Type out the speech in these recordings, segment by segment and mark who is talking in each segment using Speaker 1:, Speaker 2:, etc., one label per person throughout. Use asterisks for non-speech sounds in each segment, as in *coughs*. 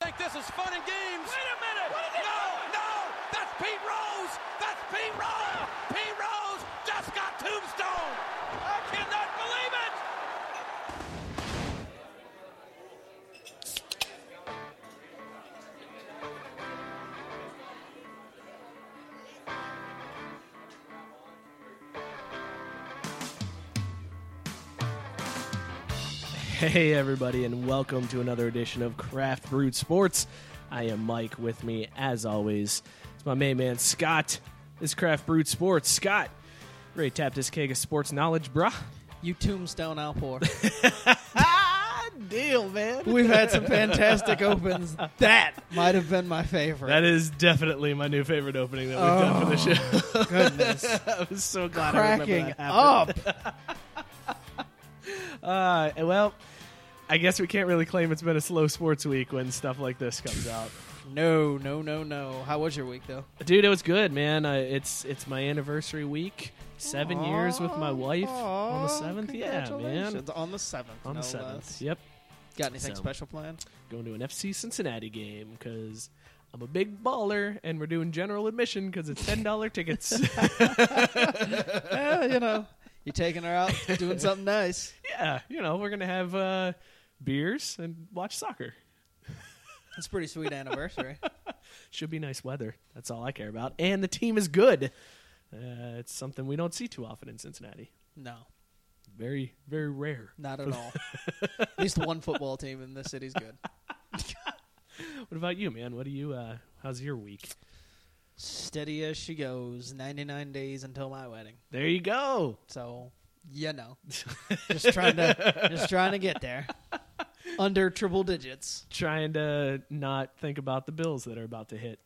Speaker 1: think this is fun and games. Wait a minute. no, no. That's Pete Rose. That's Pete Rose. Pete Rose just got tombstone. I cannot believe it.
Speaker 2: Hey, everybody, and welcome to another edition of Craft Brewed Sports. I am Mike with me, as always. It's my main man, Scott. This is Craft Brewed Sports. Scott, ready to tap this keg of sports knowledge, bruh?
Speaker 3: You tombstone outpour.
Speaker 2: Deal, man.
Speaker 3: *laughs* We've had some fantastic opens. That might have been my favorite.
Speaker 2: That is definitely my new favorite opening that we've done for the show.
Speaker 3: goodness.
Speaker 2: I was so glad *laughs* I remember
Speaker 3: Cracking
Speaker 2: that happened.
Speaker 3: up.
Speaker 2: Uh, well, I guess we can't really claim it's been a slow sports week when stuff like this comes out.
Speaker 3: No, no, no, no. How was your week though?
Speaker 2: Dude, it was good, man. Uh, it's it's my anniversary week. Seven years with my wife on the
Speaker 3: Aw,
Speaker 2: seventh. Yeah, man.
Speaker 3: congratulations. On the seventh.
Speaker 2: On the
Speaker 3: no
Speaker 2: seventh.
Speaker 3: less.
Speaker 2: Yep.
Speaker 3: Got anything
Speaker 2: So-
Speaker 3: special planned?
Speaker 2: Going to an FC Cincinnati game because I'm a big baller, and we're doing general admission because it's ten dollar
Speaker 3: *laughs*
Speaker 2: tickets. *laughs*
Speaker 3: Eh, you know, you taking her out, doing something nice.
Speaker 2: yeah, you know we're gonna have uh, beers and watch soccer.
Speaker 3: It's a pretty sweet anniversary.
Speaker 2: Should be nice weather. That's all I care about. And the team is good. Uh, it's something we don't see too often in Cincinnati.
Speaker 3: No,
Speaker 2: Very very rare.
Speaker 3: not at all. At least one football team in this city's good.
Speaker 2: What about you, man? What do you? Uh, how's your week?
Speaker 3: Steady as she goes. Ninety nine days until my wedding.
Speaker 2: There you go.
Speaker 3: So you *laughs* know, just trying to just trying to get there under triple digits.
Speaker 2: Trying to not think about the bills that are about to hit.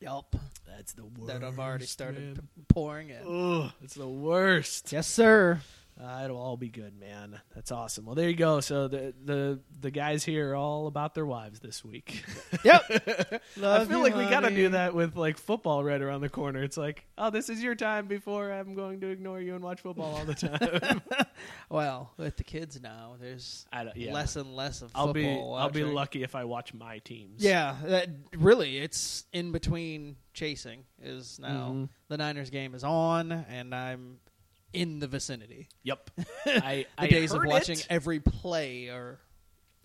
Speaker 3: Yup,
Speaker 2: That's the worst.
Speaker 3: that I've already started
Speaker 2: man.
Speaker 3: p- pouring in.
Speaker 2: Ugh, it's the worst.
Speaker 3: Yes, sir.
Speaker 2: Uh, it'll all be good, man. That's awesome. Well, there you go. So the the the guys here are all about their wives this
Speaker 3: *laughs*
Speaker 2: week.
Speaker 3: Yep.
Speaker 2: *laughs* I
Speaker 3: Love
Speaker 2: feel
Speaker 3: you,
Speaker 2: like we gotta
Speaker 3: honey.
Speaker 2: do that with like football right around the corner. It's like, oh, this is your time before I'm going to ignore you and watch football all the
Speaker 3: *laughs*
Speaker 2: time.
Speaker 3: Well, with the kids now, there's
Speaker 2: I don't- yeah.
Speaker 3: less and less of
Speaker 2: I'll
Speaker 3: football.
Speaker 2: be I'll be
Speaker 3: watching.
Speaker 2: lucky if I watch my teams.
Speaker 3: Yeah, that really, it's in between chasing is now
Speaker 2: Mm-hmm.
Speaker 3: the Niners game is on, and I'm in the vicinity. *laughs*
Speaker 2: Yep. *laughs* I,
Speaker 3: The
Speaker 2: I
Speaker 3: days of
Speaker 2: heard
Speaker 3: watching
Speaker 2: it.
Speaker 3: every play are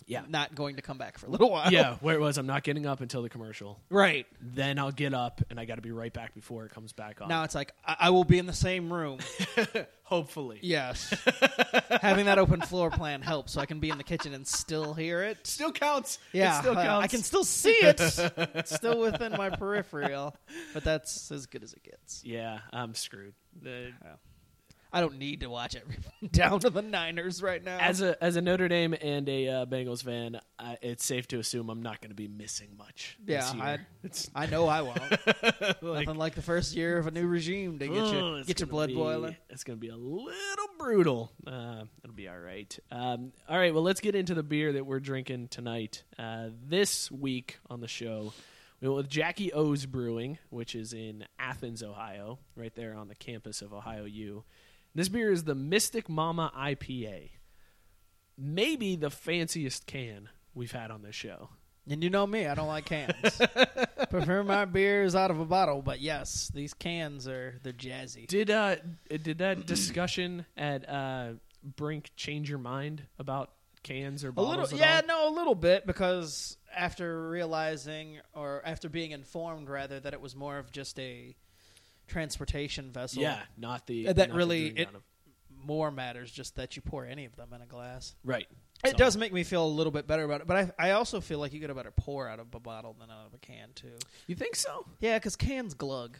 Speaker 2: Yeah.
Speaker 3: not going to come back for a little
Speaker 2: *laughs*
Speaker 3: while.
Speaker 2: Yeah, where it was, I'm not getting up until the commercial.
Speaker 3: *laughs* right.
Speaker 2: Then I'll get up and I got to be right back before it comes back on.
Speaker 3: Now it's like I, I will be in the same
Speaker 2: *laughs*
Speaker 3: room.
Speaker 2: hopefully.
Speaker 3: yes, having that open floor plan helps, so I can be in the kitchen and still hear it.
Speaker 2: Still counts.
Speaker 3: Yeah,
Speaker 2: it still
Speaker 3: uh,
Speaker 2: counts.
Speaker 3: *laughs* I can still see it.
Speaker 2: *laughs*
Speaker 3: It's still within my peripheral, but that's as good as it gets.
Speaker 2: Yeah, I'm screwed. The-
Speaker 3: I don't need to watch every *laughs* down to the Niners right now.
Speaker 2: as a as a Notre Dame and a uh, Bengals fan, I, it's safe to assume I'm not going to be missing much.
Speaker 3: yeah,
Speaker 2: this year.
Speaker 3: I,
Speaker 2: it's
Speaker 3: I know I won't.
Speaker 2: *laughs*
Speaker 3: Nothing like the first year of a new regime to get
Speaker 2: Oh,
Speaker 3: you
Speaker 2: it's
Speaker 3: get your
Speaker 2: gonna
Speaker 3: blood
Speaker 2: be-
Speaker 3: boiling.
Speaker 2: It's going to be a little brutal. Uh, it'll be all right. Um, all right, well, let's get into the beer that we're drinking tonight. Uh, this week on the show, Well, with Jackie O's Brewing, which is in Athens, Ohio, right there on the campus of Ohio U. This beer is the Mystic Mama IPA. Maybe the fanciest can we've had on this show.
Speaker 3: And you know me, I don't like cans.
Speaker 2: *laughs*
Speaker 3: Prefer my beers out of a bottle, but yes, these cans are they're jazzy.
Speaker 2: Did uh did
Speaker 3: *clears throat*
Speaker 2: that discussion at uh Brink change your mind about cans or
Speaker 3: a little,
Speaker 2: bottles? at
Speaker 3: yeah,
Speaker 2: all?
Speaker 3: no, a little bit because after realizing or after being informed rather that it was more of just a transportation vessel.
Speaker 2: yeah, not the
Speaker 3: Uh,
Speaker 2: not
Speaker 3: that
Speaker 2: the
Speaker 3: really
Speaker 2: drink
Speaker 3: it
Speaker 2: out of-
Speaker 3: more matters just that you pour any of them in a glass.
Speaker 2: right.
Speaker 3: It does make me feel a little bit better about it, but I, I also feel like you get a better pour out of a bottle than out of a can too.
Speaker 2: You think so?
Speaker 3: Yeah, because cans glug.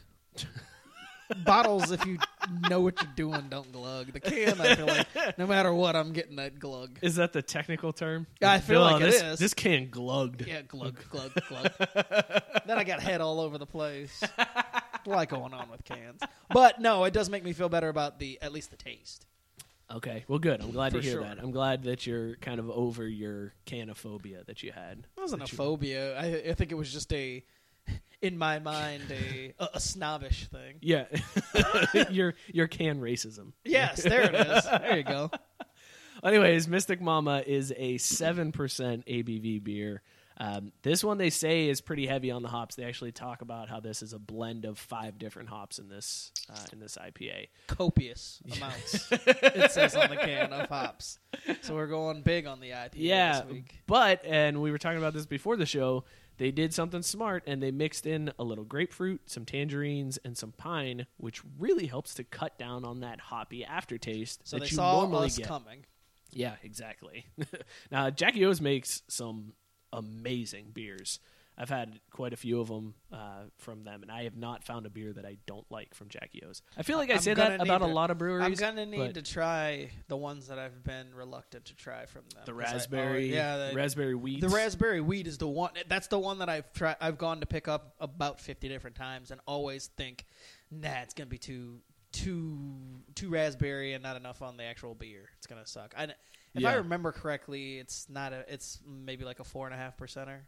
Speaker 3: *laughs* Bottles, if you know what you're doing, don't glug. The can, I feel like, no matter what, I'm getting that glug.
Speaker 2: Is that the technical term?
Speaker 3: I feel
Speaker 2: No,
Speaker 3: like it
Speaker 2: this,
Speaker 3: is.
Speaker 2: This can glugged.
Speaker 3: Yeah, glug, glug, glug. then I got head all over the place. A lot going on with cans, but no, it does make me feel better about the at least the taste.
Speaker 2: Okay, well, good. I'm glad to
Speaker 3: For
Speaker 2: hear
Speaker 3: sure.
Speaker 2: that. I'm glad that you're kind of over your canophobia that you had.
Speaker 3: It wasn't a phobia. I, I think it was just a, in my mind, a a, a snobbish thing.
Speaker 2: Yeah, *laughs* your your can racism.
Speaker 3: Yes, there it is. There you go.
Speaker 2: Anyways, Mystic Mama is a seven percent ABV beer. Um, this one they say is pretty heavy on the hops. They actually talk about how this is a blend of five different hops in this uh, in this IPA.
Speaker 3: *laughs* copious amounts. it says on the can of hops. So we're going big on the IPA
Speaker 2: Yeah,
Speaker 3: this week.
Speaker 2: but and we were talking about this before the show. They did something smart and they mixed in a little grapefruit, some tangerines, and some pine, which really helps to cut down on that hoppy aftertaste
Speaker 3: So
Speaker 2: that
Speaker 3: they
Speaker 2: you
Speaker 3: saw
Speaker 2: normally
Speaker 3: us
Speaker 2: get.
Speaker 3: coming.
Speaker 2: Yeah, exactly. *laughs* now Jackie O's makes some amazing beers. I've had quite a few of them uh, from them, and I have not found a beer that I don't like from Jackie O's. I feel like I
Speaker 3: I'm
Speaker 2: say
Speaker 3: gonna
Speaker 2: that about
Speaker 3: need
Speaker 2: a
Speaker 3: to-
Speaker 2: lot of breweries.
Speaker 3: I'm gonna need
Speaker 2: but
Speaker 3: to try the ones that I've been reluctant to try from them.
Speaker 2: the
Speaker 3: 'cause I
Speaker 2: raspberry,
Speaker 3: already- yeah, the,
Speaker 2: raspberry wheat,
Speaker 3: the raspberry weed is the one. That's the one that I've tried. I've gone to pick up about fifty different times, and always think, nah, it's gonna be too too too raspberry and not enough on the actual beer. It's gonna suck. I, if I
Speaker 2: Yeah.
Speaker 3: remember correctly, it's not a. It's maybe like a four and a half percenter.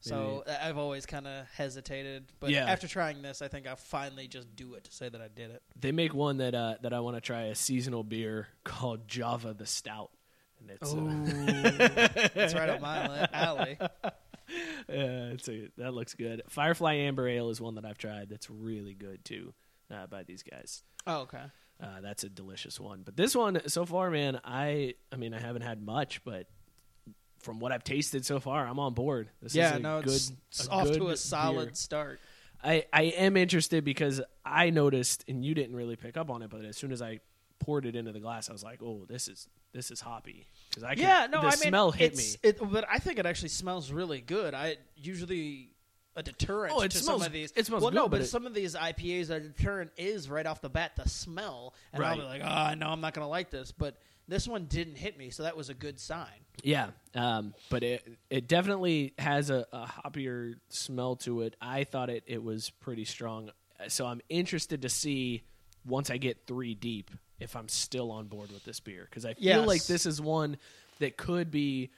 Speaker 3: So I- I've always kind of hesitated, but
Speaker 2: Yeah.
Speaker 3: after trying this, I think I'll finally just do it to say that I did it.
Speaker 2: They make one that uh, that I want to try a seasonal beer *laughs* called Java the Stout, and it's uh,
Speaker 3: It's right up my *laughs* li- alley.
Speaker 2: *laughs* yeah, it's a, that looks good. Firefly Amber Ale is one that I've tried that's really good too uh, by these guys.
Speaker 3: Oh, okay.
Speaker 2: Uh, that's a delicious one. But this one so far, man, I I mean I haven't had much, but from what I've tasted so far, I'm on board. This
Speaker 3: yeah,
Speaker 2: is a
Speaker 3: no,
Speaker 2: good,
Speaker 3: it's, it's
Speaker 2: a
Speaker 3: off
Speaker 2: good
Speaker 3: to
Speaker 2: beer.
Speaker 3: a solid start.
Speaker 2: I, I am interested because I noticed and you didn't really pick up on it, but as soon as I poured it into the glass, I was like, oh, this is this is hoppy because I can,
Speaker 3: yeah, no,
Speaker 2: the
Speaker 3: I mean,
Speaker 2: smell hit me.
Speaker 3: it's- It, but I think it actually smells really good. I usually a deterrent
Speaker 2: Oh, it
Speaker 3: to
Speaker 2: smells-
Speaker 3: some of these.
Speaker 2: it smells
Speaker 3: well, no,
Speaker 2: good,
Speaker 3: but
Speaker 2: but it-
Speaker 3: some of these IPAs, a deterrent is right off the bat the smell, and I'll be
Speaker 2: Right.
Speaker 3: like, oh no, I'm not gonna like this. But this one didn't hit me, so that was a good sign.
Speaker 2: Yeah, um, but it it definitely has a, a hoppier smell to it. I thought it it was pretty strong, so I'm interested to see once I get three deep if I'm still on board with this beer because I feel
Speaker 3: Yes.
Speaker 2: like this is one that could be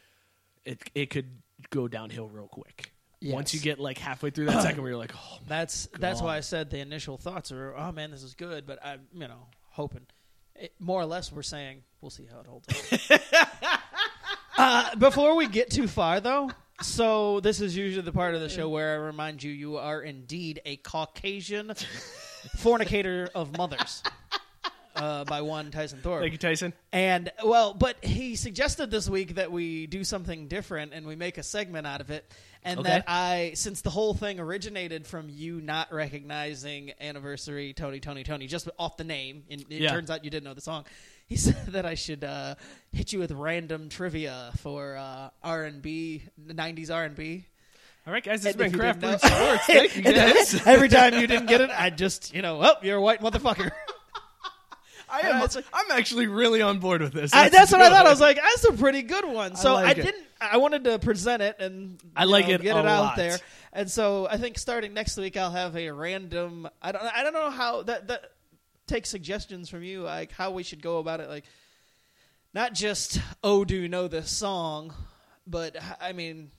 Speaker 2: it it could go downhill real quick. Once you
Speaker 3: Yes.
Speaker 2: get like halfway through that second, where you're like, oh,
Speaker 3: That's that's why I said the initial thoughts are, oh man, this is good, but I'm you know hoping. It, more or less, we're saying we'll see how it holds up.
Speaker 2: *laughs*
Speaker 3: uh, before we get too far, though, so this is usually the part of the show where I remind you you are indeed
Speaker 2: *laughs*
Speaker 3: a Caucasian fornicator of mothers. Uh, by one Tyson Thorpe.
Speaker 2: thank you, Tyson.
Speaker 3: And well, but he suggested this week that we do something different and we make a segment out of it. And
Speaker 2: Okay.
Speaker 3: that I, since the whole thing originated from you not recognizing anniversary Tony Tony Tony just off the name, and it
Speaker 2: Yeah.
Speaker 3: turns out you didn't know the song. *laughs* He said that I should uh, hit you with random trivia for uh, R and B, '90s R and B.
Speaker 2: All right, guys, this has
Speaker 3: And
Speaker 2: been
Speaker 3: if you
Speaker 2: Craft Brew
Speaker 3: didn't know- *laughs*
Speaker 2: Sports. Thank you,
Speaker 3: And then
Speaker 2: guys.
Speaker 3: Every time you didn't get it, I just, you know, oh, you're a white motherfucker.
Speaker 2: *laughs*
Speaker 3: *laughs*
Speaker 2: I am, I'm actually really on board with this.
Speaker 3: I, that's what I thought. I was like, that's a pretty good one. So I,
Speaker 2: like it.
Speaker 3: didn't. I wanted to present it and
Speaker 2: I
Speaker 3: you
Speaker 2: like
Speaker 3: know,
Speaker 2: it
Speaker 3: get
Speaker 2: a
Speaker 3: it out
Speaker 2: lot.
Speaker 3: there. And so I think starting next week, I'll have a random. I don't. I don't know how that that take suggestions from you, like how we should go about it. Like, not just oh, do you know this song, but I mean.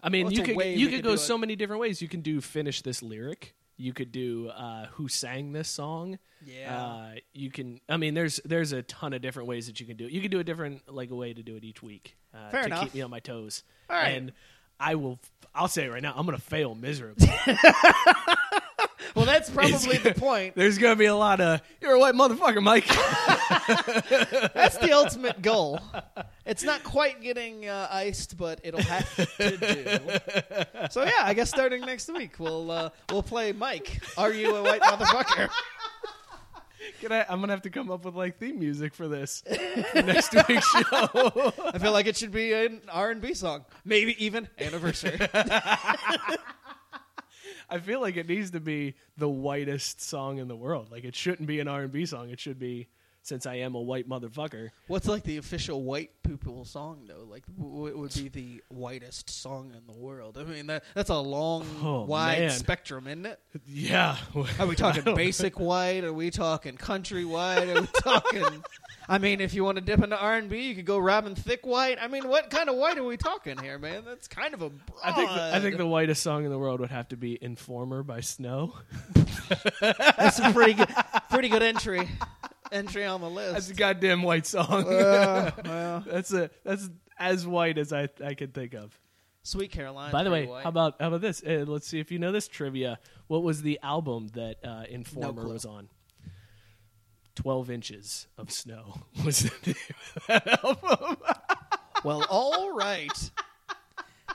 Speaker 2: I mean,
Speaker 3: Well,
Speaker 2: you
Speaker 3: it's a
Speaker 2: could
Speaker 3: way
Speaker 2: you
Speaker 3: we
Speaker 2: could
Speaker 3: could
Speaker 2: go
Speaker 3: do it.
Speaker 2: so many different ways. You can do finish this lyric. You could do uh, who sang this song.
Speaker 3: Yeah.
Speaker 2: Uh, you can. I mean, there's there's a ton of different ways that you can do it. You can do a different like a way to do it each week. Uh,
Speaker 3: Fair
Speaker 2: to
Speaker 3: enough.
Speaker 2: keep me on my toes.
Speaker 3: All right.
Speaker 2: And I will. I'll say it right now. I'm gonna fail
Speaker 3: *laughs*
Speaker 2: miserably.
Speaker 3: Well, that's probably
Speaker 2: *laughs* It's-
Speaker 3: the point.
Speaker 2: there's gonna be a lot of you're a white motherfucker, Mike. *laughs*
Speaker 3: That's the ultimate goal. It's not quite getting uh, iced, but it'll have to do. So yeah, I guess starting next week we'll uh, we'll play Mike. Are you a white motherfucker?
Speaker 2: Can I, I'm gonna have to come up with like theme music for
Speaker 3: *laughs*
Speaker 2: this for next week's show.
Speaker 3: I feel like it should be an R and B song, maybe even anniversary.
Speaker 2: I feel like it needs to be the whitest song in the world. Like it shouldn't be an R and B song. It should be since I am a white motherfucker.
Speaker 3: What's like the official white people song though? Like, what would be the whitest song in the world? I mean, that that's a long,
Speaker 2: Oh,
Speaker 3: wide
Speaker 2: man.
Speaker 3: spectrum, isn't it? *laughs*
Speaker 2: Yeah.
Speaker 3: Are
Speaker 2: *laughs*
Speaker 3: we talking basic white? Are we talking country white? Are we talking? I mean, if you want to dip into R and B, you could go Robin Thick white. I mean, what kind of white are we talking here, man? That's kind of a broad.
Speaker 2: I think the, I think the whitest song in the world would have to be "Informer" by Snow.
Speaker 3: *laughs* that's a pretty good, pretty good entry, entry on the list.
Speaker 2: *laughs* That's a goddamn white song.
Speaker 3: Uh,
Speaker 2: *laughs* that's a that's as white as I I can think of.
Speaker 3: Sweet Caroline.
Speaker 2: By the
Speaker 3: pretty
Speaker 2: way,
Speaker 3: white.
Speaker 2: how about how about this? Uh, let's see if you know this trivia. What was the album that uh, Informer
Speaker 3: clue.
Speaker 2: was on? Twelve inches of snow *laughs* was the name of that album.
Speaker 3: Well, all right.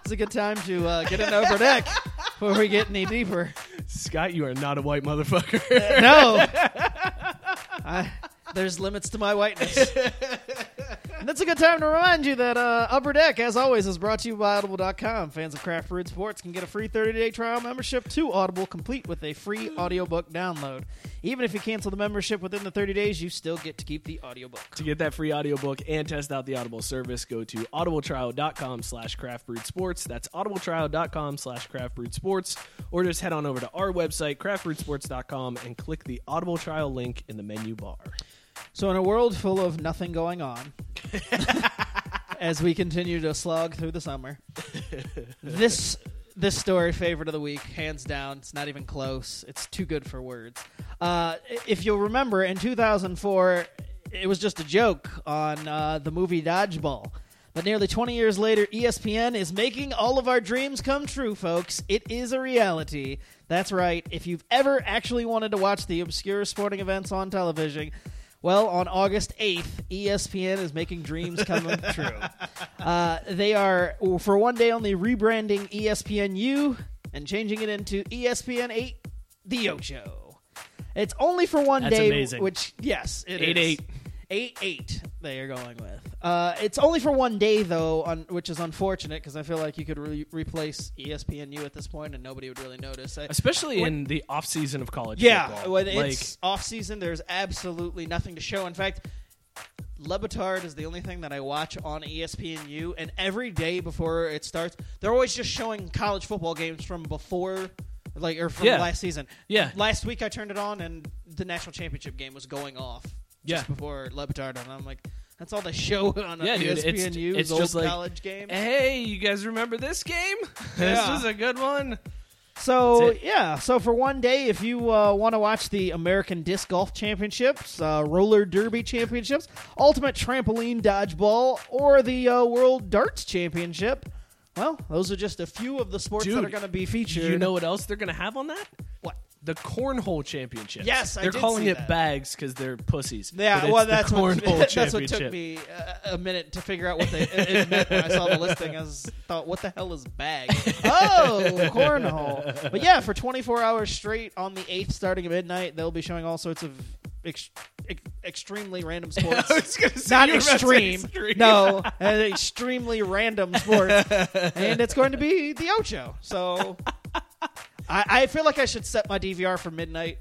Speaker 3: It's a good time to uh, get an over deck before we get any deeper.
Speaker 2: Scott, you are not a white
Speaker 3: *laughs*
Speaker 2: motherfucker.
Speaker 3: No. I, there's limits to my whiteness. and that's a good time to remind you that uh, Upper Deck, as always, is brought to you by Audible.com. Fans of Craft Brewed Sports can get a free 30-day trial membership to Audible, complete with a free audiobook download. Even if you cancel the membership within the 30 days, you still get to keep the audiobook.
Speaker 2: to get that free audiobook and test out the Audible service, go to audibletrial.com slash craftbrewedsports. That's audibletrial.com slash craftbrewedsports. Or just head on over to our website, craftbrewedsports.com, and click the Audible trial link in the menu bar.
Speaker 3: So, in a world full of nothing going on, as we continue to slog through the summer, this this story favorite of the week, hands down. It's not even close. It's too good for words. Uh, if you'll remember, in 2004, it was just a joke on uh, the movie Dodgeball. But nearly 20 years later, E ESPN is making all of our dreams come true, folks. It is a reality. That's right. If you've ever actually wanted to watch the obscure sporting events on television, well, on August E 8th, ESPN is making dreams come true. Uh, they are, for one day only, rebranding E ESPNU and changing it into E ESPN 8 The Ocho. It's only for one
Speaker 2: That's
Speaker 3: day,
Speaker 2: amazing.
Speaker 3: which, yes, it is.
Speaker 2: 8-8.
Speaker 3: 8 8 they are going with. Uh, it's only for one day, though, on, which is unfortunate because I feel like you could re- replace E ESPNU at this point and nobody would really notice. I,
Speaker 2: Especially in the off season of college
Speaker 3: yeah,
Speaker 2: football.
Speaker 3: when
Speaker 2: Like,
Speaker 3: it's off season, there's absolutely nothing to show. In fact, Lebetard is the only thing that I watch on E ESPNU, and every day before it starts, they're always just showing college football games from before, like or from
Speaker 2: Yeah.
Speaker 3: last season.
Speaker 2: Yeah.
Speaker 3: Last week I turned it on, and the national championship game was going off.
Speaker 2: Yeah.
Speaker 3: Just before Lebetard, and I'm like, that's all they show *laughs* on E
Speaker 2: yeah, dude,
Speaker 3: ESPNU.
Speaker 2: it's, it's
Speaker 3: old
Speaker 2: just like,
Speaker 3: college games.
Speaker 2: hey, you guys remember this
Speaker 3: *laughs*
Speaker 2: game? this
Speaker 3: Yeah.
Speaker 2: was a good one.
Speaker 3: So
Speaker 2: That's it.
Speaker 3: yeah, so for one day, if you uh, want to watch the American Disc Golf Championships, uh, Roller Derby Championships, Ultimate Trampoline Dodgeball, or the uh, World Darts Championship, well, those are just a few of the sports that
Speaker 2: Dude,
Speaker 3: are going to be featured.
Speaker 2: You know what else they're going to have on that?
Speaker 3: what?
Speaker 2: The cornhole championships.
Speaker 3: Yes, I
Speaker 2: they're
Speaker 3: did
Speaker 2: calling
Speaker 3: see
Speaker 2: it
Speaker 3: that.
Speaker 2: bags because they're pussies. But
Speaker 3: Yeah,
Speaker 2: it's
Speaker 3: well,
Speaker 2: the
Speaker 3: that's what,
Speaker 2: cornhole
Speaker 3: *laughs* that's what took
Speaker 2: championship.
Speaker 3: me uh, a minute to figure out what they it, it meant when I saw the listing. I was, thought, what the hell is bag? *laughs* oh, cornhole. But yeah, for 24 hours straight on the 8th, starting at midnight, they'll be showing all sorts of ex- ex- extremely *laughs* random sports. Not
Speaker 2: you were about to say
Speaker 3: extreme.
Speaker 2: extreme.
Speaker 3: *laughs* No, an extremely random sports. and it's going to be the Ocho. *laughs* So I, I feel like I should set my DVR for midnight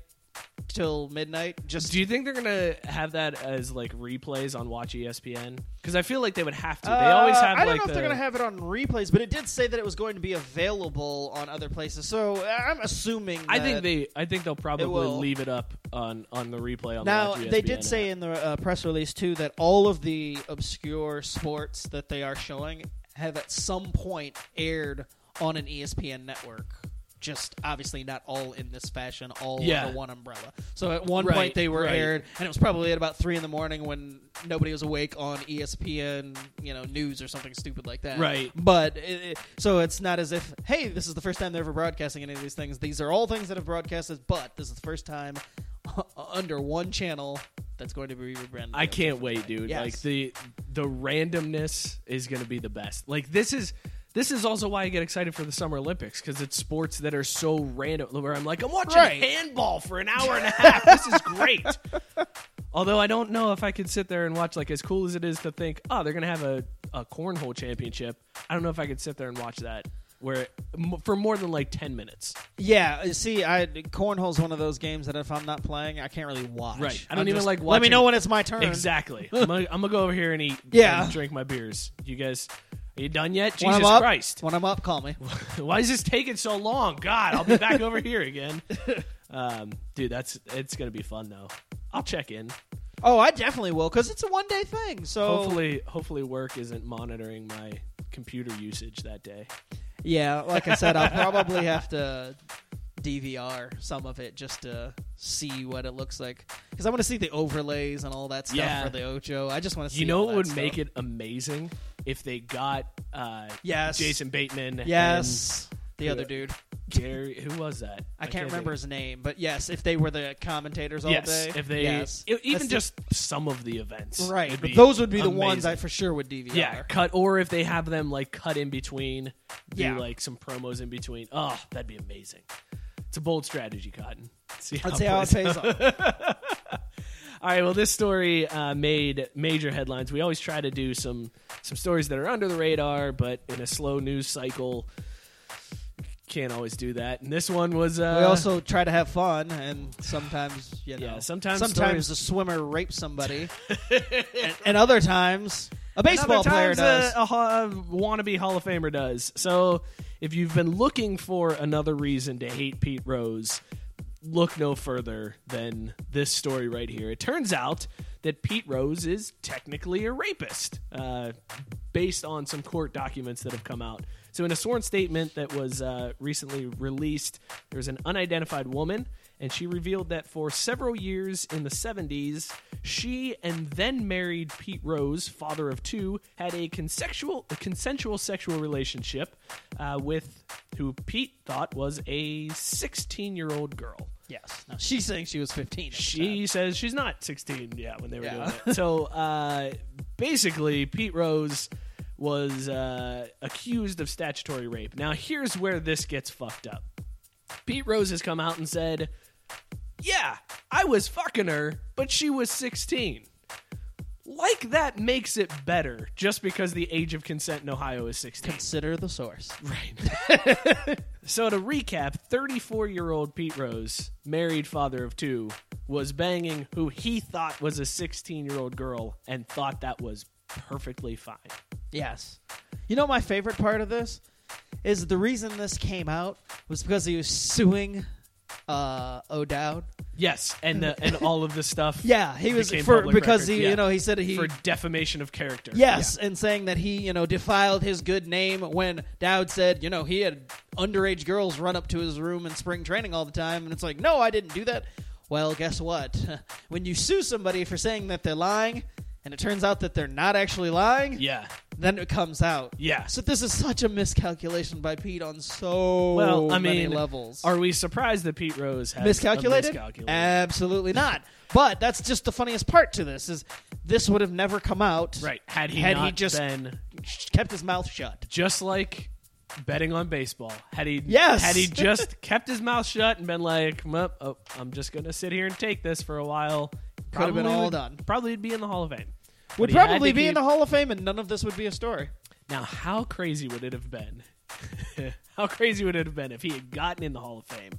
Speaker 3: till midnight just
Speaker 2: Do you think they're gonna have that as like replays on Watch E ESPN? Because I feel like they would have to. They always
Speaker 3: Uh,
Speaker 2: have.
Speaker 3: I don't
Speaker 2: like
Speaker 3: know if
Speaker 2: the,
Speaker 3: they're gonna have it on replays, but it did say that it was going to be available on other places. So I'm assuming.
Speaker 2: I think
Speaker 3: that-
Speaker 2: they. I think they'll probably
Speaker 3: will.
Speaker 2: leave it up on on the replay on.
Speaker 3: Now
Speaker 2: the Watch E
Speaker 3: they
Speaker 2: ESPN app.
Speaker 3: did say in the uh, press release too that all of the obscure sports that they are showing have at some point aired on an E ESPN network. Just obviously not all in this fashion, all
Speaker 2: Yeah.
Speaker 3: under one umbrella. So at one
Speaker 2: Right,
Speaker 3: point they were
Speaker 2: right.
Speaker 3: aired, and it was probably at about three in the morning when nobody was awake on E ESPN, you know, news or something stupid like that.
Speaker 2: Right.
Speaker 3: But it, it- so it's not as if, hey, this is the first time they're ever broadcasting any of these things. These are all things that have broadcasted, but this is the first time *laughs* under one channel that's going to be rebranded.
Speaker 2: I can't wait, dude.
Speaker 3: Yes.
Speaker 2: Like the the randomness is going to be the best. Like this is this is also why I get excited for the Summer Olympics because it's sports that are so random. Where I'm like, I'm watching
Speaker 3: Right.
Speaker 2: handball for an hour and a half. this is great. *laughs* Although I don't know if I could sit there and watch. Like as cool as it is to think, oh, they're going to have a a cornhole championship. I don't know if I could sit there and watch that where m- for more than like ten minutes.
Speaker 3: Yeah, uh, see, I cornhole's one of those games that if I'm not playing, I can't really watch.
Speaker 2: Right. I
Speaker 3: I'm
Speaker 2: don't even
Speaker 3: just,
Speaker 2: like
Speaker 3: Let me
Speaker 2: watching-
Speaker 3: know when it's my turn. *laughs*
Speaker 2: Exactly. I'm gonna, I'm gonna go over here and eat.
Speaker 3: Yeah.
Speaker 2: and drink my beers. You guys, are you done yet?
Speaker 3: When
Speaker 2: Jesus
Speaker 3: I'm up,
Speaker 2: Christ!
Speaker 3: When I'm up, call me.
Speaker 2: Why is this taking so long? God, I'll be back over here
Speaker 3: *laughs*
Speaker 2: again. Um, dude, that's it's gonna be fun though. I'll check in.
Speaker 3: Oh, I definitely will because it's a one day thing. So
Speaker 2: Hopefully, hopefully work isn't monitoring my computer usage that day.
Speaker 3: yeah, like I said,
Speaker 2: *laughs*
Speaker 3: I'll probably have to DVR some of it just to see what it looks like because I want to see the overlays and all that stuff
Speaker 2: Yeah.
Speaker 3: for the Ocho. I just want to see.
Speaker 2: You know
Speaker 3: all
Speaker 2: what
Speaker 3: that
Speaker 2: would
Speaker 3: stuff.
Speaker 2: make it amazing if they got uh,
Speaker 3: Yes.
Speaker 2: Jason Bateman.
Speaker 3: Yes, the other dude.
Speaker 2: and Gary. Who was that?
Speaker 3: I can't remember
Speaker 2: think.
Speaker 3: his name, but yes, if they were the commentators all
Speaker 2: yes,
Speaker 3: day,
Speaker 2: if they
Speaker 3: yes.
Speaker 2: e- even
Speaker 3: That's the-
Speaker 2: just some of the events,
Speaker 3: Right,
Speaker 2: would
Speaker 3: but
Speaker 2: be
Speaker 3: those would be the ones
Speaker 2: amazing.
Speaker 3: I for sure would DVR.
Speaker 2: Yeah, cut or if they have them like cut in between, do
Speaker 3: Yeah.
Speaker 2: like some promos in between. Oh, that'd be amazing. It's a bold strategy, Cotton. *laughs* See how
Speaker 3: I'd
Speaker 2: it
Speaker 3: say how it
Speaker 2: plays
Speaker 3: pays off.
Speaker 2: all right. Well, this story uh, made major headlines. We always try to do some some stories that are under the radar, but in a slow news cycle, can't always do that. And this one was uh,
Speaker 3: We also try to have fun, and sometimes you know,
Speaker 2: Yeah, sometimes
Speaker 3: sometimes
Speaker 2: stories-
Speaker 3: a swimmer
Speaker 2: *laughs*
Speaker 3: rapes somebody, and, and other times a baseball
Speaker 2: Another
Speaker 3: player
Speaker 2: times uh, oh.
Speaker 3: does.
Speaker 2: A, a ho- a wannabe Hall of Famer does. So if you've been looking for another reason to hate Pete Rose, look no further than this story right here. It turns out that Pete Rose is technically a rapist, uh, based on some court documents that have come out. So in a sworn statement that was uh, recently released, there was an unidentified woman. And she revealed that for several years in the 70s, she and then married Pete Rose, father of two, had a consensual, a consensual sexual relationship uh, with who Pete thought was a 16 year old girl.
Speaker 3: yes, no, she's saying she was fifteen. at the
Speaker 2: She says she's not 16 yeah, when they were
Speaker 3: Yeah.
Speaker 2: doing it. So uh, basically, Pete Rose was uh, accused of statutory rape. Now, here's where this gets fucked up. Pete Rose has come out and said, Yeah, I was fucking her, but she was 16. Like that makes it better just because the age of consent in Ohio is 16.
Speaker 3: time. Consider the source.
Speaker 2: Right. so to recap, 34 year old Pete Rose, married father of two, was banging who he thought was a 16 year old girl and thought that was perfectly fine.
Speaker 3: Yes, you know my favorite part of this is the reason this came out was because he was suing uh, O'Dowd.
Speaker 2: Yes, and the, and all of the stuff.
Speaker 3: *laughs* Yeah, he was
Speaker 2: became
Speaker 3: for
Speaker 2: public
Speaker 3: because
Speaker 2: record,
Speaker 3: he
Speaker 2: yeah.
Speaker 3: you know he said he
Speaker 2: for defamation of character.
Speaker 3: Yes, and saying that he, you know, defiled his good name when Dowd said, you know, he had underage girls run up to his room in spring training all the time. And it's like, no, I didn't do that. Well, guess what? *laughs* when you sue somebody for saying that they're lying, and it turns out that they're not actually lying,
Speaker 2: Yeah.
Speaker 3: then it comes out.
Speaker 2: Yeah.
Speaker 3: So this is such a miscalculation by Pete on so
Speaker 2: Well, I
Speaker 3: Oh, many
Speaker 2: mean,
Speaker 3: levels.
Speaker 2: are we surprised that Pete Rose has a
Speaker 3: miscalculated?
Speaker 2: miscalculated?
Speaker 3: Absolutely not. But that's just the funniest part to this is this would have never come out
Speaker 2: right. Had he
Speaker 3: had
Speaker 2: not
Speaker 3: he just
Speaker 2: been
Speaker 3: kept his mouth shut.
Speaker 2: just like betting on baseball. Had he
Speaker 3: Yes. *laughs*
Speaker 2: had he just kept his mouth shut and been like, "Well, oh, I'm just gonna sit here and take this for a while,
Speaker 3: Could have been
Speaker 2: probably
Speaker 3: all
Speaker 2: would-
Speaker 3: done.
Speaker 2: Probably would be in the Hall of Fame. But
Speaker 3: Would
Speaker 2: he had
Speaker 3: probably
Speaker 2: to
Speaker 3: be in
Speaker 2: keep-
Speaker 3: the Hall of Fame, and none of this would be a story.
Speaker 2: Now, how crazy would it have been? *laughs* how crazy would it have been if he had gotten in the Hall of Fame,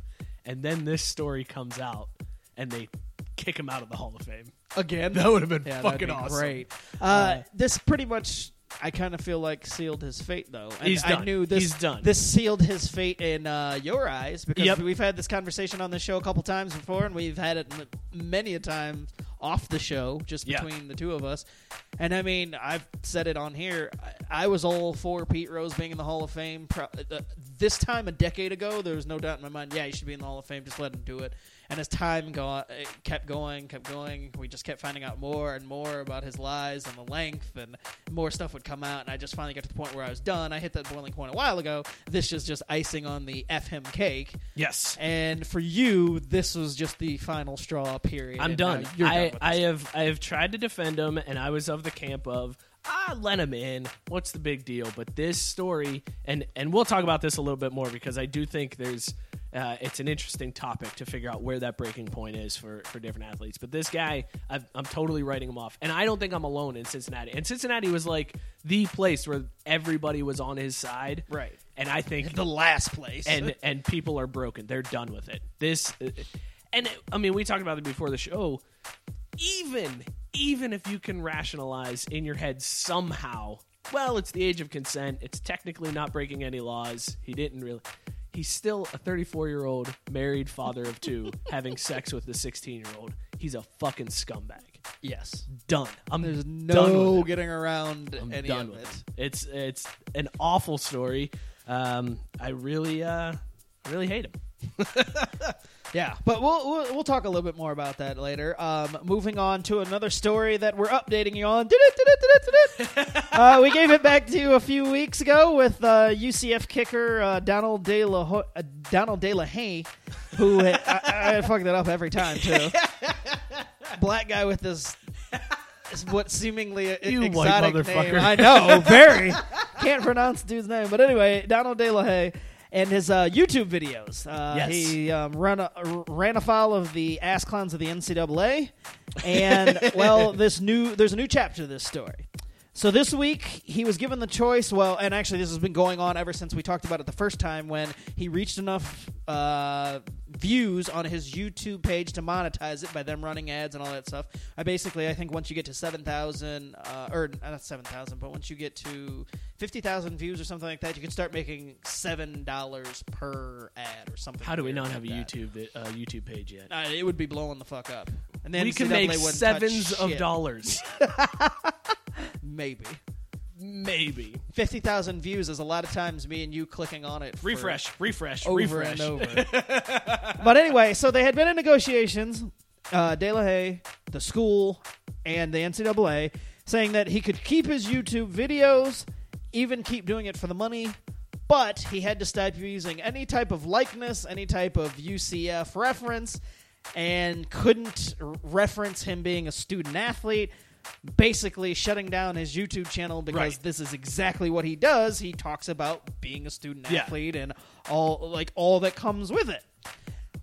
Speaker 2: and then this story comes out, and they kick him out of the Hall of Fame?
Speaker 3: Again,
Speaker 2: That would have been
Speaker 3: yeah, that'd
Speaker 2: fucking
Speaker 3: be
Speaker 2: awesome.
Speaker 3: Great. Uh, this pretty much, I kind of feel like sealed his fate, though. And
Speaker 2: He's
Speaker 3: I
Speaker 2: done.
Speaker 3: knew this.
Speaker 2: He's done.
Speaker 3: This sealed his fate in uh, your eyes because
Speaker 2: Yep.
Speaker 3: we've had this conversation on the show a couple times before, and we've had it m- many a time off the show, just
Speaker 2: Yeah.
Speaker 3: between the two of us. And I mean, I've said it on here. I, I was all for Pete Rose being in the Hall of Fame. Pro- uh, this time a decade ago, there was no doubt in my mind. Yeah, he should be in the Hall of Fame. Just let him do it. And as time go- it kept going, kept going, we just kept finding out more and more about his lies and the length, and more stuff would come out. And I just finally got to the point where I was done. I hit that boiling point a while ago. This is just icing on the f him cake.
Speaker 2: Yes.
Speaker 3: And for you, this was just the final straw. Period.
Speaker 2: I'm
Speaker 3: And
Speaker 2: done.
Speaker 3: now You're
Speaker 2: I,
Speaker 3: done with
Speaker 2: I
Speaker 3: this.
Speaker 2: have I have tried to defend him, and I was of the camp of ah, let him in. What's the big deal? But this story, and and we'll talk about this a little bit more because I do think there's uh, it's an interesting topic to figure out where that breaking point is for for different athletes. But this guy, I've, I'm totally writing him off, and I don't think I'm alone in Cincinnati. And Cincinnati was like the place where everybody was on his side,
Speaker 3: Right.
Speaker 2: And I think
Speaker 3: the last place. *laughs*
Speaker 2: and and people are broken. They're done with it. This, and I mean, we talked about it before the show. Even even if you can rationalize in your head somehow, well, it's the age of consent. It's technically not breaking any laws. He didn't really. He's still a 34 year old married father of
Speaker 3: *laughs*
Speaker 2: two having sex with a 16 year old. He's a fucking scumbag.
Speaker 3: yes,
Speaker 2: Done. I'm
Speaker 3: there's
Speaker 2: done with
Speaker 3: no
Speaker 2: it.
Speaker 3: getting around
Speaker 2: I'm
Speaker 3: any
Speaker 2: done
Speaker 3: of
Speaker 2: with
Speaker 3: it.
Speaker 2: it. It's it's an awful story. Um, I really uh, I really hate him.
Speaker 3: Yeah, but we'll, we'll we'll talk a little bit more about that later. Um, moving on to another story that we're updating you on.
Speaker 2: *laughs*
Speaker 3: uh, we gave it back to you a few weeks ago with uh, UCF kicker uh, Donald De La Ho- uh, Donald De La Haye, who *laughs* I, I, I fuck that up every
Speaker 2: *laughs*
Speaker 3: time too. Black guy with this is what seemingly a,
Speaker 2: You white
Speaker 3: exotic
Speaker 2: motherfucker.
Speaker 3: name. I know,
Speaker 2: *laughs*
Speaker 3: very. Can't pronounce dude's name, but anyway, Donald De La Haye and his uh, YouTube videos. Uh,
Speaker 2: Yes.
Speaker 3: He um, run a, ran afoul of the ass clowns of the NCAA, and well, this new there's a new chapter to this story. So this week he was given the choice. Well, and actually this has been going on ever since we talked about it the first time when he reached enough uh, views on his YouTube page to monetize it by them running ads and all that stuff. I basically I think once you get to seven thousand uh, or not seven thousand, but once you get to fifty thousand views or something like that, you can start making seven dollars per ad or something.
Speaker 2: How do we
Speaker 3: weird
Speaker 2: not
Speaker 3: like
Speaker 2: have a
Speaker 3: that.
Speaker 2: YouTube vi- uh, YouTube page yet?
Speaker 3: Uh, it would be blowing the fuck up. And then
Speaker 2: we could make sevens of
Speaker 3: dollars, *laughs*
Speaker 2: dollars,
Speaker 3: maybe.
Speaker 2: maybe.
Speaker 3: Fifty thousand views is a lot of times me and you clicking on it. for
Speaker 2: Refresh, refresh,
Speaker 3: over
Speaker 2: refresh.
Speaker 3: and over.
Speaker 2: *laughs*
Speaker 3: but anyway, so they had been in negotiations. Uh, De La Haye, the school, and the NCAA, saying that he could keep his YouTube videos, even keep doing it for the money, but he had to stop using any type of likeness, any type of UCF reference, and couldn't r- reference him being a student athlete. Basically, shutting down his YouTube channel because
Speaker 2: Right.
Speaker 3: this is exactly what he does. He talks about being a student
Speaker 2: Yeah.
Speaker 3: athlete and all like all that comes with it.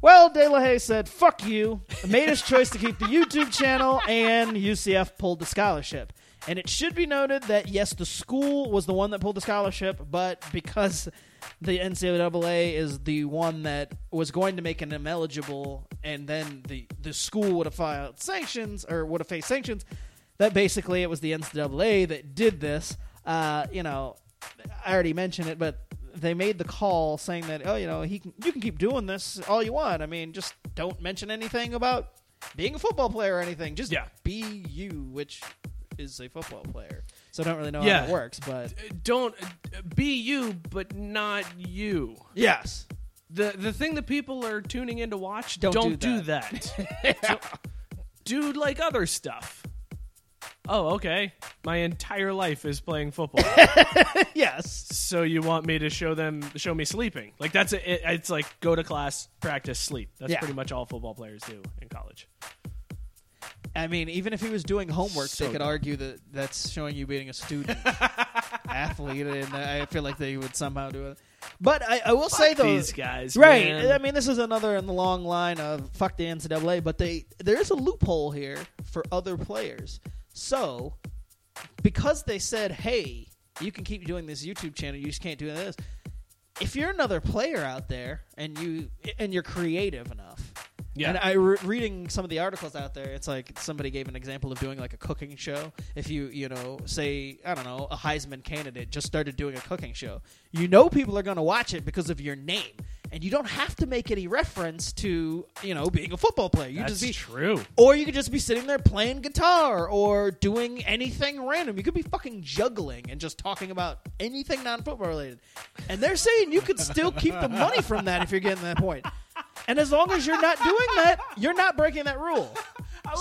Speaker 3: Well, De La Haye said, "Fuck you." Made his choice to keep the YouTube channel, and UCF pulled the scholarship. And it should be noted that yes, the school was the one that pulled the scholarship, but because the NCAA is the one that was going to make him ineligible, and then the the school would have filed sanctions or would have faced sanctions. That basically it was the NCAA that did this. Uh, you know, I already mentioned it, but they made the call saying that oh, you know, he can, you can keep doing this all you want. I mean, just don't mention anything about being a football player or anything. Just
Speaker 2: Yeah.
Speaker 3: be you, which is a football player. So I don't really know
Speaker 2: Yeah.
Speaker 3: how it works, but
Speaker 2: Don't uh, be you, but not you.
Speaker 3: yes,
Speaker 2: The the thing that people are tuning in to watch.
Speaker 3: Don't
Speaker 2: do
Speaker 3: do
Speaker 2: that.
Speaker 3: *laughs*
Speaker 2: Do- do like other stuff. Oh, okay. My entire life is playing
Speaker 3: *laughs*
Speaker 2: football.
Speaker 3: yes,
Speaker 2: so you want me to show them show me sleeping like that's it, it's like go to class practice sleep that's
Speaker 3: Yeah.
Speaker 2: pretty much all football players do in college
Speaker 3: I mean, even if he was doing homework,
Speaker 2: So
Speaker 3: they could
Speaker 2: dumb.
Speaker 3: argue that that's showing you being
Speaker 2: *laughs*
Speaker 3: a student athlete, and I feel like they would somehow do it. But I, I will say though,
Speaker 2: these guys
Speaker 3: right?
Speaker 2: man.
Speaker 3: I mean, this is another in the long line of fuck the NCAA, but they there is a loophole here for other players. So because they said, "Hey, you can keep doing this YouTube channel, you just can't do this." If you're another player out there and you and you're creative enough,
Speaker 2: Yeah.
Speaker 3: And I re- reading some of the articles out there, it's like somebody gave an example of doing like a cooking show. If you you know say I don't know a Heisman candidate just started doing a cooking show, you know people are going to watch it because of your name. and you don't have to make any reference to you know being a football player. You
Speaker 2: That's
Speaker 3: just be
Speaker 2: true.
Speaker 3: or you could just be sitting there playing guitar or doing anything random. You could be fucking juggling and just talking about anything non football related. And they're saying you could still keep the money from that if you're getting that point. And as long as you're not doing that, you're not breaking that rule.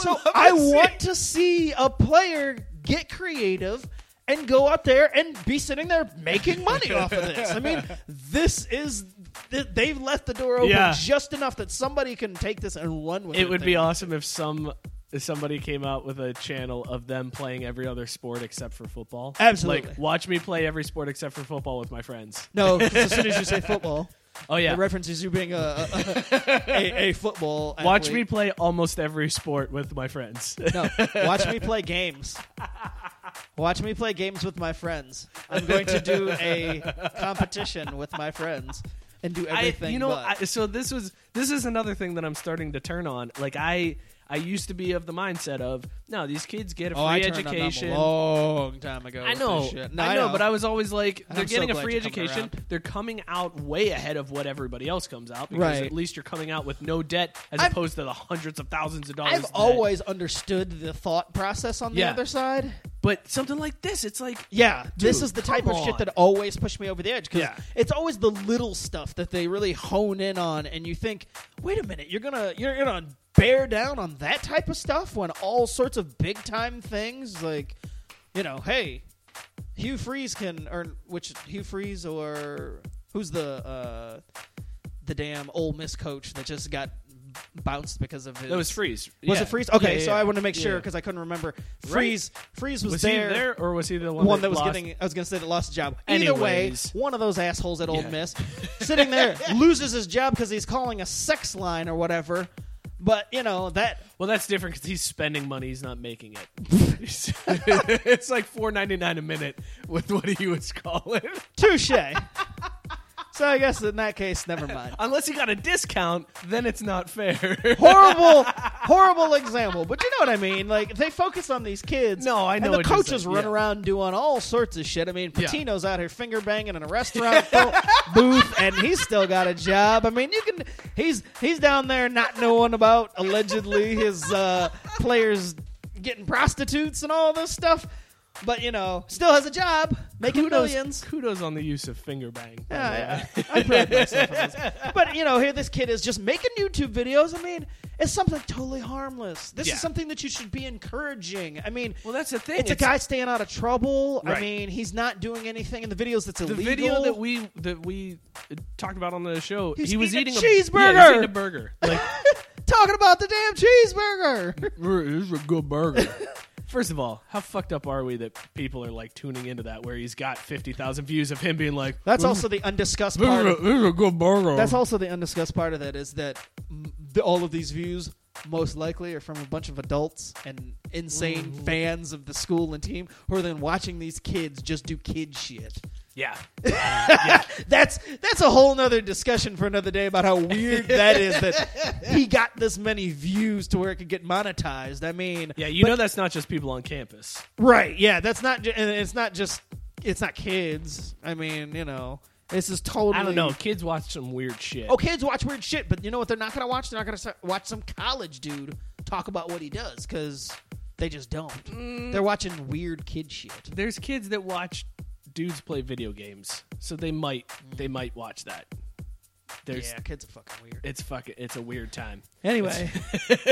Speaker 3: so I want to see a player get creative and go out there and be sitting there making money off of this. I mean, this is th- they've left the door open
Speaker 2: Yeah.
Speaker 3: just enough that somebody can take this and run with it.
Speaker 2: It would
Speaker 3: They
Speaker 2: be awesome if some if somebody came out with a channel of them playing every other sport except for football.
Speaker 3: Absolutely.
Speaker 2: Like, watch me play every sport except for football with my friends.
Speaker 3: No, 'cause as soon as you say football,
Speaker 2: Oh yeah.
Speaker 3: it references you being a a, a, a football.
Speaker 2: *laughs* watch me
Speaker 3: athlete.
Speaker 2: play almost every sport with my friends.
Speaker 3: No, watch me
Speaker 2: *laughs*
Speaker 3: play games. Watch me play games with my friends. I'm going to do a competition with my friends and do
Speaker 2: I,
Speaker 3: *laughs* everything.
Speaker 2: you know, I,
Speaker 3: but.
Speaker 2: so this was this is another thing that I'm starting to turn on. Like I I used to be of the mindset of no, these kids get a free
Speaker 3: oh, I turned on them
Speaker 2: education.
Speaker 3: a long time ago.
Speaker 2: I
Speaker 3: with
Speaker 2: know,
Speaker 3: this Oh, shit. No,
Speaker 2: I know, but I was always like,
Speaker 3: I'm
Speaker 2: they're
Speaker 3: so
Speaker 2: getting a
Speaker 3: glad
Speaker 2: free
Speaker 3: you're coming
Speaker 2: education.
Speaker 3: around.
Speaker 2: They're coming out way ahead of what everybody else comes out because
Speaker 3: Right.
Speaker 2: at least you're coming out with no debt as
Speaker 3: I've-
Speaker 2: opposed to the hundreds of thousands of dollars.
Speaker 3: I've
Speaker 2: debt.
Speaker 3: always understood the thought process on the
Speaker 2: Yeah.
Speaker 3: other side.
Speaker 2: but something like this, it's like
Speaker 3: Yeah, this
Speaker 2: Dude,
Speaker 3: is the type
Speaker 2: come
Speaker 3: of shit
Speaker 2: on.
Speaker 3: that always pushed me over the edge because
Speaker 2: Yeah.
Speaker 3: it's always the little stuff that they really hone in on, and you think, wait a minute, you're gonna you're gonna bear down on that type of stuff when all sorts of big time things like, you know, hey, Hugh Freeze can earn which Hugh Freeze or who's the uh the damn Ole Miss coach that just got bounced because of his
Speaker 2: that was freeze.
Speaker 3: was
Speaker 2: Yeah.
Speaker 3: it Freeze? Okay,
Speaker 2: Yeah, yeah,
Speaker 3: so I
Speaker 2: yeah.
Speaker 3: wanted to make sure
Speaker 2: Yeah.
Speaker 3: because I couldn't remember. Freeze, Freeze was,
Speaker 2: was
Speaker 3: there
Speaker 2: he there or was he the one,
Speaker 3: one that was
Speaker 2: lost?
Speaker 3: getting I was gonna say that lost a job. Either way,
Speaker 2: Anyways.
Speaker 3: one of those assholes at Old
Speaker 2: Yeah.
Speaker 3: *laughs* Miss sitting there loses his job because he's calling a sex line or whatever. But you know that
Speaker 2: Well, that's different because he's spending money; he's not making
Speaker 3: *laughs*
Speaker 2: it. *laughs* it's like four ninety nine a minute with what he was calling,
Speaker 3: *laughs* touche. so I guess in that case, never mind.
Speaker 2: unless he got a discount. Then it's not fair.
Speaker 3: Horrible, horrible example. But you know what I mean. Like they focus on these kids.
Speaker 2: No, I know
Speaker 3: And the
Speaker 2: what you're
Speaker 3: coaches
Speaker 2: saying.
Speaker 3: run
Speaker 2: Yeah.
Speaker 3: around doing all sorts of shit. I mean,
Speaker 2: Yeah.
Speaker 3: Patino's out here finger banging in a restaurant *laughs* fo- booth, and he's still got a job. I mean, you can. He's he's down there not knowing about allegedly his uh, players getting prostitutes and all this stuff. But you know, still has a job, making millions.
Speaker 2: Kudos on the use of finger bang. by the way.
Speaker 3: Yeah,
Speaker 2: *laughs*
Speaker 3: I, I, I pride myself on this. But you know, here this kid is just making YouTube videos. I mean, it's something totally harmless. This
Speaker 2: Yeah.
Speaker 3: is something that you should be encouraging. I mean,
Speaker 2: Well, that's the thing.
Speaker 3: It's, a
Speaker 2: It's-
Speaker 3: guy staying out of trouble. I
Speaker 2: Right.
Speaker 3: mean, he's not doing anything in the videos that's
Speaker 2: the
Speaker 3: illegal.
Speaker 2: video that we that we uh, talked about on the show,
Speaker 3: He's
Speaker 2: he was
Speaker 3: eating
Speaker 2: eating,
Speaker 3: a
Speaker 2: A, yeah, he was
Speaker 3: cheeseburger.
Speaker 2: eating a *laughs* burger. Like
Speaker 3: talking about the
Speaker 2: *laughs*
Speaker 3: damn cheeseburger.
Speaker 2: this is a good burger. *laughs* First of all, how fucked up are we that people are like tuning into that where he's got fifty thousand views of him being like, *laughs*
Speaker 3: That's also the undiscussed
Speaker 2: "This is
Speaker 3: part.
Speaker 2: a,
Speaker 3: Of,
Speaker 2: this is a good burger."
Speaker 3: that's also the undiscussed part of that is that mm, the, all of these views most likely are from a bunch of adults and insane
Speaker 2: Mm.
Speaker 3: fans of the school and team who are then watching these kids just do kid shit.
Speaker 2: yeah.
Speaker 3: that's that's a whole nother discussion for another day about how weird that is that
Speaker 2: *laughs*
Speaker 3: he got this many views to where it could get monetized. I mean,
Speaker 2: Yeah, you know that's not just people on campus.
Speaker 3: right? Yeah, that's not, ju- and it's not just it's not kids. I mean, you know, this is totally.
Speaker 2: I don't know. Kids watch some weird shit.
Speaker 3: Oh, kids watch weird shit, but you know what? They're not gonna watch. They're not gonna s- watch some college dude talk about what he does because they just don't. They're watching weird kid shit.
Speaker 2: There's kids that watch dudes play video games, so they might they might watch that. There's
Speaker 3: Yeah, kids are fucking weird.
Speaker 2: it's fucking it's a weird time.
Speaker 3: *laughs* Anyway,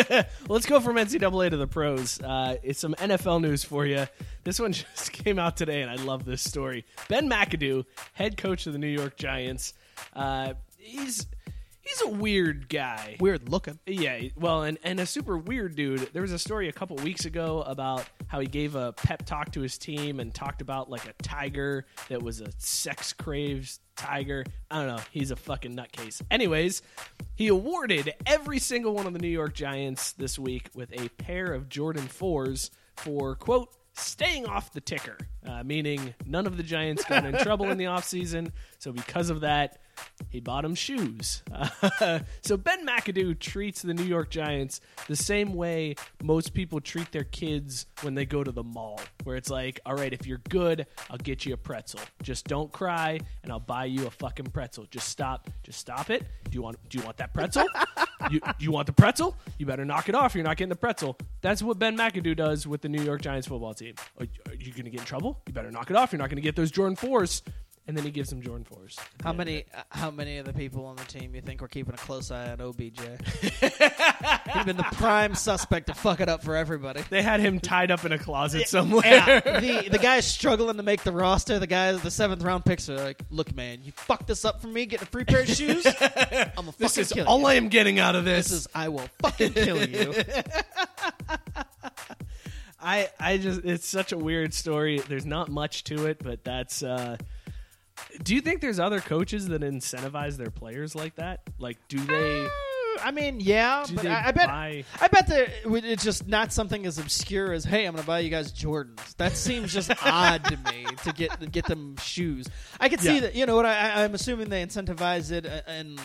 Speaker 2: Well, *laughs* let's go from NCAA to the pros. Uh, it's some NFL news for you. This one *laughs* just came out today, and I love this story. Ben McAdoo, head coach of the New York Giants, uh, he's he's a weird guy.
Speaker 3: weird looking.
Speaker 2: Yeah, well, and, and a super weird dude. There was a story a couple weeks ago about how he gave a pep talk to his team and talked about like a tiger that was a sex craves tiger. I don't know. He's a fucking nutcase. Anyways, he awarded every single one of the New York Giants this week with a pair of Jordan 4s for, quote, staying off the ticker, uh, meaning none of the Giants got in trouble in the offseason. So because of that, he bought him shoes. *laughs* so Ben McAdoo treats the New York Giants the same way most people treat their kids when they go to the mall, where it's like, all right, if you're good, I'll get you a pretzel. Just don't cry, and I'll buy you a fucking pretzel. Just stop. Just stop it. Do you want? Do you want that pretzel? you, you want the pretzel? You better knock it off. You're not getting the pretzel. That's what Ben McAdoo does with the New York Giants football team. Are, are you going to get in trouble? You better knock it off. You're not going to get those Jordan fours. And then he gives them Jordan fours.
Speaker 3: How many? uh, How many of the people on the team you think were keeping a close eye on OBJ? *laughs* He's been the prime suspect to fuck it up for everybody.
Speaker 2: They had him tied up in a closet somewhere. *laughs*
Speaker 3: Yeah, the the guys struggling to make the roster. The guys, the seventh round picks are like, "Look, man, you fucked this up for me. Get a free pair of *laughs* shoes. I'm gonna
Speaker 2: This
Speaker 3: fucking
Speaker 2: is
Speaker 3: kill
Speaker 2: all
Speaker 3: you.
Speaker 2: I am getting out of this.
Speaker 3: this is I will fucking kill you."
Speaker 2: *laughs* I, I just it's such a weird story. There's not much to it, but that's uh do you think there's other coaches that incentivize their players like that? Like do
Speaker 3: Uh,
Speaker 2: they
Speaker 3: I mean, yeah,
Speaker 2: Do
Speaker 3: but
Speaker 2: they
Speaker 3: I, I bet
Speaker 2: buy-
Speaker 3: I bet that it would- it's just not something as obscure as "Hey, I'm going to buy you guys Jordans." That
Speaker 2: *laughs*
Speaker 3: seems just odd to me to get to get them shoes. I could see
Speaker 2: Yeah.
Speaker 3: that. You know what? I, I- I'm assuming they incentivize it uh, in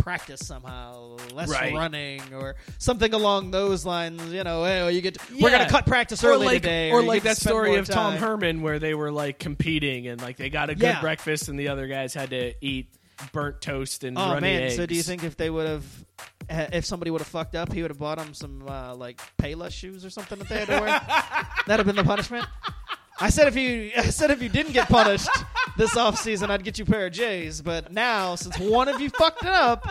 Speaker 3: practice somehow, less
Speaker 2: Right.
Speaker 3: running or something along those lines. You know, hey, well, you get we're
Speaker 2: Yeah.
Speaker 3: going to cut practice
Speaker 2: or
Speaker 3: early
Speaker 2: like,
Speaker 3: today,
Speaker 2: Or,
Speaker 3: you
Speaker 2: like
Speaker 3: get to
Speaker 2: that
Speaker 3: spend
Speaker 2: story
Speaker 3: more
Speaker 2: of Tom
Speaker 3: time.
Speaker 2: Herman where they were like competing and like they got a good
Speaker 3: Yeah.
Speaker 2: breakfast and the other guys had to eat burnt toast and
Speaker 3: Oh
Speaker 2: runny
Speaker 3: man!
Speaker 2: eggs.
Speaker 3: So do you think if they would have, eh, if somebody would have fucked up, he would have bought him some uh, like Payless shoes or something that they had to wear?
Speaker 2: *laughs*
Speaker 3: That'd have been the punishment. I said if you, *laughs* I said if you didn't get punished this off season, I'd get you a pair of J's. But now, since one of you fucked it up,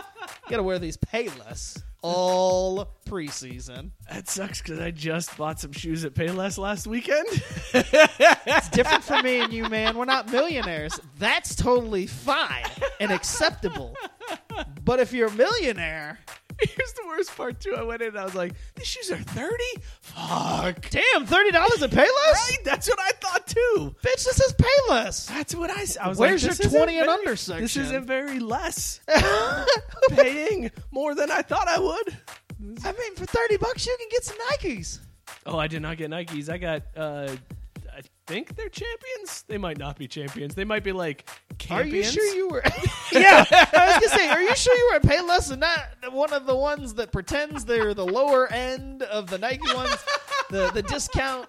Speaker 3: you gotta wear these Payless all preseason.
Speaker 2: that sucks cuz I just bought some shoes at Payless last weekend? *laughs*
Speaker 3: It's different for me and you, man. We're not millionaires. That's totally fine and acceptable. But if you're a millionaire.
Speaker 2: Here's the worst part too. I went in and I was like, these shoes are 30? Fuck.
Speaker 3: Damn, thirty dollars at Payless.
Speaker 2: Right? That's what I thought too.
Speaker 3: Bitch, this is Payless.
Speaker 2: That's what I. s- I was
Speaker 3: Where's
Speaker 2: like, this
Speaker 3: your
Speaker 2: isn't
Speaker 3: 20 and
Speaker 2: very-
Speaker 3: under
Speaker 2: This
Speaker 3: section?
Speaker 2: isn't very *laughs* less. paying more than I thought I would.
Speaker 3: I mean, for thirty bucks you can get some Nikes.
Speaker 2: Oh, I did not get Nikes. I got. uh I think they're champions. They might not be champions. They might be like
Speaker 3: Are you
Speaker 2: champions.
Speaker 3: sure you were? *laughs* yeah, I was gonna say, are you sure you were at Payless and not one of the ones that pretends they're the lower end of the Nike ones, the the discount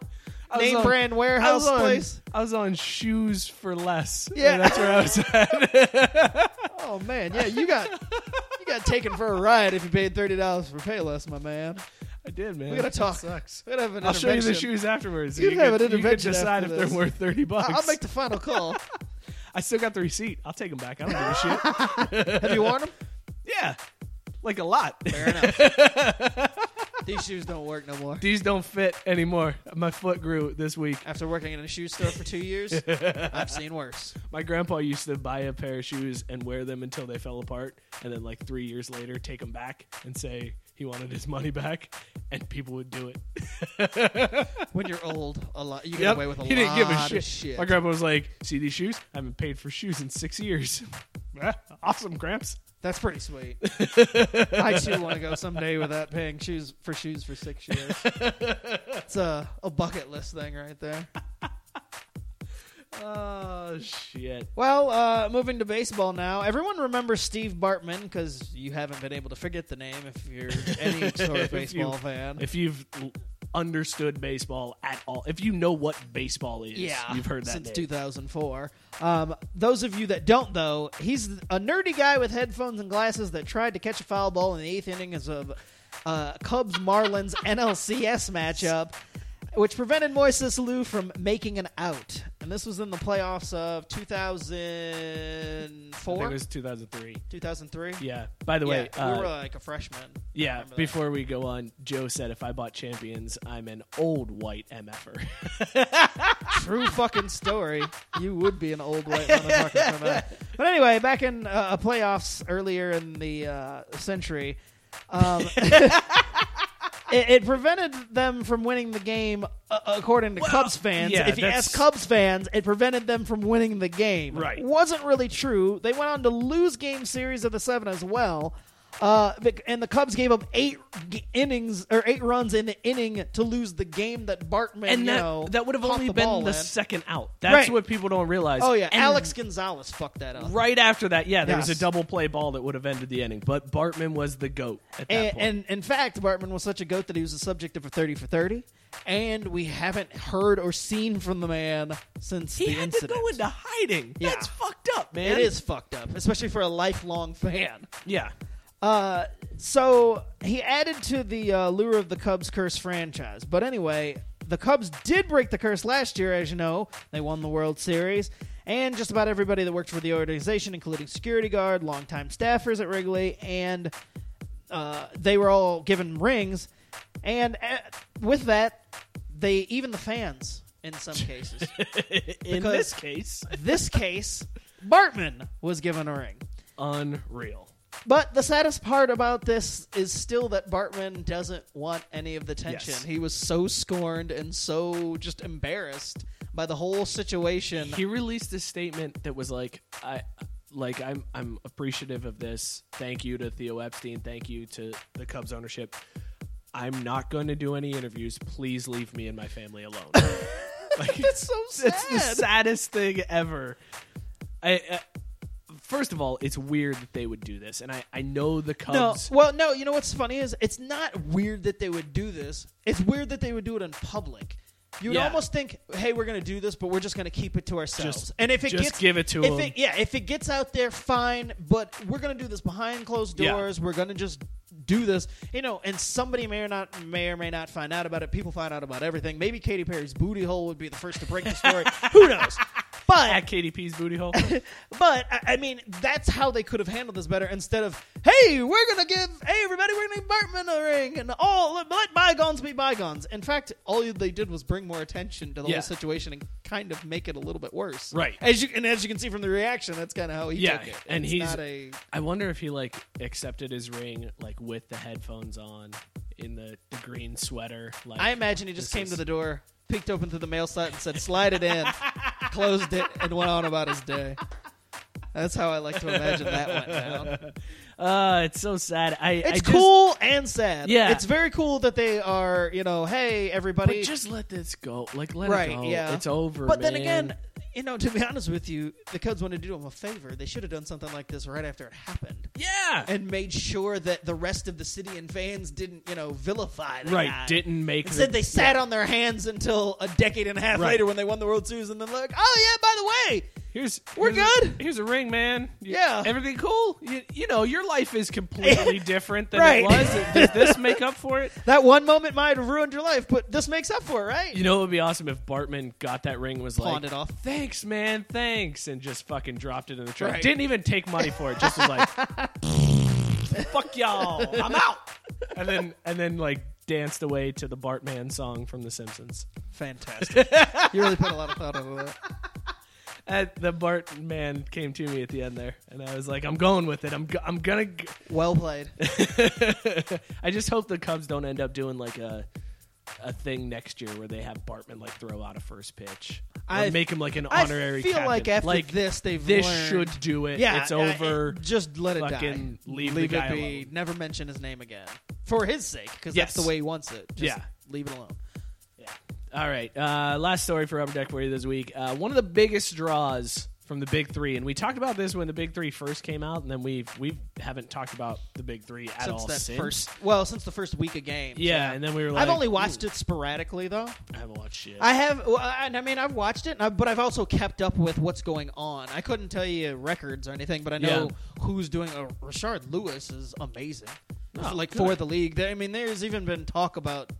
Speaker 2: I was
Speaker 3: name
Speaker 2: on-
Speaker 3: brand
Speaker 2: I
Speaker 3: warehouse
Speaker 2: was on-
Speaker 3: place?
Speaker 2: I was on shoes for less.
Speaker 3: Yeah.
Speaker 2: And that's where I was at.
Speaker 3: Oh man, yeah, you got you got taken for a ride if you paid thirty dollars for Payless, my man.
Speaker 2: I did, man.
Speaker 3: We gotta
Speaker 2: That
Speaker 3: talk.
Speaker 2: Sucks.
Speaker 3: We gotta have an
Speaker 2: I'll show you the
Speaker 3: intervention.
Speaker 2: shoes afterwards.
Speaker 3: You
Speaker 2: You
Speaker 3: can have
Speaker 2: could-
Speaker 3: an
Speaker 2: you could
Speaker 3: intervention
Speaker 2: decide
Speaker 3: after
Speaker 2: if they're
Speaker 3: this.
Speaker 2: worth thirty bucks.
Speaker 3: I- I'll make the final call.
Speaker 2: I still got the receipt. I'll take them back. I don't give a shit.
Speaker 3: *laughs* have you worn them?
Speaker 2: Yeah, like a
Speaker 3: *laughs*
Speaker 2: lot.
Speaker 3: Fair enough. *laughs* These shoes don't work no more.
Speaker 2: These don't fit anymore. My foot grew this week.
Speaker 3: After working in a shoe store for
Speaker 2: *laughs*
Speaker 3: two years, I've seen worse.
Speaker 2: My grandpa used to buy a pair of shoes and wear them until they fell apart, and then like three years later, take them back and say he wanted his money back, and people would do it.
Speaker 3: When you're old, a lot you get
Speaker 2: Yep.
Speaker 3: away with a
Speaker 2: he
Speaker 3: lot
Speaker 2: didn't give a
Speaker 3: of
Speaker 2: shit.
Speaker 3: shit.
Speaker 2: My grandpa was like, "See these shoes? I haven't paid for shoes in six years. *laughs* Ah, awesome, Gramps."
Speaker 3: That's
Speaker 2: *laughs*
Speaker 3: pretty sweet. I too want to go someday without paying shoes for shoes for six years. It's a, a bucket list thing
Speaker 2: *laughs*
Speaker 3: right there. Uh,
Speaker 2: Oh shit!
Speaker 3: Well, uh, moving to baseball now. Everyone remembers Steve Bartman because you haven't been able to forget the name if you're
Speaker 2: *laughs*
Speaker 3: any sort of
Speaker 2: If you-
Speaker 3: baseball fan.
Speaker 2: If you've l- understood baseball at all, if you know what baseball is,
Speaker 3: Yeah,
Speaker 2: you've heard that
Speaker 3: since
Speaker 2: name.
Speaker 3: 2004. Um, those of you that don't, though, he's a nerdy guy with headphones and glasses that tried to catch a foul ball in the eighth inning as of uh, Cubs Marlins *laughs* NLCS matchup, which prevented Moises Lou from making an out. And this was in the playoffs of
Speaker 2: I think
Speaker 3: 2004,
Speaker 2: it was 2003.
Speaker 3: 2003.
Speaker 2: Yeah. By the way,
Speaker 3: we
Speaker 2: uh,
Speaker 3: were like a freshman. I
Speaker 2: yeah.
Speaker 3: remember that.
Speaker 2: Before we go on, Joe said, "If I bought champions, I'm an old white er." *laughs* mf'er."
Speaker 3: true fucking story, you would be an old white motherfucker from that. But anyway, back in uh, playoffs earlier in the uh, century, um, *laughs* it, it prevented them from winning the game, uh, according to Cubs fans.
Speaker 2: yeah,
Speaker 3: if you
Speaker 2: that's-
Speaker 3: ask Cubs fans, it prevented them from winning the game.
Speaker 2: Right.
Speaker 3: Wasn't really true. They went on to lose game series of the seven as well. Uh, the- and the Cubs gave up eight g- innings or eight runs in the inning to lose the game that Bartman
Speaker 2: and
Speaker 3: you
Speaker 2: that
Speaker 3: know,
Speaker 2: that would have
Speaker 3: caught
Speaker 2: only
Speaker 3: the
Speaker 2: been
Speaker 3: ball
Speaker 2: the
Speaker 3: in.
Speaker 2: second out. That's
Speaker 3: Right.
Speaker 2: what people don't realize.
Speaker 3: oh yeah,
Speaker 2: And
Speaker 3: Alex Gonzalez fucked that up.
Speaker 2: Right after that, yeah, there was
Speaker 3: Yes.
Speaker 2: a double play ball that would have ended the inning, but Bartman was the goat at that
Speaker 3: And,
Speaker 2: point.
Speaker 3: and in fact, Bartman was such a goat that he was the subject of a thirty for thirty, and we haven't heard or seen from the man since
Speaker 2: he
Speaker 3: the
Speaker 2: had
Speaker 3: incident.
Speaker 2: to go into hiding.
Speaker 3: Yeah.
Speaker 2: That's fucked up, man.
Speaker 3: it is fucked up, especially for a lifelong fan.
Speaker 2: Yeah. *laughs*
Speaker 3: So he added to the uh, lure of the Cubs curse franchise. But anyway, the Cubs did break the curse last year, as you know. They won the World Series. And just about everybody that worked for the organization, including security guard, longtime staffers at Wrigley, and uh, they were all given rings. And uh, with that, they even the fans in some cases.
Speaker 2: In
Speaker 3: Because-
Speaker 2: this case,
Speaker 3: this case, Bartman was given a ring.
Speaker 2: unreal.
Speaker 3: But the saddest part about this is still that Bartman doesn't want any of the tension.
Speaker 2: Yes.
Speaker 3: He was so scorned and so just embarrassed by the whole situation.
Speaker 2: He released a statement that was like, I like I'm I'm appreciative of this. Thank you to Theo Epstein. Thank you to the Cubs ownership. I'm not going to do any interviews. Please leave me and my family
Speaker 3: *laughs*
Speaker 2: alone. like,
Speaker 3: That's so sad.
Speaker 2: It's the saddest thing ever. I, I first of all, it's weird that they would do this, and I I know the
Speaker 3: no,
Speaker 2: Cubs.
Speaker 3: well, no. You know what's funny is it's not weird that they would do this. It's weird that they would do it in public. You would
Speaker 2: Yeah.
Speaker 3: almost think, "Hey, we're going to do this, but we're just going to keep it to ourselves."
Speaker 2: Just-
Speaker 3: and if it
Speaker 2: just
Speaker 3: gets,
Speaker 2: give it to
Speaker 3: if
Speaker 2: 'em.
Speaker 3: It, yeah, if it gets out there, fine. But we're going to do this behind closed
Speaker 2: Yeah.
Speaker 3: doors. We're going to just do this, you know. And somebody may or not may or may not find out about it. People find out about everything. Maybe Katy Perry's booty hole would be the first to break
Speaker 2: *laughs*
Speaker 3: the story. Who knows? But
Speaker 2: At KDP's booty
Speaker 3: *laughs*
Speaker 2: hole.
Speaker 3: but I, I mean, that's how they could have handled this better. Instead of, hey, we're gonna give, hey, everybody, we're gonna give Bartman a ring, and all let, let bygones be bygones. In fact, all you- they did was bring more attention to the
Speaker 2: Yeah.
Speaker 3: whole situation and kind of make it a little bit worse.
Speaker 2: Right.
Speaker 3: As you and as you can see from the reaction, that's kind of how he
Speaker 2: yeah,
Speaker 3: took it.
Speaker 2: and
Speaker 3: It's
Speaker 2: he's.
Speaker 3: not a
Speaker 2: I wonder if he like accepted his ring like with the headphones on, in the, the green sweater. Like
Speaker 3: I imagine he just
Speaker 2: this
Speaker 3: came
Speaker 2: is-
Speaker 3: to the door, peeked open through the mail slot, and said, "Slide
Speaker 2: *laughs*
Speaker 3: it in," closed it, and went on about his day. That's how I like to imagine that went down.
Speaker 2: Uh, it's so sad. I I
Speaker 3: It's
Speaker 2: just-
Speaker 3: cool and sad.
Speaker 2: Yeah.
Speaker 3: it's very cool that they are. You know, hey everybody,
Speaker 2: but just let this go. Like let
Speaker 3: right?
Speaker 2: it go.
Speaker 3: Yeah,
Speaker 2: it's over.
Speaker 3: But then
Speaker 2: man.
Speaker 3: again, you know, to be honest with you, the Cubs wanted to do them a favor. They should have done something like this right after it happened
Speaker 2: yeah,
Speaker 3: and made sure that the rest of the city and fans didn't, you know, vilify. The
Speaker 2: right.
Speaker 3: guy.
Speaker 2: Didn't make
Speaker 3: Instead,
Speaker 2: the-
Speaker 3: they sat on their hands until a decade and a half
Speaker 2: Right.
Speaker 3: later when they won the World Series, and then like, oh yeah, by the way,
Speaker 2: Here's
Speaker 3: We're
Speaker 2: here's a-
Speaker 3: good.
Speaker 2: here's a ring, man. You-
Speaker 3: Yeah.
Speaker 2: everything cool. You, you know, your life is
Speaker 3: *laughs*
Speaker 2: completely different than
Speaker 3: Right.
Speaker 2: it was. Does this make up for it?
Speaker 3: that one moment might have ruined your life, but this makes up for it, right?
Speaker 2: You know, it would be awesome if Bartman got that ring, was
Speaker 3: Pawned
Speaker 2: like,
Speaker 3: it off.
Speaker 2: thanks, man, thanks, and just fucking dropped it in the trash.
Speaker 3: Right.
Speaker 2: Didn't even take money for it. Just was
Speaker 3: *laughs*
Speaker 2: like, fuck y'all, I'm out. And then, and then like danced away to the Bartman song from The Simpsons.
Speaker 3: Fantastic. *laughs* you really put a lot of thought into that.
Speaker 2: And Uh, the Bartman came to me at the end there, and I was like, I'm going with it. I'm, go- I'm gonna. G-
Speaker 3: Well played.
Speaker 2: I just hope the Cubs don't end up doing like a a thing next year where they have Bartman like throw out a first pitch. Or
Speaker 3: I-
Speaker 2: make him like an
Speaker 3: I
Speaker 2: honorary.
Speaker 3: feel
Speaker 2: captain.
Speaker 3: like after this, they've
Speaker 2: this
Speaker 3: learned-
Speaker 2: should do it.
Speaker 3: Yeah,
Speaker 2: it's
Speaker 3: I-
Speaker 2: over.
Speaker 3: I- just let it die.
Speaker 2: Fucking leave the guy
Speaker 3: it be.
Speaker 2: alone.
Speaker 3: Never mention his name again for his sake, because
Speaker 2: Yes.
Speaker 3: that's the way he wants it. Just
Speaker 2: Yeah.
Speaker 3: leave it alone.
Speaker 2: All right, uh, last story for Upper Deck for you this week. Uh, one of the biggest draws from the Big Three, and we talked about this when the Big Three first came out, and then we've we haven't talked about the Big Three at
Speaker 3: since
Speaker 2: all
Speaker 3: that
Speaker 2: since.
Speaker 3: first, well, since the first week of games.
Speaker 2: yeah, and then we were like,
Speaker 3: I've only watched it sporadically though.
Speaker 2: I haven't watched shit.
Speaker 3: I have, well, I- and I mean, I've watched it, and I- but I've also kept up with what's going on. I couldn't tell you records or anything, but I know who's doing. Uh, Richard Lewis is amazing,
Speaker 2: Oh,
Speaker 3: like
Speaker 2: good.
Speaker 3: for the league. There- I mean, there's even been talk about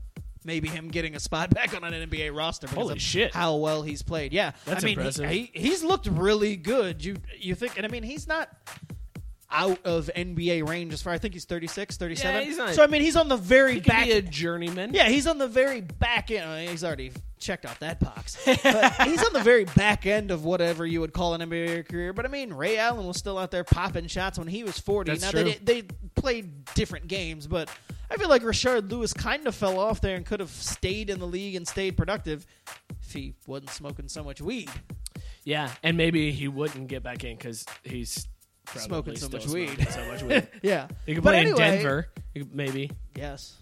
Speaker 3: maybe him getting a spot *laughs* back on an NBA roster. because
Speaker 2: Holy
Speaker 3: of
Speaker 2: shit.
Speaker 3: How well he's played. Yeah,
Speaker 2: That's
Speaker 3: I mean, he-
Speaker 2: impressive.
Speaker 3: He, he's looked really good. You you think, and I mean, he's not. Out of NBA range as far I think he's 36, 37.
Speaker 2: he's not-
Speaker 3: so I mean he's on the very
Speaker 2: he could
Speaker 3: back
Speaker 2: be a journeyman.
Speaker 3: yeah, he's on the very back end. I mean, he's already checked off that box. But he's on the very back end of whatever you would call an NBA career. But I mean, Ray Allen was still out there popping shots when he was 40.
Speaker 2: That's
Speaker 3: now,
Speaker 2: true.
Speaker 3: They, did- they played different games, but I feel like Richard Lewis kind of fell off there and could have stayed in the league and stayed productive if he wasn't smoking so much weed.
Speaker 2: Yeah, and maybe he wouldn't get back in because he's probably
Speaker 3: Smoking so
Speaker 2: still
Speaker 3: much weed.
Speaker 2: smoking so much weed.
Speaker 3: *laughs* Yeah,
Speaker 2: You could
Speaker 3: But
Speaker 2: play
Speaker 3: anyway-
Speaker 2: in Denver, you could- maybe. *laughs*
Speaker 3: Yes.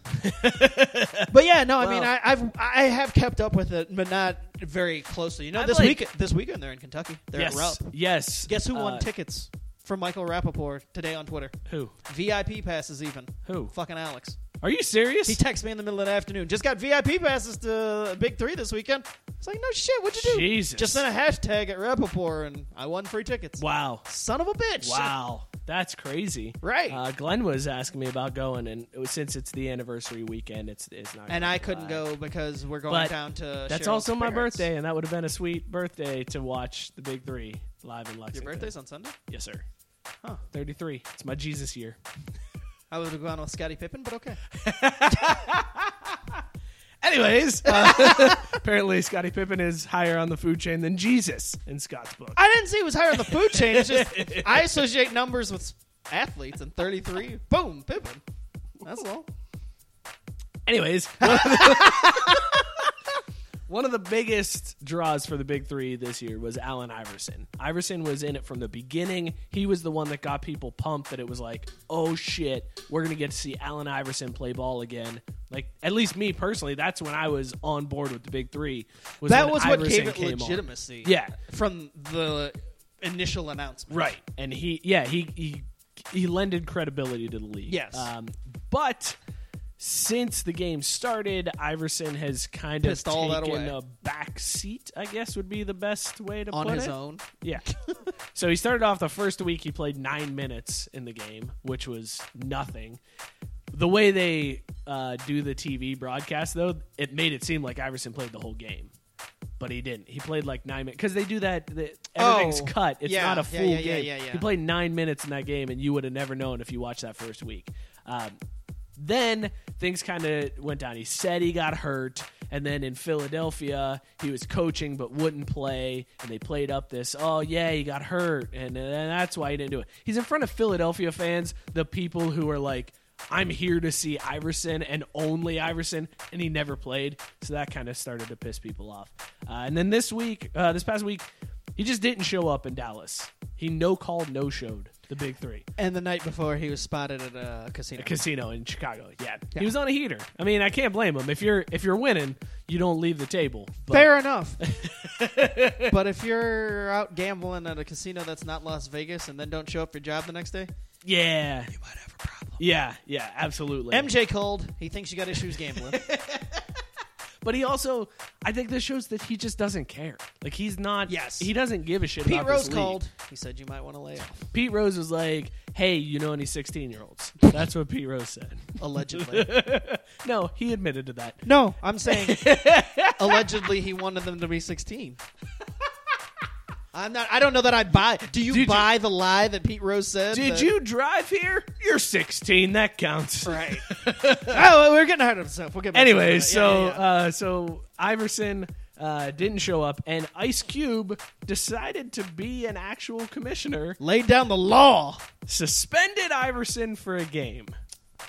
Speaker 3: but yeah, no, I mean,
Speaker 2: Wow.
Speaker 3: I, I've I have kept up with it, but not very closely. You know,
Speaker 2: I'm
Speaker 3: this
Speaker 2: like-
Speaker 3: week this weekend they're in Kentucky. They're
Speaker 2: yes.
Speaker 3: at Rupp.
Speaker 2: Yes.
Speaker 3: Guess who won
Speaker 2: Uh,
Speaker 3: tickets for Michael Rappaport today on Twitter?
Speaker 2: Who?
Speaker 3: VIP passes even.
Speaker 2: Who?
Speaker 3: Fucking Alex.
Speaker 2: Are you serious?
Speaker 3: He texts me in the middle of the afternoon. Just got VIP passes to Big Three this weekend. It's like, no shit, what'd you do?
Speaker 2: Jesus.
Speaker 3: Just sent a hashtag at Rappaport and I won free tickets.
Speaker 2: wow.
Speaker 3: Son of a bitch.
Speaker 2: Wow. That's crazy.
Speaker 3: Right.
Speaker 2: Uh, Glenn was asking me about going, and it was- since it's the anniversary weekend, it's, it's not
Speaker 3: And
Speaker 2: gonna
Speaker 3: I
Speaker 2: be
Speaker 3: couldn't
Speaker 2: live.
Speaker 3: go because we're going
Speaker 2: But
Speaker 3: down to.
Speaker 2: That's
Speaker 3: Cheryl's
Speaker 2: also my
Speaker 3: parents.
Speaker 2: birthday, and that would have been a sweet birthday to watch the Big Three live in
Speaker 3: Your
Speaker 2: Lexington.
Speaker 3: birthday's on Sunday?
Speaker 2: Yes, sir.
Speaker 3: Huh.
Speaker 2: 33. It's my Jesus year.
Speaker 3: I would have gone with Scottie Pippen, but okay. *laughs*
Speaker 2: Anyways, uh, *laughs* apparently Scottie Pippen is higher on the food chain than Jesus in Scott's book.
Speaker 3: I didn't say it was higher on the food chain. It's *laughs* just I associate numbers with athletes, and 33, boom, Pippen. That's all.
Speaker 2: Anyways, *laughs* one of, the, *laughs* one of the biggest draws for the big three this year was Allen Iverson. Iverson was in it from the beginning. He was the one that got people pumped that it was like, oh shit, we're going to get to see Allen Iverson play ball again. Like, at least me personally, that's when I was on board with the big three.
Speaker 3: that
Speaker 2: when
Speaker 3: was what
Speaker 2: Iverson
Speaker 3: gave it
Speaker 2: came on.
Speaker 3: legitimacy.
Speaker 2: Yeah.
Speaker 3: from the initial announcement.
Speaker 2: Right. And he, yeah, he he he lended credibility to the league.
Speaker 3: Yes.
Speaker 2: Um, but since the game started, Iverson has kind
Speaker 3: Pissed
Speaker 2: of
Speaker 3: all that
Speaker 2: taken
Speaker 3: away.
Speaker 2: a back seat. I guess would be the best way to
Speaker 3: On
Speaker 2: put
Speaker 3: his
Speaker 2: it.
Speaker 3: own,
Speaker 2: Yeah. *laughs* so he started off the first week. He played nine minutes in the game, which was nothing. The way they uh, do the TV broadcast, though, it made it seem like Iverson played the whole game, but he didn't. He played like nine minutes because they do that. The, everything's
Speaker 3: Oh,
Speaker 2: cut. It's
Speaker 3: yeah,
Speaker 2: not a
Speaker 3: yeah,
Speaker 2: full
Speaker 3: yeah, yeah,
Speaker 2: game.
Speaker 3: yeah, yeah.
Speaker 2: He played nine minutes in that game, and you would have never known if you watched that first week. Um, then things kind of went down. He said he got hurt, and then in Philadelphia, he was coaching but wouldn't play, and they played up this, oh yeah, he got hurt, and, and that's why he didn't do it. He's in front of Philadelphia fans, the people who are like, I'm here to see Iverson and only Iverson, and he never played, so that kind of started to piss people off. Uh, and then this week, uh, this past week, he just didn't show up in Dallas. He no called, no showed the big three
Speaker 3: and the night before he was spotted at a casino.
Speaker 2: casino in Chicago. Yeah. he was on a heater. I mean, I can't blame him. If you're if you're winning, you don't leave the table. But
Speaker 3: Fair
Speaker 2: *laughs*
Speaker 3: enough. but if you're out gambling at a casino that's not Las Vegas and then don't show up for your job the next day,
Speaker 2: Yeah,
Speaker 3: you might have a problem.
Speaker 2: yeah, yeah, absolutely.
Speaker 3: MJ called. He thinks you got
Speaker 2: *laughs*
Speaker 3: issues gambling.
Speaker 2: but he also, I think this shows that he just doesn't care. Like he's not.
Speaker 3: Yes.
Speaker 2: he doesn't give a shit.
Speaker 3: Pete
Speaker 2: about this
Speaker 3: Rose
Speaker 2: league.
Speaker 3: called. He said you might want to lay off.
Speaker 2: Pete Rose was like, "Hey, you know any sixteen year olds?" That's what Pete Rose said. *laughs*
Speaker 3: Allegedly. *laughs*
Speaker 2: No, he admitted to that.
Speaker 3: No, I'm *laughs* saying allegedly he wanted them to be 16. I'm not. I don't know that I buy. Do you
Speaker 2: Did
Speaker 3: buy the lie that Pete Rose said?
Speaker 2: Did
Speaker 3: that- *laughs*
Speaker 2: you drive here? You're sixteen. That counts.
Speaker 3: Right. *laughs* oh, we're getting ahead of ourselves. We'll get. back to
Speaker 2: anyway,
Speaker 3: that. Yeah,
Speaker 2: so
Speaker 3: yeah, yeah.
Speaker 2: Uh, so Iverson uh, didn't show up, and Ice Cube decided to be an actual commissioner,
Speaker 3: laid down the law.
Speaker 2: suspended Iverson for a game.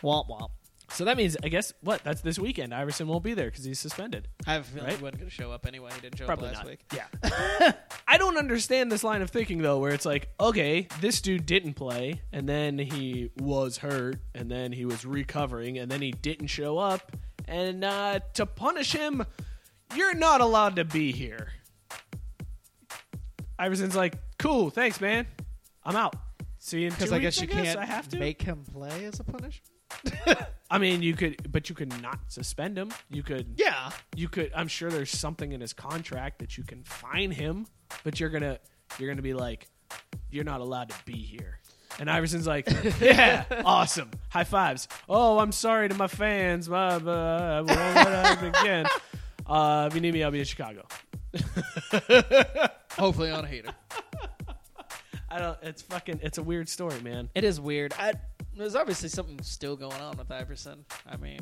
Speaker 3: Womp womp.
Speaker 2: So that means, I guess, what? That's this weekend. Iverson won't be there because he's suspended.
Speaker 3: I have a feeling
Speaker 2: Right?
Speaker 3: he wasn't going to show up anyway. He didn't show
Speaker 2: Probably
Speaker 3: up last
Speaker 2: not.
Speaker 3: week.
Speaker 2: Yeah. *laughs* I don't understand this line of thinking though, where it's like, okay, this dude didn't play, and then he was hurt, and then he was recovering, and then he didn't show up, and uh, to punish him, you're not allowed to be here. Iverson's like, cool, thanks, man, I'm out. See you in
Speaker 3: Because
Speaker 2: two
Speaker 3: I
Speaker 2: weeks,
Speaker 3: guess you
Speaker 2: I
Speaker 3: can't
Speaker 2: I have to.
Speaker 3: make him play as a punishment.
Speaker 2: I mean, you could, but you could not suspend him. You could,
Speaker 3: Yeah.
Speaker 2: you could i'm sure there's something in his contract that you can fine him but you're gonna you're gonna be like you're not allowed to be here and iverson's *laughs* like yeah awesome high fives oh i'm sorry to my fans blah, blah, blah, blah, blah, blah, *laughs* again uh, if you need me i'll be in chicago
Speaker 3: Hopefully on a hater.
Speaker 2: i don't it's fucking it's a weird story man
Speaker 3: It is weird. I, there's obviously something still going on with Iverson. I mean,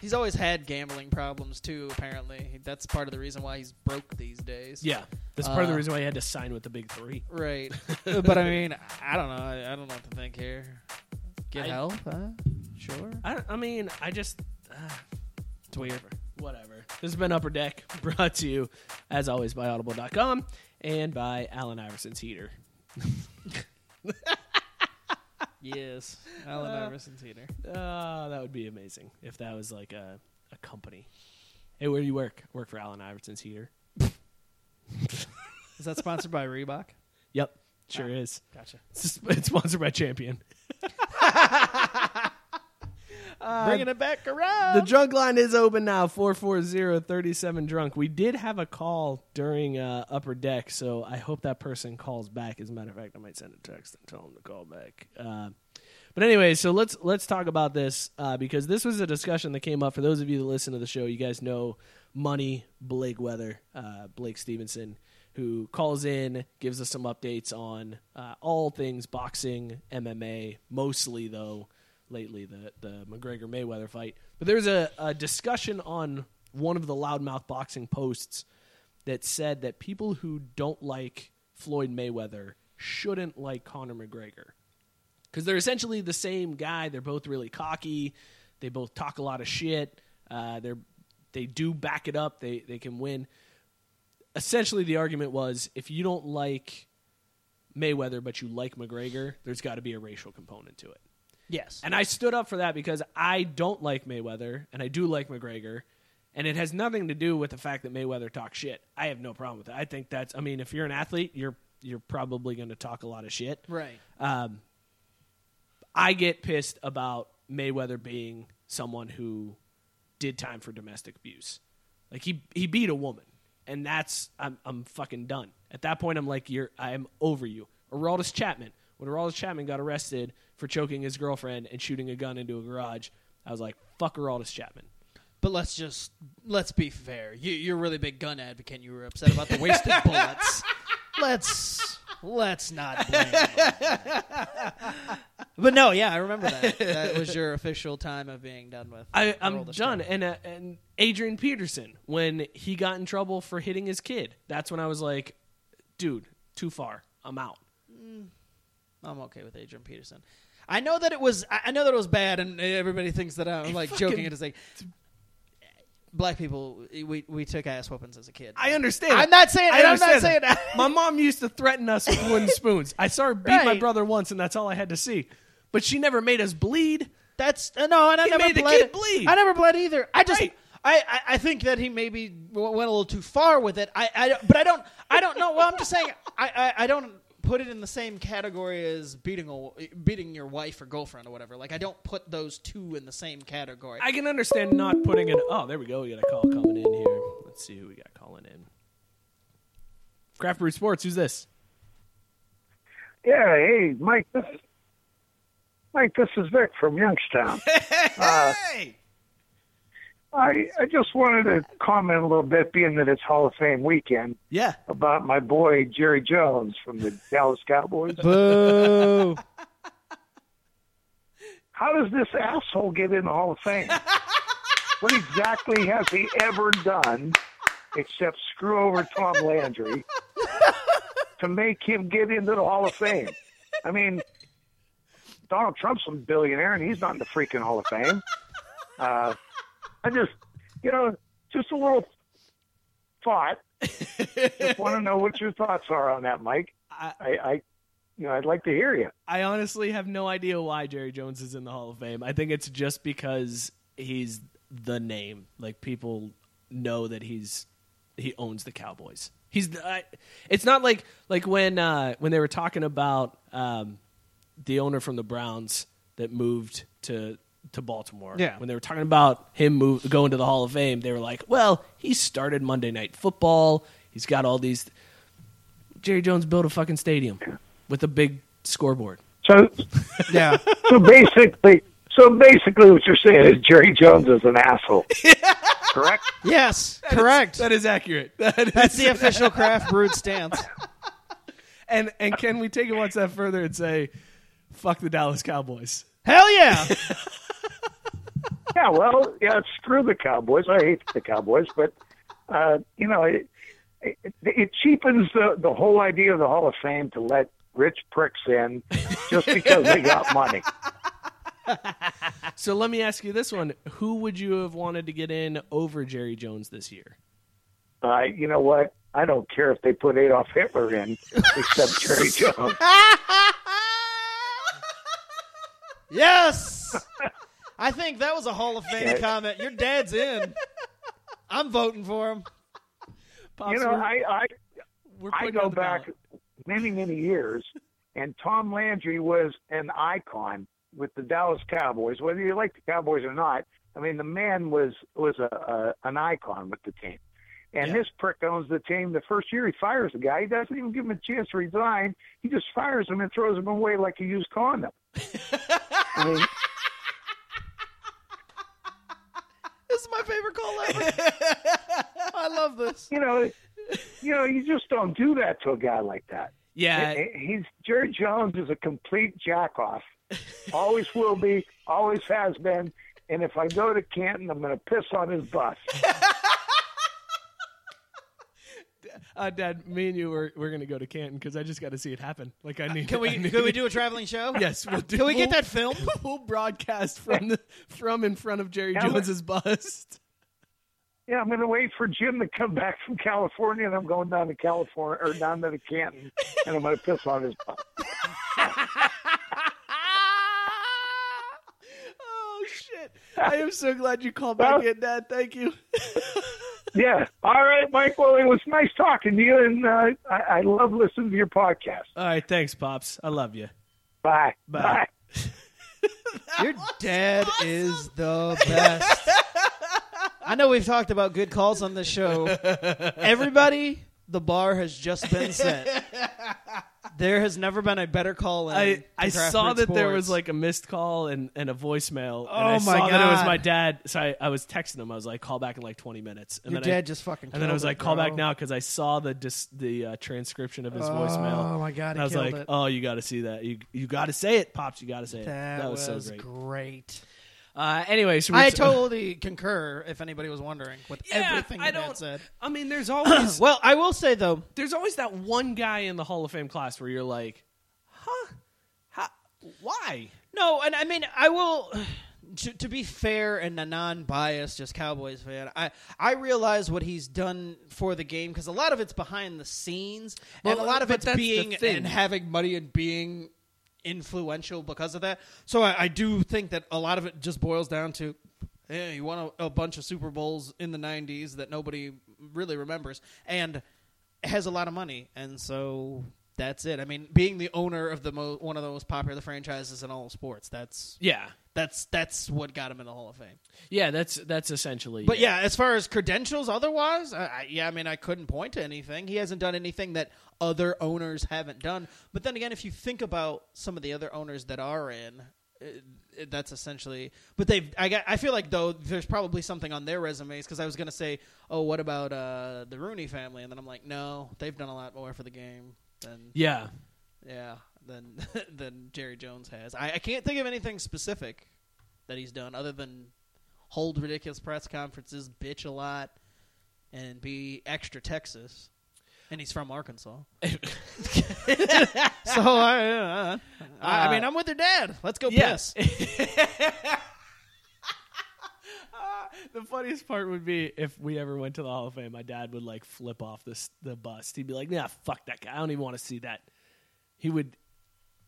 Speaker 3: he's always had gambling problems too. Apparently, that's part of the reason why he's broke these days.
Speaker 2: yeah that's part of the
Speaker 3: Uh,
Speaker 2: reason why he had to sign with the big three *laughs*
Speaker 3: Right. but I mean, I don't know. I, I don't know what to think here. Get
Speaker 2: I-
Speaker 3: help? Huh? Sure.
Speaker 2: i, don't- I mean i just
Speaker 3: It's weird.
Speaker 2: Whatever. This has been Upper Deck, *laughs* brought to you, as always, by Audible.com and by Alan Iverson's Heater.
Speaker 3: Yes, Allen Iverson Theater.
Speaker 2: Uh, that would be amazing if that was like a, a company. Hey, where do you work? Work for Allen Iverson's Heater.
Speaker 3: Is that sponsored by Reebok?
Speaker 2: Yep, sure is.
Speaker 3: Gotcha.
Speaker 2: It's, it's *laughs* sponsored by Champion.
Speaker 3: Bringing it back around.
Speaker 2: Uh, The drunk line is open now 440-37 drunk. We did have a call during uh, upper deck, so I hope that person calls back. As a matter of fact, I might send a text and tell him to call back. Uh, but anyway, so let's let's talk about this uh, because this was a discussion that came up for those of you that listen to the show. You guys know Money Blake Weather, uh, Blake Stevenson, who calls in, gives us some updates on uh, all things boxing, MMA, mostly though lately the the McGregor Mayweather fight. But there's a, a discussion on one of the loudmouth boxing posts that said that people who don't like Floyd Mayweather shouldn't like Conor McGregor because they're essentially the same guy. They're both really cocky. They both talk a lot of shit. Uh, they're they do back it up. They they can win. Essentially, the argument was if you don't like Mayweather but you like McGregor, there's got to be a racial component to it.
Speaker 3: yes.
Speaker 2: And I stood up for that because I don't like Mayweather and I do like McGregor. And it has nothing to do with the fact that Mayweather talks shit. I have no problem with that. I think that's I mean, if you're an athlete, you're you're probably gonna talk a lot of shit.
Speaker 3: right.
Speaker 2: I get pissed about Mayweather being someone who did time for domestic abuse. Like he he beat a woman, and that's I'm I'm fucking done. At that point, I'm like you're I'm over you. Araldis Chapman. When Araldis Chapman got arrested for choking his girlfriend and shooting a gun into a garage, I was like, fuck Araldis Chapman.
Speaker 3: But let's just let's be fair. You, you're a really big gun advocate. and You were upset about
Speaker 2: *laughs*
Speaker 3: the wasted bullets. Let's let's not blame. him. but no, yeah, I remember that. That was your official time of being done with.
Speaker 2: I,
Speaker 3: Roll
Speaker 2: I'm
Speaker 3: the
Speaker 2: done.
Speaker 3: stone.
Speaker 2: And uh, and Adrian Peterson when he got in trouble for hitting his kid. That's when I was like, dude, too far. I'm out.
Speaker 3: I'm okay with Adrian Peterson. I know that it was. I I know that it was bad, and everybody thinks that I'm like
Speaker 2: fucking-
Speaker 3: joking. It's like black people. We we took ass weapons as a kid.
Speaker 2: I understand.
Speaker 3: I'm not saying-
Speaker 2: I
Speaker 3: and I'm not
Speaker 2: understand
Speaker 3: saying that.
Speaker 2: My mom used to threaten us with
Speaker 3: *laughs*
Speaker 2: wooden spoons. I saw her beat my
Speaker 3: Right.
Speaker 2: brother once, and that's all I had to see. But she never made us bleed.
Speaker 3: That's uh, no, and I
Speaker 2: He
Speaker 3: never
Speaker 2: made the
Speaker 3: bled.
Speaker 2: kid bleed.
Speaker 3: I never bled either. I just.
Speaker 2: Right.
Speaker 3: I, I, I think that he maybe w- went a little too far with it. I, I don't- but I don't I don't know. Well, I'm just saying I, I, I don't put it in the same category as beating a, beating your wife or girlfriend or whatever. Like I don't put those two in the same category.
Speaker 2: I can understand not putting it. Oh, there we go. We got a call coming in here. Let's see who we got calling in. Craft Brew Sports. Who's this?
Speaker 4: Yeah, hey, Mike. This is, Mike, this is Vic
Speaker 2: *laughs*
Speaker 4: from Youngstown. Uh,
Speaker 2: Hey.
Speaker 4: I I just wanted to comment a little bit, being that it's Hall of Fame weekend,
Speaker 2: Yeah.
Speaker 4: about my boy Jerry Jones from the Dallas Cowboys.
Speaker 2: *laughs* Boo.
Speaker 4: How does this asshole get in the Hall of Fame? what exactly has he ever done except screw over Tom Landry to make him get into the Hall of Fame? I mean, Donald Trump's a billionaire and he's not in the freaking Hall of Fame. Uh, I just, you know, just a little thought. just want to know what your thoughts are on that, Mike. I, I you know, I'd like to hear you.
Speaker 2: I honestly have no idea why Jerry Jones is in the Hall of Fame. I think it's just because he's the name. Like people know that he's he owns the Cowboys. He's the, I, it's not like like when uh, when they were talking about um, the owner from the Browns that moved to to Baltimore.
Speaker 3: Yeah.
Speaker 2: When they were talking about him move, going to the Hall of Fame, they were like, "Well, he started Monday Night Football. He's got all these." Jerry Jones built a fucking stadium with a big scoreboard.
Speaker 4: So
Speaker 3: yeah.
Speaker 4: so basically, so basically, what you're saying is Jerry Jones is an asshole, correct?
Speaker 3: yes. correct.
Speaker 2: That is accurate. *laughs*
Speaker 3: That's the official craft brewed stance.
Speaker 2: and and can we take it one step further and say, fuck the Dallas Cowboys?
Speaker 3: Hell yeah.
Speaker 4: Yeah, well, yeah, screw the Cowboys. I hate the Cowboys, but uh, you know, it, it, it cheapens the the whole idea of the Hall of Fame to let rich pricks in just because they got money.
Speaker 2: So let me ask you this one: Who would you have wanted to get in over Jerry Jones this year?
Speaker 4: Uh, you know what? I don't care if they put Adolf Hitler in, except Jerry Jones.
Speaker 3: *laughs* Yes. I think that was a Hall of Fame
Speaker 4: Yeah.
Speaker 3: comment. Your dad's in. I'm voting for him.
Speaker 2: Pops,
Speaker 4: you know,
Speaker 2: we're-
Speaker 4: I, I
Speaker 2: we're
Speaker 4: I
Speaker 2: putting it
Speaker 4: go
Speaker 2: on the
Speaker 4: back
Speaker 2: ballot.
Speaker 4: many, many years, and Tom Landry was an icon with the Dallas Cowboys, whether you like the Cowboys or not. I mean, the man was was a, a an icon with the team, and
Speaker 3: Yeah.
Speaker 4: this prick owns the team. The first year he fires the guy, he doesn't even give him a chance to resign. He just fires him and throws him away like a used condom. I mean,
Speaker 3: This is my favorite call ever. I
Speaker 2: *laughs*
Speaker 3: love this.
Speaker 4: you know, you know, you just don't do that to a guy like that.
Speaker 2: Yeah,
Speaker 4: He- he's Jerry Jones is a complete
Speaker 3: *laughs*
Speaker 4: jackoff. Always will be. Always has been. And if I go to Canton, I'm going to piss on his
Speaker 3: *laughs*
Speaker 4: bus.
Speaker 2: uh, Dad, me and you were we're gonna go to Canton because I just got to see it happen. Like *laughs* I need.
Speaker 3: Can
Speaker 2: I
Speaker 3: we
Speaker 2: need-
Speaker 3: can we do a traveling show?
Speaker 2: Yes, we'll do.
Speaker 3: Can we get
Speaker 2: we'll- *laughs*
Speaker 3: that film?
Speaker 2: We'll broadcast from the from in front of Jerry
Speaker 4: Yeah, we-
Speaker 2: Jones's *laughs* bust.
Speaker 4: Yeah, I'm going to wait for Jim to come back from California, and I'm going down to California or down to the Canton, and I'm going to piss on his bus.
Speaker 2: oh shit! I am so glad you called back
Speaker 4: Well-
Speaker 2: in, Dad. Thank you.
Speaker 4: Yeah. All right, Mike. Well, it was nice talking to you, and uh, I, I love listening to your podcast.
Speaker 2: All right, thanks, pops. I love you.
Speaker 4: Bye.
Speaker 2: Bye.
Speaker 3: Your dad is the best. I know we've talked about good calls on this show. Everybody, the bar has just
Speaker 2: *laughs*
Speaker 3: been set. There has never been a better call in.
Speaker 2: I,
Speaker 3: to
Speaker 2: I
Speaker 3: Craft
Speaker 2: saw
Speaker 3: Root
Speaker 2: that there
Speaker 3: Sports.
Speaker 2: was like a missed call and, and a voicemail. and
Speaker 3: Oh,
Speaker 2: I
Speaker 3: my
Speaker 2: saw That it was
Speaker 3: God.
Speaker 2: my dad. So I, I was texting him. I was like, call back in like 20 minutes. And
Speaker 3: Your
Speaker 2: then I-
Speaker 3: dad just fucking
Speaker 2: And then I
Speaker 3: killed
Speaker 2: was
Speaker 3: it,
Speaker 2: like, call back
Speaker 3: bro.
Speaker 2: now because I saw the dis- the uh, transcription of his voicemail.
Speaker 3: Oh, my
Speaker 2: And
Speaker 3: God, he
Speaker 2: I was
Speaker 3: killed
Speaker 2: like,
Speaker 3: it.
Speaker 2: oh, you got to see that. You you got to say it, pops. You got to say it.
Speaker 3: that,
Speaker 2: was, so
Speaker 3: great.
Speaker 2: great. Uh, anyway, so we're
Speaker 3: I totally concur. If anybody was wondering, with
Speaker 2: Yeah,
Speaker 3: everything
Speaker 2: I
Speaker 3: your
Speaker 2: don't.
Speaker 3: dad said.
Speaker 2: I mean, there's always
Speaker 3: *clears throat* Well, I will say though,
Speaker 2: there's always that one guy in the Hall of Fame class where you're like, huh, How, why?
Speaker 3: No, and I mean I will. *sighs* To, to be fair and a non-biased, just Cowboys fan, I I realize what he's done for the game because a lot of it's behind the scenes, and
Speaker 2: Well,
Speaker 3: a lot of
Speaker 2: but
Speaker 3: it's
Speaker 2: that's the
Speaker 3: being
Speaker 2: thing.
Speaker 3: and having money and being influential because of that. So I, I do think that a lot of it just boils down to. Yeah, you won a, a bunch of Super Bowls in the '90s that nobody really remembers, and has a lot of money, and so that's it. I mean, being the owner of the mo- one of the most popular franchises in all of sports, that's
Speaker 2: Yeah,
Speaker 3: that's that's what got him in the Hall of Fame.
Speaker 2: yeah. That's that's essentially.
Speaker 3: But
Speaker 2: it.
Speaker 3: yeah, as far as credentials, otherwise, I, I, yeah, I mean, I couldn't point to anything. He hasn't done anything that other owners haven't done. But then again, if you think about some of the other owners that are in. It, it- that's essentially, but they've. I got. I feel like though there's probably something on their resumes because I was gonna say, oh, what about uh, the Rooney family? And then I'm like, no, they've done a lot more for the game than
Speaker 2: yeah.
Speaker 3: yeah, than *laughs* than Jerry Jones has. I, I can't think of anything specific that he's done other than hold ridiculous press conferences, bitch a lot, and be extra Texas. And he's
Speaker 2: *laughs*
Speaker 3: from Arkansas. so I, uh, I, I mean, I'm with your dad. Let's go
Speaker 2: *laughs* Yes.
Speaker 3: piss.
Speaker 2: The funniest part would be if we ever went to the Hall of Fame, my dad would like flip off this the bust. He'd be like, "Nah, fuck that guy. I don't even want to see that." He would,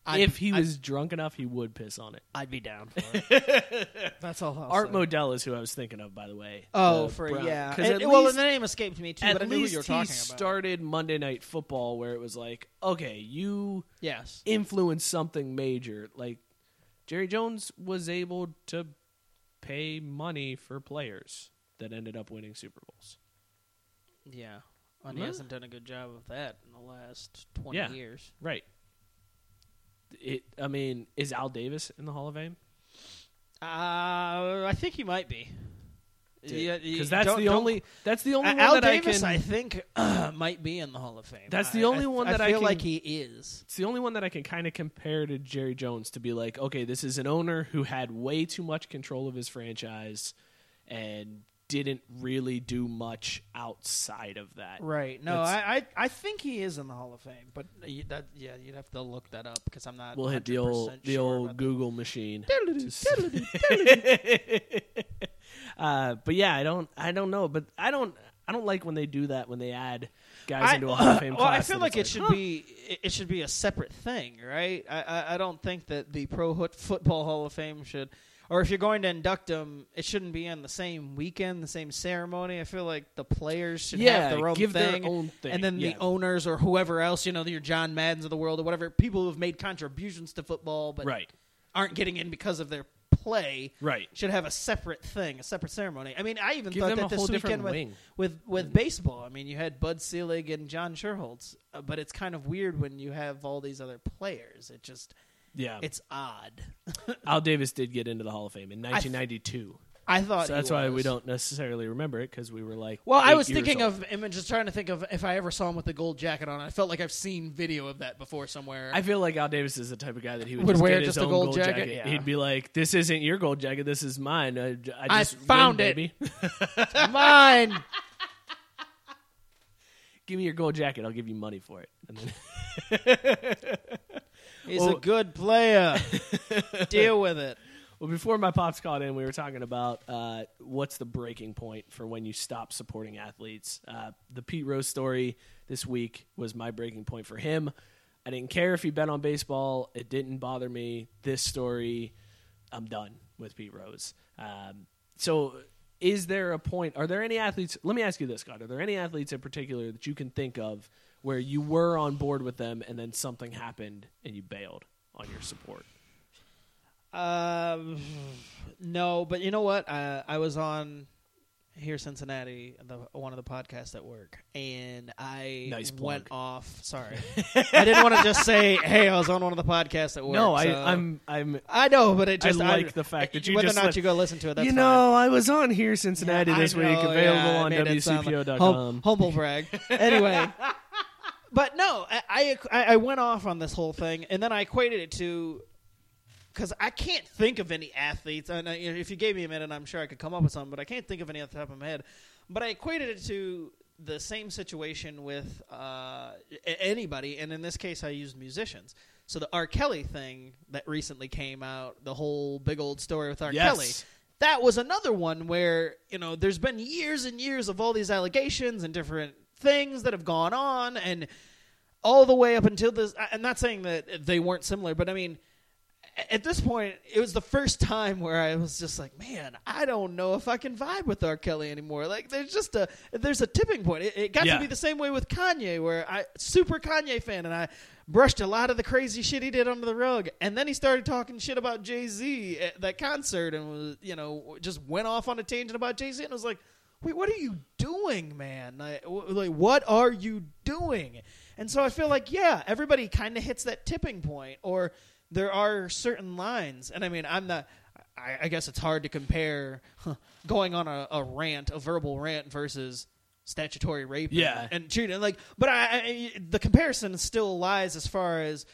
Speaker 3: I'd-
Speaker 2: if he was drunk enough, he would piss on it.
Speaker 3: I'd be down for it. That's all. I'll
Speaker 2: Art
Speaker 3: say.
Speaker 2: Modell is who I was thinking of, by the way.
Speaker 3: Oh,
Speaker 2: The
Speaker 3: for
Speaker 2: Brown-
Speaker 3: yeah.
Speaker 2: 'cause
Speaker 3: And-
Speaker 2: at
Speaker 3: well,
Speaker 2: least-
Speaker 3: the name escaped me too.
Speaker 2: at
Speaker 3: but I knew
Speaker 2: least
Speaker 3: what you were
Speaker 2: he
Speaker 3: talking about.
Speaker 2: started Monday Night Football, where it was like, okay, you
Speaker 3: Yes.
Speaker 2: influence something major. Like Jerry Jones was able to pay money for players that ended up winning Super Bowls.
Speaker 3: Yeah. And he
Speaker 2: Huh?
Speaker 3: hasn't done a good job of that in the last 20
Speaker 2: Yeah.
Speaker 3: years.
Speaker 2: Right. It. I mean, is Al Davis in the Hall of Fame?
Speaker 3: Uh, I think he might be. Yeah, you
Speaker 2: Because that's
Speaker 3: don't-
Speaker 2: the
Speaker 3: don't-
Speaker 2: only. That's the only
Speaker 3: Uh,
Speaker 2: one
Speaker 3: Al
Speaker 2: that
Speaker 3: Davis,
Speaker 2: I
Speaker 3: I,
Speaker 2: can.
Speaker 3: think, *clears throat* might be in the Hall of Fame.
Speaker 2: That's the
Speaker 3: I-
Speaker 2: only
Speaker 3: I-
Speaker 2: one
Speaker 3: I
Speaker 2: that I
Speaker 3: feel
Speaker 2: can-
Speaker 3: like he is.
Speaker 2: it's the only one that I can kind of compare to Jerry Jones to be like, okay, this is an owner who had way too much control of his franchise, and didn't really do much outside of that.
Speaker 3: Right. No,
Speaker 2: That's-
Speaker 3: I, I I think he is in the Hall of Fame, but you, that yeah, you'd have to look that up because I'm not.
Speaker 2: We'll hit the
Speaker 3: 100%
Speaker 2: old the
Speaker 3: sure
Speaker 2: old
Speaker 3: about that.
Speaker 2: Google machine. To s- *laughs* uh, but yeah, I don't I don't know, but I don't I don't like when they do that when they add guys
Speaker 3: I,
Speaker 2: into a Hall
Speaker 3: *laughs* *coughs*
Speaker 2: of Fame
Speaker 3: well, I
Speaker 2: class.
Speaker 3: feel
Speaker 2: and
Speaker 3: like it
Speaker 2: it's
Speaker 3: should
Speaker 2: huh.
Speaker 3: be it- it should be a separate thing, right? I, I, I don't think that the Pro Hoot Football Hall of Fame should, or if you're going to induct them, it shouldn't be on the same weekend, the same ceremony. I feel like the players should
Speaker 2: Yeah,
Speaker 3: have their own,
Speaker 2: give their
Speaker 3: thing,
Speaker 2: own thing,
Speaker 3: and then
Speaker 2: yeah.
Speaker 3: the owners or whoever else, you know, your John Maddens of the world or whatever, people who have made contributions to football, but
Speaker 2: Right.
Speaker 3: aren't getting in because of their play
Speaker 2: Right.
Speaker 3: should have a separate thing a separate ceremony i mean i even
Speaker 2: Give
Speaker 3: thought
Speaker 2: them
Speaker 3: that
Speaker 2: a
Speaker 3: this
Speaker 2: whole different
Speaker 3: weekend with,
Speaker 2: wing. Mm-hmm.
Speaker 3: with with baseball. I mean, you had Bud Selig and John Sherholtz, uh, but it's kind of weird when you have all these other players. It just
Speaker 2: Yeah,
Speaker 3: it's odd. *laughs*
Speaker 2: Al Davis did get into the Hall of Fame in 1992,
Speaker 3: I thought
Speaker 2: so
Speaker 3: he
Speaker 2: that's why we
Speaker 3: was.
Speaker 2: don't necessarily remember it because we were like,
Speaker 3: Well, I
Speaker 2: eight
Speaker 3: was
Speaker 2: years
Speaker 3: thinking
Speaker 2: old.
Speaker 3: of him and just trying to think of if I ever saw him with the gold jacket on. I felt like I've seen video of that before somewhere. *laughs*
Speaker 2: I feel like Al Davis is the type of guy that he would,
Speaker 3: Would
Speaker 2: just
Speaker 3: wear
Speaker 2: get his
Speaker 3: just a
Speaker 2: own
Speaker 3: gold
Speaker 2: gold
Speaker 3: jacket? Yeah.
Speaker 2: He'd be like, "This isn't your gold jacket. This is mine. I, I,
Speaker 3: I
Speaker 2: just win,
Speaker 3: found it."
Speaker 2: baby. *laughs*
Speaker 3: Mine.
Speaker 2: give me your gold jacket. I'll give you money for it." And then,
Speaker 3: He's a
Speaker 2: *laughs*
Speaker 3: good player. Deal with it.
Speaker 2: well, before my pops called in, we were talking about uh, what's the breaking point for when you stop supporting athletes. Uh, the Pete Rose story this week was my breaking point for him. I didn't care if he bet on baseball. It didn't bother me. This story, I'm done with Pete Rose. Um, so, is there a point? Are there any athletes? Let me ask you this, Scott. Are there any athletes in particular that you can think of where you were on board with them and then something happened and you bailed on your support?
Speaker 3: Um, no, but you know what? Uh, I was on here Cincinnati, the, one of the podcasts at work, and I
Speaker 2: Nice plug.
Speaker 3: went off.
Speaker 2: *laughs*
Speaker 3: Sorry, I didn't want to just say, "Hey, I was on one of the podcasts at work."
Speaker 2: No, I,
Speaker 3: so-
Speaker 2: I'm I'm
Speaker 3: I know, but it
Speaker 2: I
Speaker 3: just
Speaker 2: like the fact that you
Speaker 3: whether
Speaker 2: just
Speaker 3: or not
Speaker 2: let-
Speaker 3: you go listen to it. That's
Speaker 2: you
Speaker 3: fine.
Speaker 2: know, I was on here Cincinnati
Speaker 3: I
Speaker 2: this week,
Speaker 3: know,
Speaker 2: available
Speaker 3: yeah, I
Speaker 2: on
Speaker 3: made it sound like-
Speaker 2: WCPO.com.
Speaker 3: hum- humble brag. *laughs* Anyway, but no, I, I I went off on this whole thing, and then I equated it to because I can't think of any athletes. And I, if you gave me a minute, I'm sure I could come up with some, but I can't think of any off the top of my head. But I equated it to the same situation with uh, a- anybody, and in this case, I used musicians. So the R. Kelly thing that recently came out, the whole big old story with R.
Speaker 2: Yes.
Speaker 3: Kelly, that was another one where you know there's been years and years of all these allegations and different things that have gone on, and all the way up until this. I- I'm not saying that they weren't similar, but I mean, a- at this point, it was the first time where I was just like, man, I don't know if I can vibe with R. Kelly anymore. Like, there's just a there's a tipping point. It, it got
Speaker 2: Yeah.
Speaker 3: to be the same way with Kanye, where I super Kanye fan and I brushed a lot of the crazy shit he did under the rug, and then he started talking shit about Jay Z at that concert, and was you know just went off on a tangent about Jay Z, and I was like. Wait, what are you doing, man? Like, wh- like, what are you doing? And so I feel like, yeah, everybody kind of hits that tipping point, or there are certain lines. And I mean, I'm not. I, I guess it's hard to compare huh, going on a, a rant, a verbal rant, versus statutory rape. and-
Speaker 2: Yeah.
Speaker 3: and, cheating. Like, but I, I, the comparison still lies as far as.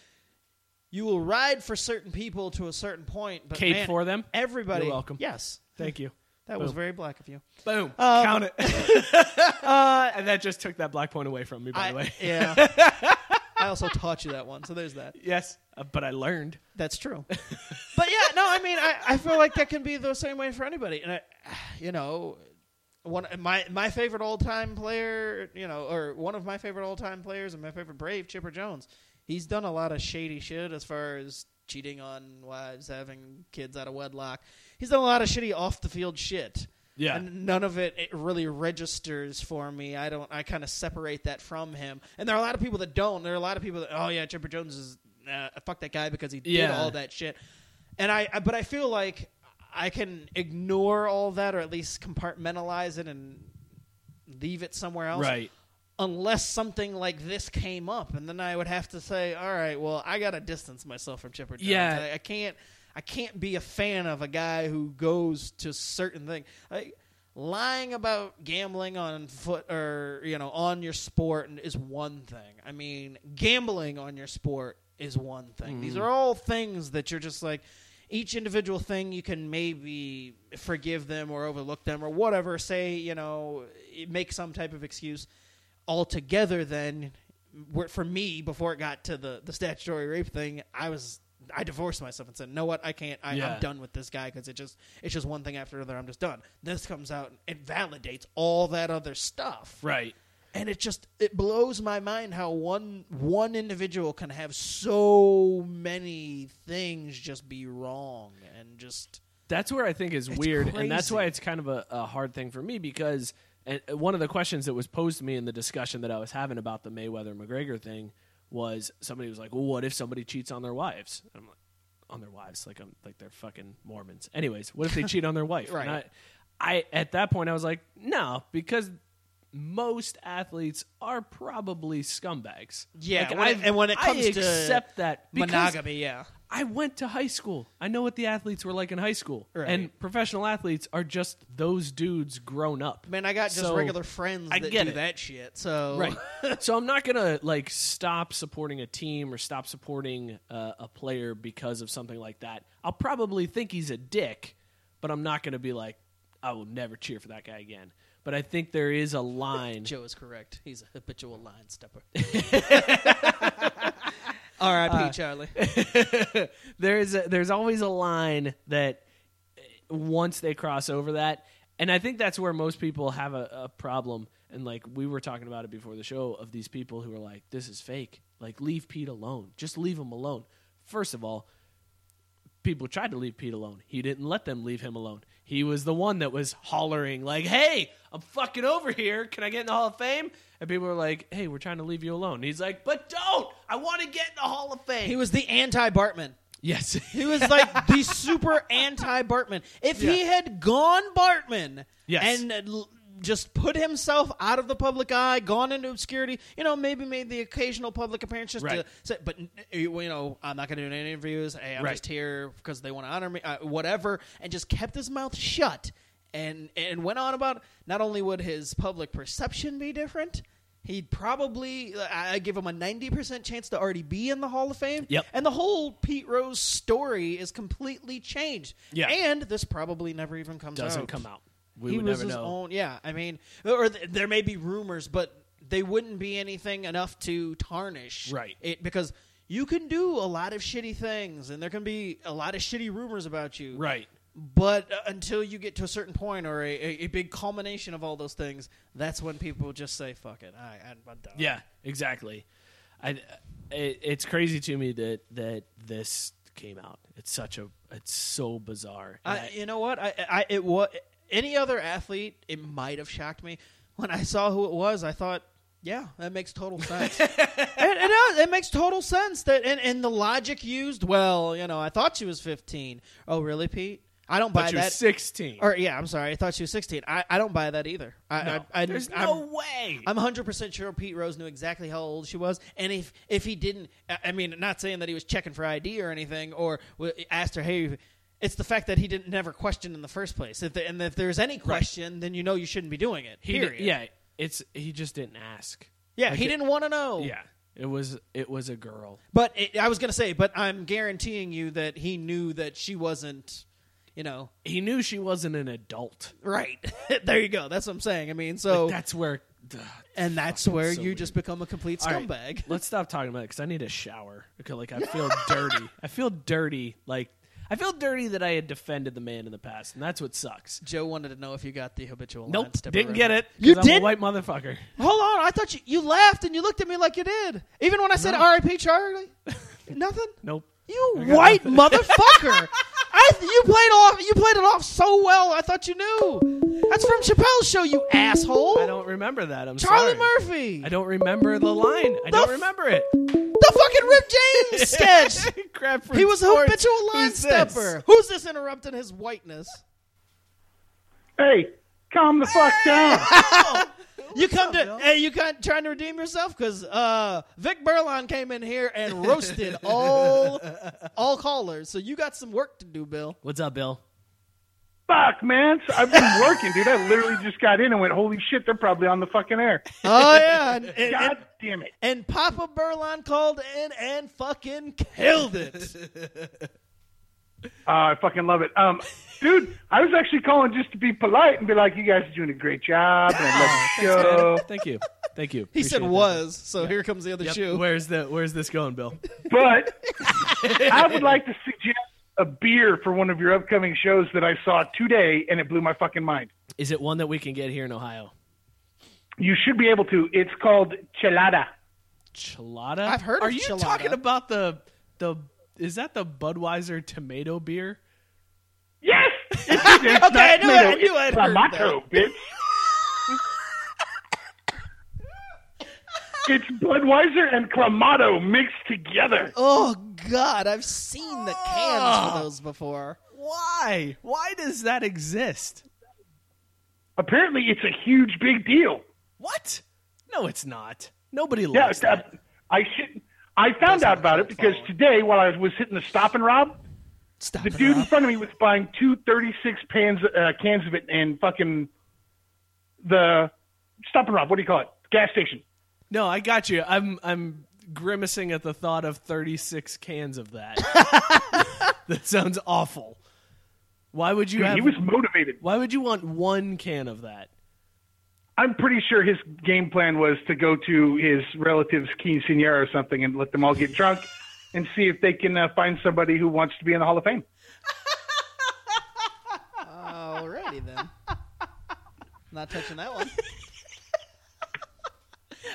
Speaker 3: You will ride for certain people to a certain point, but
Speaker 2: Cape
Speaker 3: man,
Speaker 2: for them?
Speaker 3: Everybody,
Speaker 2: You're welcome.
Speaker 3: Yes,
Speaker 2: Thank you.
Speaker 3: that was very black of you.
Speaker 2: Boom.
Speaker 3: Uh,
Speaker 2: Count
Speaker 3: *laughs*
Speaker 2: it. *laughs* and that just took that black point away from me, by the
Speaker 3: *laughs*
Speaker 2: way.
Speaker 3: Yeah.
Speaker 2: *laughs*
Speaker 3: I also taught you that one, so there's that.
Speaker 2: Yes, uh, but I
Speaker 3: *laughs*
Speaker 2: learned. *laughs*
Speaker 3: That's true. But yeah, no, I mean, I, I feel like that can be the same way for anybody. And I, you know, one my my favorite all time player, you know, or one of my favorite all time players and my favorite Brave, Chipper Jones. He's done a lot of shady shit as far as cheating on wives, having kids out of wedlock. He's done a lot of shitty off the field shit.
Speaker 2: Yeah.
Speaker 3: And none of it, it really registers for me. I don't. I kind of separate that from him. And there are a lot of people that don't. There are a lot of people that, oh yeah, Chipper Jones is uh, fuck that guy because he did
Speaker 2: Yeah.
Speaker 3: all that shit. And I, I, but I feel like I can ignore all that or at least compartmentalize it and leave it somewhere else.
Speaker 2: Right.
Speaker 3: Unless something like this came up, and then I would have to say, "All right, well, I gotta distance myself from Chipper Jones.
Speaker 2: Yeah.
Speaker 3: I, I can't, I can't be a fan of a guy who goes to certain things, like lying about gambling on foot or you know on your sport and- is one thing. I mean, gambling on your sport is one thing. These are all things that you're just like each individual thing you can maybe forgive them or overlook them or whatever. Say you know make some type of excuse altogether. Then where- for me, before it got to the the statutory rape thing, I was I divorced myself and said, "No, what? I can't. I,
Speaker 2: Yeah.
Speaker 3: I'm done with this guy because it just it's just one thing after another. I'm just done." This comes out and validates all that other stuff,
Speaker 2: Right.
Speaker 3: and it just it blows my mind how one one individual can have so many things just be wrong and just
Speaker 2: That's where I think is weird, and that's
Speaker 3: crazy.
Speaker 2: why it's kind of a, a hard thing for me because and uh, one of the questions that was posed to me in the discussion that I was having about the Mayweather McGregor thing was somebody was like, "Well, what if somebody cheats on their wives?" And I'm like, "On their wives? Like I'm like they're fucking Mormons." Anyways, what if they cheat on their wife?
Speaker 3: Right.
Speaker 2: And I, I at that point I was like, "No," because most athletes are probably scumbags.
Speaker 3: Yeah,
Speaker 2: Like,
Speaker 3: when it-
Speaker 2: I've-
Speaker 3: and when it
Speaker 2: I
Speaker 3: comes to
Speaker 2: accept that because
Speaker 3: monogamy. Yeah,
Speaker 2: I went to high school. I know what the athletes were like in high school.
Speaker 3: Right.
Speaker 2: And professional athletes are just those dudes grown up.
Speaker 3: man, I got just
Speaker 2: So-
Speaker 3: regular friends
Speaker 2: I
Speaker 3: that
Speaker 2: get
Speaker 3: do
Speaker 2: it.
Speaker 3: that shit. So *laughs*
Speaker 2: Right. so I'm not going to like stop supporting a team or stop supporting uh, a player because of something like that. I'll probably think he's a dick, but I'm not going to be like I will never cheer for that guy again. But I think there
Speaker 3: *laughs*
Speaker 2: is a line.
Speaker 3: Joe is correct. He's a habitual line *laughs* stepper. R.I.P. Charlie.
Speaker 2: *laughs* there is a, there's always a line that eh, once they cross over that and i think that's where most people have a, a problem and like we were talking about it before the show of these people who are like this is fake like leave pete alone just leave him alone first of all people tried to leave pete alone he didn't let them leave him alone he was the one that was hollering like hey i'm fucking over here can i get in the hall of fame and people were like hey we're trying to leave you alone and he's like but don't i want to get in the hall of fame
Speaker 3: He was the anti Bartman.
Speaker 2: yes *laughs*
Speaker 3: He was like the super anti Bartman. If he had gone Bartman
Speaker 2: Yes.
Speaker 3: and uh, l- just put himself out of the public eye, gone into obscurity, you know, maybe made the occasional public appearance just
Speaker 2: Right.
Speaker 3: to say, but n- uh, you know, I'm not going to do any interviews. Hey, I'm
Speaker 2: Right.
Speaker 3: just here because they want to honor me, uh, whatever, and just kept his mouth shut and and went on about not only would his public perception be different. He'd probably, I I give him a 90% chance to already be in the Hall of Fame.
Speaker 2: Yep.
Speaker 3: And the whole Pete Rose story is completely changed.
Speaker 2: Yeah.
Speaker 3: And this probably never even comes out.
Speaker 2: doesn't come out. We
Speaker 3: he
Speaker 2: would
Speaker 3: was
Speaker 2: never
Speaker 3: his
Speaker 2: know.
Speaker 3: own. Yeah. I mean, or th- there may be rumors, but they wouldn't be anything enough to tarnish
Speaker 2: Right.
Speaker 3: it because you can do a lot of shitty things and there can be a lot of shitty rumors about you.
Speaker 2: Right.
Speaker 3: But uh, until you get to a certain point or a, a, a big culmination of all those things, that's when people just say, fuck it. I, I, I'm done.
Speaker 2: Yeah, exactly. I, it, it's crazy to me that that this came out. It's such a it's so bizarre. And
Speaker 3: I, you know what? I, I it was any other athlete, it might have shocked me. When I saw who it was, I thought, yeah, that makes
Speaker 2: *laughs*
Speaker 3: total sense. it, it does. It makes total sense that and, and the logic used. Well, you know, I thought she was fifteen. Oh, really, Pete? I don't buy
Speaker 2: but you're
Speaker 3: that.
Speaker 2: 16.
Speaker 3: Or yeah, I'm sorry. I thought she was sixteen. I, I don't buy that either. I,
Speaker 2: No,
Speaker 3: I, I
Speaker 2: there's
Speaker 3: I'm-
Speaker 2: no way.
Speaker 3: I'm 100% sure Pete Rose knew exactly how old she was. And if, if he didn't, I I mean, not saying that he was checking for ID or anything or w- asked her, hey, it's the fact that he didn't never question in the first place. If the, and if there's any question, then you know you shouldn't be doing it.
Speaker 2: he
Speaker 3: period.
Speaker 2: did, yeah, it's he just didn't ask.
Speaker 3: Yeah,
Speaker 2: Like
Speaker 3: he
Speaker 2: it-
Speaker 3: didn't want to know.
Speaker 2: Yeah, it was it was a girl.
Speaker 3: But it, I was going to say, but I'm guaranteeing you that he knew that she wasn't, you know.
Speaker 2: He knew she wasn't an adult.
Speaker 3: Right. *laughs* there you go. That's what I'm saying. I mean, so.
Speaker 2: That's where.
Speaker 3: and that's where
Speaker 2: so
Speaker 3: you
Speaker 2: weird.
Speaker 3: just become a complete
Speaker 2: All right,
Speaker 3: scumbag.
Speaker 2: let's stop talking about it because I need a shower. Okay, like I feel dirty. I feel dirty. Like I feel dirty that I had defended the man in the past, and that's what sucks.
Speaker 3: Joe wanted to know if you got the habitual. line
Speaker 2: Nope,
Speaker 3: stepper
Speaker 2: didn't get it.
Speaker 3: reference.
Speaker 2: 'cause
Speaker 3: You
Speaker 2: I'm
Speaker 3: did.
Speaker 2: a white motherfucker.
Speaker 3: Hold on, I thought you you laughed and you looked at me like you did. Even when I said
Speaker 2: *laughs*
Speaker 3: "R.I.P. Charlie," nothing.
Speaker 2: Nope.
Speaker 3: You
Speaker 2: I got
Speaker 3: white
Speaker 2: nothing.
Speaker 3: motherfucker! I you played off you played it off so well. I thought you knew. That's from Chappelle's show. You asshole.
Speaker 2: I don't remember that. I'm
Speaker 3: Charlie
Speaker 2: sorry.
Speaker 3: Murphy.
Speaker 2: I don't remember the line. I
Speaker 3: The
Speaker 2: don't
Speaker 3: f-
Speaker 2: remember it.
Speaker 3: The fucking Rip
Speaker 2: *laughs*
Speaker 3: James sketch.
Speaker 2: Crap.
Speaker 3: he was a
Speaker 2: Sports.
Speaker 3: habitual line
Speaker 2: Who's this?
Speaker 3: stepper. Who's this interrupting his whiteness?
Speaker 4: Hey, calm the fuck
Speaker 1: *laughs*
Speaker 4: down.
Speaker 3: You come to hey, you kind trying to redeem yourself because uh, Vic Berlon came in here and *laughs* roasted all all callers. So you got some work to do, Bill.
Speaker 2: What's up, Bill?
Speaker 4: Fuck, man. So I've been working, dude. I literally just got in and went, holy shit, they're probably on the fucking air.
Speaker 3: *laughs* Oh *laughs* yeah, and, and,
Speaker 4: God
Speaker 3: and-
Speaker 4: damn it.
Speaker 3: and Papa Berlon called in and fucking killed *laughs* it.
Speaker 4: Oh, I fucking love it. Um, dude, I was actually calling just to be polite and be like, you guys are doing a great job and I
Speaker 1: *laughs*
Speaker 4: love the show.
Speaker 2: Thank you. Thank you.
Speaker 3: He said
Speaker 2: Appreciate
Speaker 3: was, so here comes the other *laughs*
Speaker 2: that. Yep.
Speaker 3: shoe.
Speaker 2: Where's the Where's this going, Bill?
Speaker 4: But I would like to suggest a beer for one of your upcoming shows that I saw today, and it blew my fucking mind.
Speaker 2: Is it one that we can get here in Ohio?
Speaker 4: You should be able to. It's called Chelada.
Speaker 2: Chilada.
Speaker 3: I've heard
Speaker 2: Are
Speaker 3: of
Speaker 2: you
Speaker 3: Chelada.
Speaker 2: talking about the the? Is that the Budweiser tomato beer?
Speaker 4: Yes. It's, it's okay, not
Speaker 3: I knew it, I
Speaker 4: tomato,
Speaker 3: knew I'd
Speaker 4: it's
Speaker 3: heard
Speaker 4: Clamato, bitch. it's Budweiser and Clamato mixed together.
Speaker 3: Oh God, I've seen the cans for those before.
Speaker 2: Why? Why does that exist?
Speaker 4: Apparently, it's a huge big deal.
Speaker 2: What? No, it's not. Nobody
Speaker 4: Yeah,
Speaker 2: likes
Speaker 4: uh,
Speaker 2: that.
Speaker 4: I should. I found out about it because today, while I was hitting the stop and rob,
Speaker 3: Stop
Speaker 4: the
Speaker 3: it,
Speaker 4: dude in
Speaker 3: Rob.
Speaker 4: front of me was buying two 36 pans, uh, cans of it and fucking the stop and rob. What do you call it? Gas station.
Speaker 2: No, I got you. I'm I'm grimacing at the thought of 36 cans of
Speaker 4: *laughs*
Speaker 2: that. that sounds awful. Why would you
Speaker 4: Dude,
Speaker 2: have?
Speaker 4: he was motivated.
Speaker 2: why would you want one can of that?
Speaker 4: I'm pretty sure his game plan was to go to his relative's quinceanera or something and let them all get drunk and see if they can uh, find somebody who wants to be in the Hall of Fame.
Speaker 3: Alrighty *laughs* then. Not touching that one.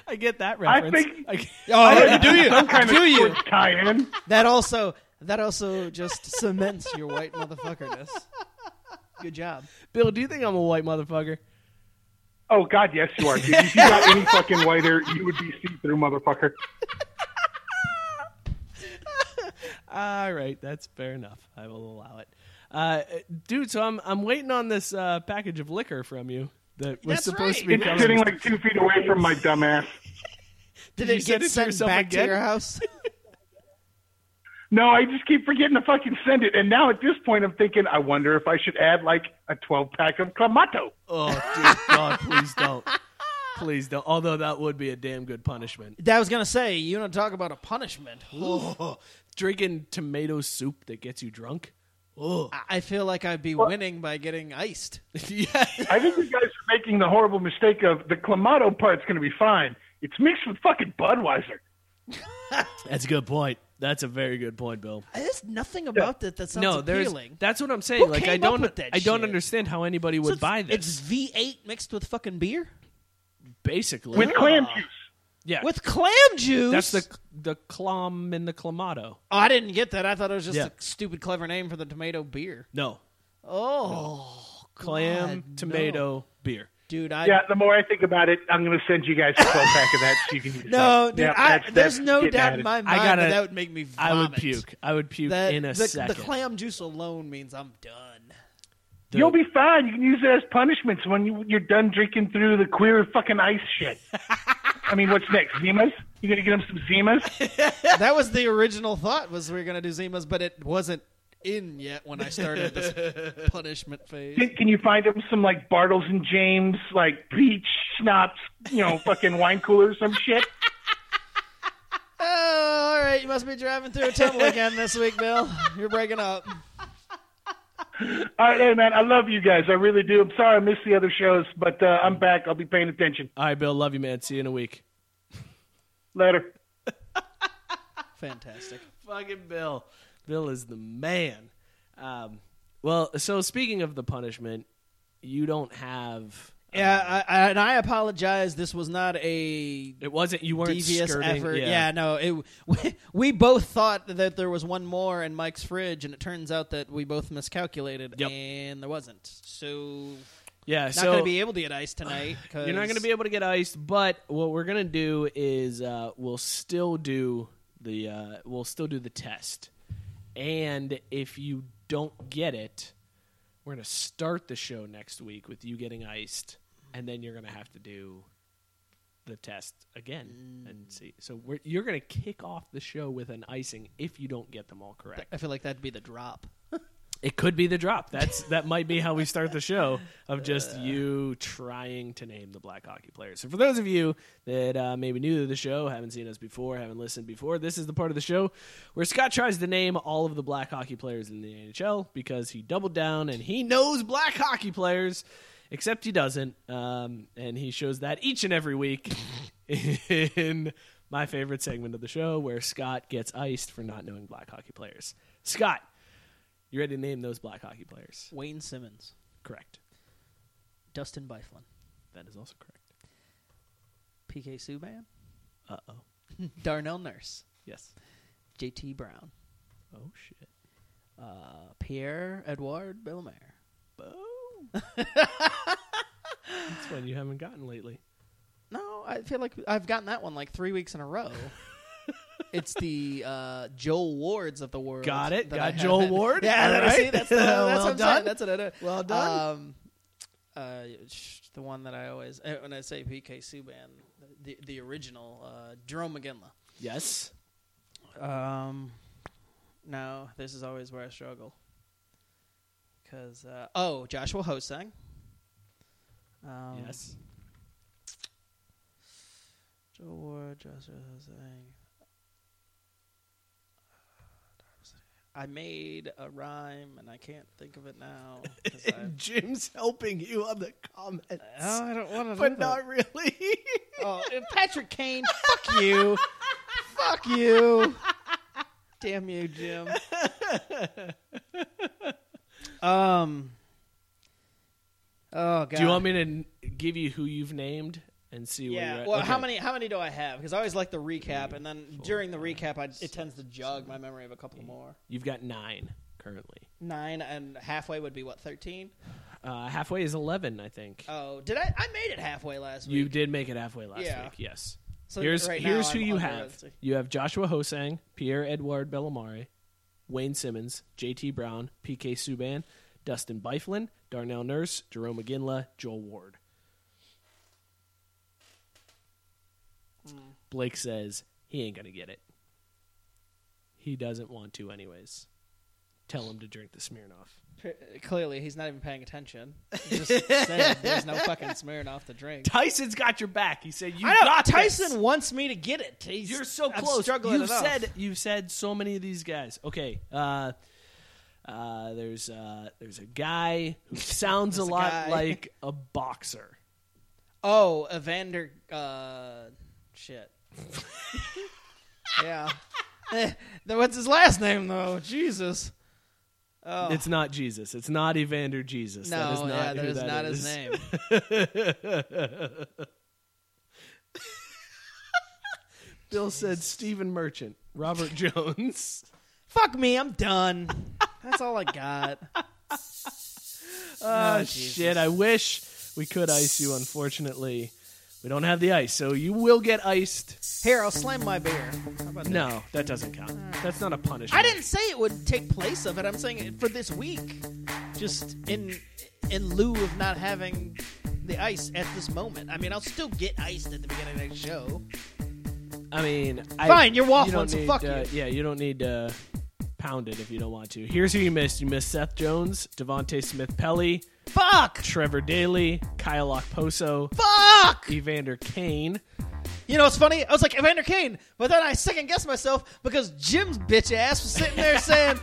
Speaker 2: I get that reference.
Speaker 4: think-
Speaker 2: I-
Speaker 3: Oh, do you?
Speaker 4: Some kind
Speaker 3: Do
Speaker 4: of
Speaker 3: you?
Speaker 4: sports tie-in.
Speaker 3: That also that also just cements your white motherfuckerness. Good job.
Speaker 2: Bill, do you think I'm a white motherfucker?
Speaker 4: Oh God, yes you are. Dude. If you got any fucking whiter, you would be see-through, motherfucker.
Speaker 2: All right, that's fair enough. I will allow it, uh, dude. So I'm I'm waiting on this uh, package of liquor from you that was
Speaker 3: That's
Speaker 2: supposed to be
Speaker 3: right.
Speaker 4: It's
Speaker 2: coming.
Speaker 4: sitting like two feet away from my dumb ass.
Speaker 3: Did,
Speaker 2: you
Speaker 3: it
Speaker 2: send
Speaker 3: get
Speaker 2: it to
Speaker 3: sent
Speaker 2: yourself
Speaker 3: back
Speaker 2: again?
Speaker 3: to
Speaker 2: *laughs*
Speaker 3: your house?
Speaker 4: No, I just keep forgetting to fucking send it. And now at this point, I'm thinking, I wonder if I should add like a 12 pack of clamato.
Speaker 2: oh, dude, God, please don't, please don't. Although that would be a damn good punishment.
Speaker 3: That was gonna say you don't talk about a punishment.
Speaker 2: Oh, *sighs* drinking tomato soup that gets you drunk. Oh,
Speaker 3: I- I feel like I'd be winning by getting
Speaker 2: *laughs*
Speaker 3: iced.
Speaker 2: yeah.
Speaker 4: I think you guys are making the horrible mistake of the clamato part's going to be fine. It's mixed with fucking Budweiser.
Speaker 2: That's a good point. That's a very good point, Bill.
Speaker 3: There's nothing about that that sounds
Speaker 2: no, there's
Speaker 3: appealing.
Speaker 2: that's what I'm saying.
Speaker 3: Who
Speaker 2: like I
Speaker 3: came up
Speaker 2: don't,
Speaker 3: with that
Speaker 2: I don't
Speaker 3: shit?
Speaker 2: understand how anybody
Speaker 3: So
Speaker 2: would
Speaker 3: it's-
Speaker 2: buy this.
Speaker 3: It's V8 mixed with fucking beer
Speaker 2: basically
Speaker 4: With clam juice.
Speaker 2: yeah.
Speaker 3: with clam juice.
Speaker 2: that's the the clam and the clamato.
Speaker 3: Oh, I didn't get that. I thought it was just
Speaker 2: Yeah.
Speaker 3: a stupid, clever name for the tomato beer.
Speaker 2: No,
Speaker 3: Oh,
Speaker 2: clam,
Speaker 3: God,
Speaker 2: tomato, beer.
Speaker 3: dude, I
Speaker 4: Yeah, the more I think about it, I'm going to send you guys a 12 pack of that so you can decide.
Speaker 3: no,
Speaker 4: Yeah,
Speaker 3: dude, I,
Speaker 4: that's-
Speaker 3: there's
Speaker 4: that's
Speaker 3: no
Speaker 4: getting
Speaker 3: doubt
Speaker 4: added.
Speaker 3: in my mind
Speaker 2: I gotta-
Speaker 3: that, that would make me. Vomit.
Speaker 2: I would puke. I would puke
Speaker 3: That-
Speaker 2: in a
Speaker 3: the,
Speaker 2: second.
Speaker 3: The clam juice alone means I'm done.
Speaker 2: *laughs* The-
Speaker 4: You'll be fine. You can use it as punishments when you, you're done drinking through the queer fucking ice shit. I mean, what's next? Zimas? You gonna get him some Zimas?
Speaker 3: that was the original thought was we were gonna do Zimas, but it wasn't in yet when I started *laughs* this punishment phase.
Speaker 4: Can, can you find him some like Bartles and James, like peach schnapps, you know, fucking wine cooler, or some shit?
Speaker 3: Oh, all right, you must be driving through a tunnel again this week, Bill. You're breaking up.
Speaker 4: All right, hey man, I love you guys. I really do. I'm sorry I missed the other shows, but uh, I'm back. I'll be paying attention
Speaker 2: All right, Bill. Love you, man. See you in a week.
Speaker 4: later.
Speaker 3: Fantastic.
Speaker 2: Fucking Bill. Bill is the man. Um, well, so speaking of the punishment, you don't have.
Speaker 3: Yeah, I, I, and I apologize. This was not a
Speaker 2: It wasn't you weren't
Speaker 3: devious
Speaker 2: skirting-
Speaker 3: effort. Yeah, no, it, *laughs* we, we both thought that there was one more in Mike's fridge, and it turns out that we both miscalculated,
Speaker 2: Yep.
Speaker 3: and there wasn't. So
Speaker 2: yeah.
Speaker 3: not
Speaker 2: so
Speaker 3: going to be able to get ice tonight. you
Speaker 2: *sighs* You're not going to be able to get iced, but what we're going to do is uh, we'll still do the uh, we'll still do the test, and if you don't get it, we're going to start the show next week with you getting iced, and then you're going to have to do the test again and see. So we're, you're going to kick off the show with an icing if you don't get them all correct.
Speaker 3: I feel like that'd be the drop.
Speaker 2: It could be the drop. That's that might be how we start the show of just you trying to name the black hockey players. So for those of you that uh, maybe new to the show, haven't seen us before, haven't listened before, this is the part of the show where Scott tries to name all of the black hockey players in the NHL because he doubled down and he knows black hockey players, except he doesn't, um, and he shows that each and every week *laughs* in my favorite segment of the show where Scott gets iced for not knowing black hockey players. Scott, you ready to name those black hockey players?
Speaker 3: Wayne Simmons,
Speaker 2: Correct.
Speaker 3: Dustin Byfuglien,
Speaker 2: That is also correct.
Speaker 3: PK
Speaker 2: *laughs*
Speaker 3: Subban,
Speaker 2: Uh oh.
Speaker 3: Darnell Nurse,
Speaker 2: Yes.
Speaker 3: JT Brown,
Speaker 2: Oh shit.
Speaker 3: uh, Pierre Edouard Bellemare.
Speaker 2: *laughs* That's one you haven't gotten lately.
Speaker 3: No, I feel like I've gotten that one like three weeks in
Speaker 2: *laughs*
Speaker 3: a row. it's the uh, Joel Wards of the world.
Speaker 2: Got it.
Speaker 3: that
Speaker 2: Got
Speaker 3: I
Speaker 2: Joel
Speaker 3: haven't-
Speaker 2: Ward.
Speaker 3: *laughs* Yeah,
Speaker 2: All
Speaker 3: that- see,
Speaker 2: right.
Speaker 3: that's, the, that's
Speaker 2: *laughs* Well
Speaker 3: what I'm
Speaker 2: done.
Speaker 3: saying. That's what I do.
Speaker 2: Well done.
Speaker 3: Um, uh, sh- the one that I always uh, when I say PK Subban, the the original uh, Jerome McGinley.
Speaker 2: Yes.
Speaker 3: Um, no, this is always where I struggle. Cause uh, oh, Joshua Hosang. Um,
Speaker 2: yes. *laughs*
Speaker 3: Joe Ward, Joshua Hosang. *sighs* I made a rhyme and I can't think of it now. 'cause
Speaker 2: *laughs*
Speaker 3: I, *laughs*
Speaker 2: Jim's helping you on the comments,
Speaker 3: oh, I don't want to.
Speaker 2: but not really.
Speaker 3: Oh, and Patrick Kane, fuck you. fuck you. Damn you, Jim. Um. Oh god.
Speaker 2: *laughs* Do you want me to n- give you who you've named and see where you're
Speaker 3: Yeah.
Speaker 2: at?
Speaker 3: Well, how
Speaker 2: Okay.
Speaker 3: many how many do I have? Because I always like the recap, and then during the recap, I, it tends to jog my memory of a couple more.
Speaker 2: You've got nine currently.
Speaker 3: Nine and halfway would be what thirteen.
Speaker 2: Uh, halfway is eleven, I think.
Speaker 3: Oh, did I? I made it halfway last
Speaker 2: you
Speaker 3: week.
Speaker 2: did make it halfway last
Speaker 3: Yeah.
Speaker 2: week. Yes.
Speaker 3: So
Speaker 2: here's
Speaker 3: right now
Speaker 2: here's who
Speaker 3: I'm
Speaker 2: you
Speaker 3: under
Speaker 2: have.
Speaker 3: it.
Speaker 2: You have Joshua Hosang, Pierre Edouard Bellamare, Wayne Simmons, J.T. Brown, P.K. Subban, Dustin Byfuglien, Darnell Nurse, Jerome McGinley, Joel Ward.
Speaker 3: Hmm.
Speaker 2: Blake says he ain't gonna get it. He doesn't want to, anyways. Tell him to drink the Smirnoff. *laughs*
Speaker 3: P- Clearly, he's not even paying attention. He's Just saying, there's no fucking smearing off the drink.
Speaker 2: Tyson's got your back. He said you
Speaker 3: I know
Speaker 2: got this."
Speaker 3: Tyson wants me to get it. He's-
Speaker 2: You're so
Speaker 3: I'm
Speaker 2: close.
Speaker 3: struggling
Speaker 2: you've
Speaker 3: enough.
Speaker 2: said you've said so many of these guys. Okay. Uh, uh, there's uh, there's a guy who
Speaker 3: *laughs*
Speaker 2: sounds a
Speaker 3: There's a
Speaker 2: lot
Speaker 3: guy.
Speaker 2: like a boxer.
Speaker 3: Oh, Evander. Uh, shit. yeah. *laughs* Eh, then what's his last name though? Jesus. Oh
Speaker 2: It's not Jesus. It's not Evander Jesus.
Speaker 3: no,
Speaker 2: that is not
Speaker 3: yeah,
Speaker 2: who
Speaker 3: that is
Speaker 2: that
Speaker 3: not
Speaker 2: is.
Speaker 3: his
Speaker 2: *laughs*
Speaker 3: name.
Speaker 2: Bill said Stephen Merchant,
Speaker 3: *laughs*
Speaker 2: Robert Jones.
Speaker 3: Fuck me, I'm done. That's all I got.
Speaker 2: oh shit! I wish we could ice you. Unfortunately, we don't have the ice, so you will get iced.
Speaker 3: Here, I'll slam my beer.
Speaker 2: No, that doesn't count. That's not a punishment.
Speaker 3: I didn't say it would take place of it. I'm saying it for this week, just in in lieu of not having the ice at this moment. I mean, I'll still get iced at the beginning of the next show.
Speaker 2: I mean, I-
Speaker 3: Fine, you're waffling,
Speaker 2: you don't
Speaker 3: so
Speaker 2: need,
Speaker 3: fuck
Speaker 2: uh, Yeah, you don't need to pound it if you don't want to. Here's who you missed: you missed Seth Jones, Devonte Smith, Pelly,
Speaker 3: Fuck,
Speaker 2: Trevor Daly, Kyle Okposo,
Speaker 3: fuck.
Speaker 2: Evander Kane.
Speaker 3: You know what's funny? I was like Evander Kane, but then I second guessed myself because Jim's bitch ass was sitting there saying,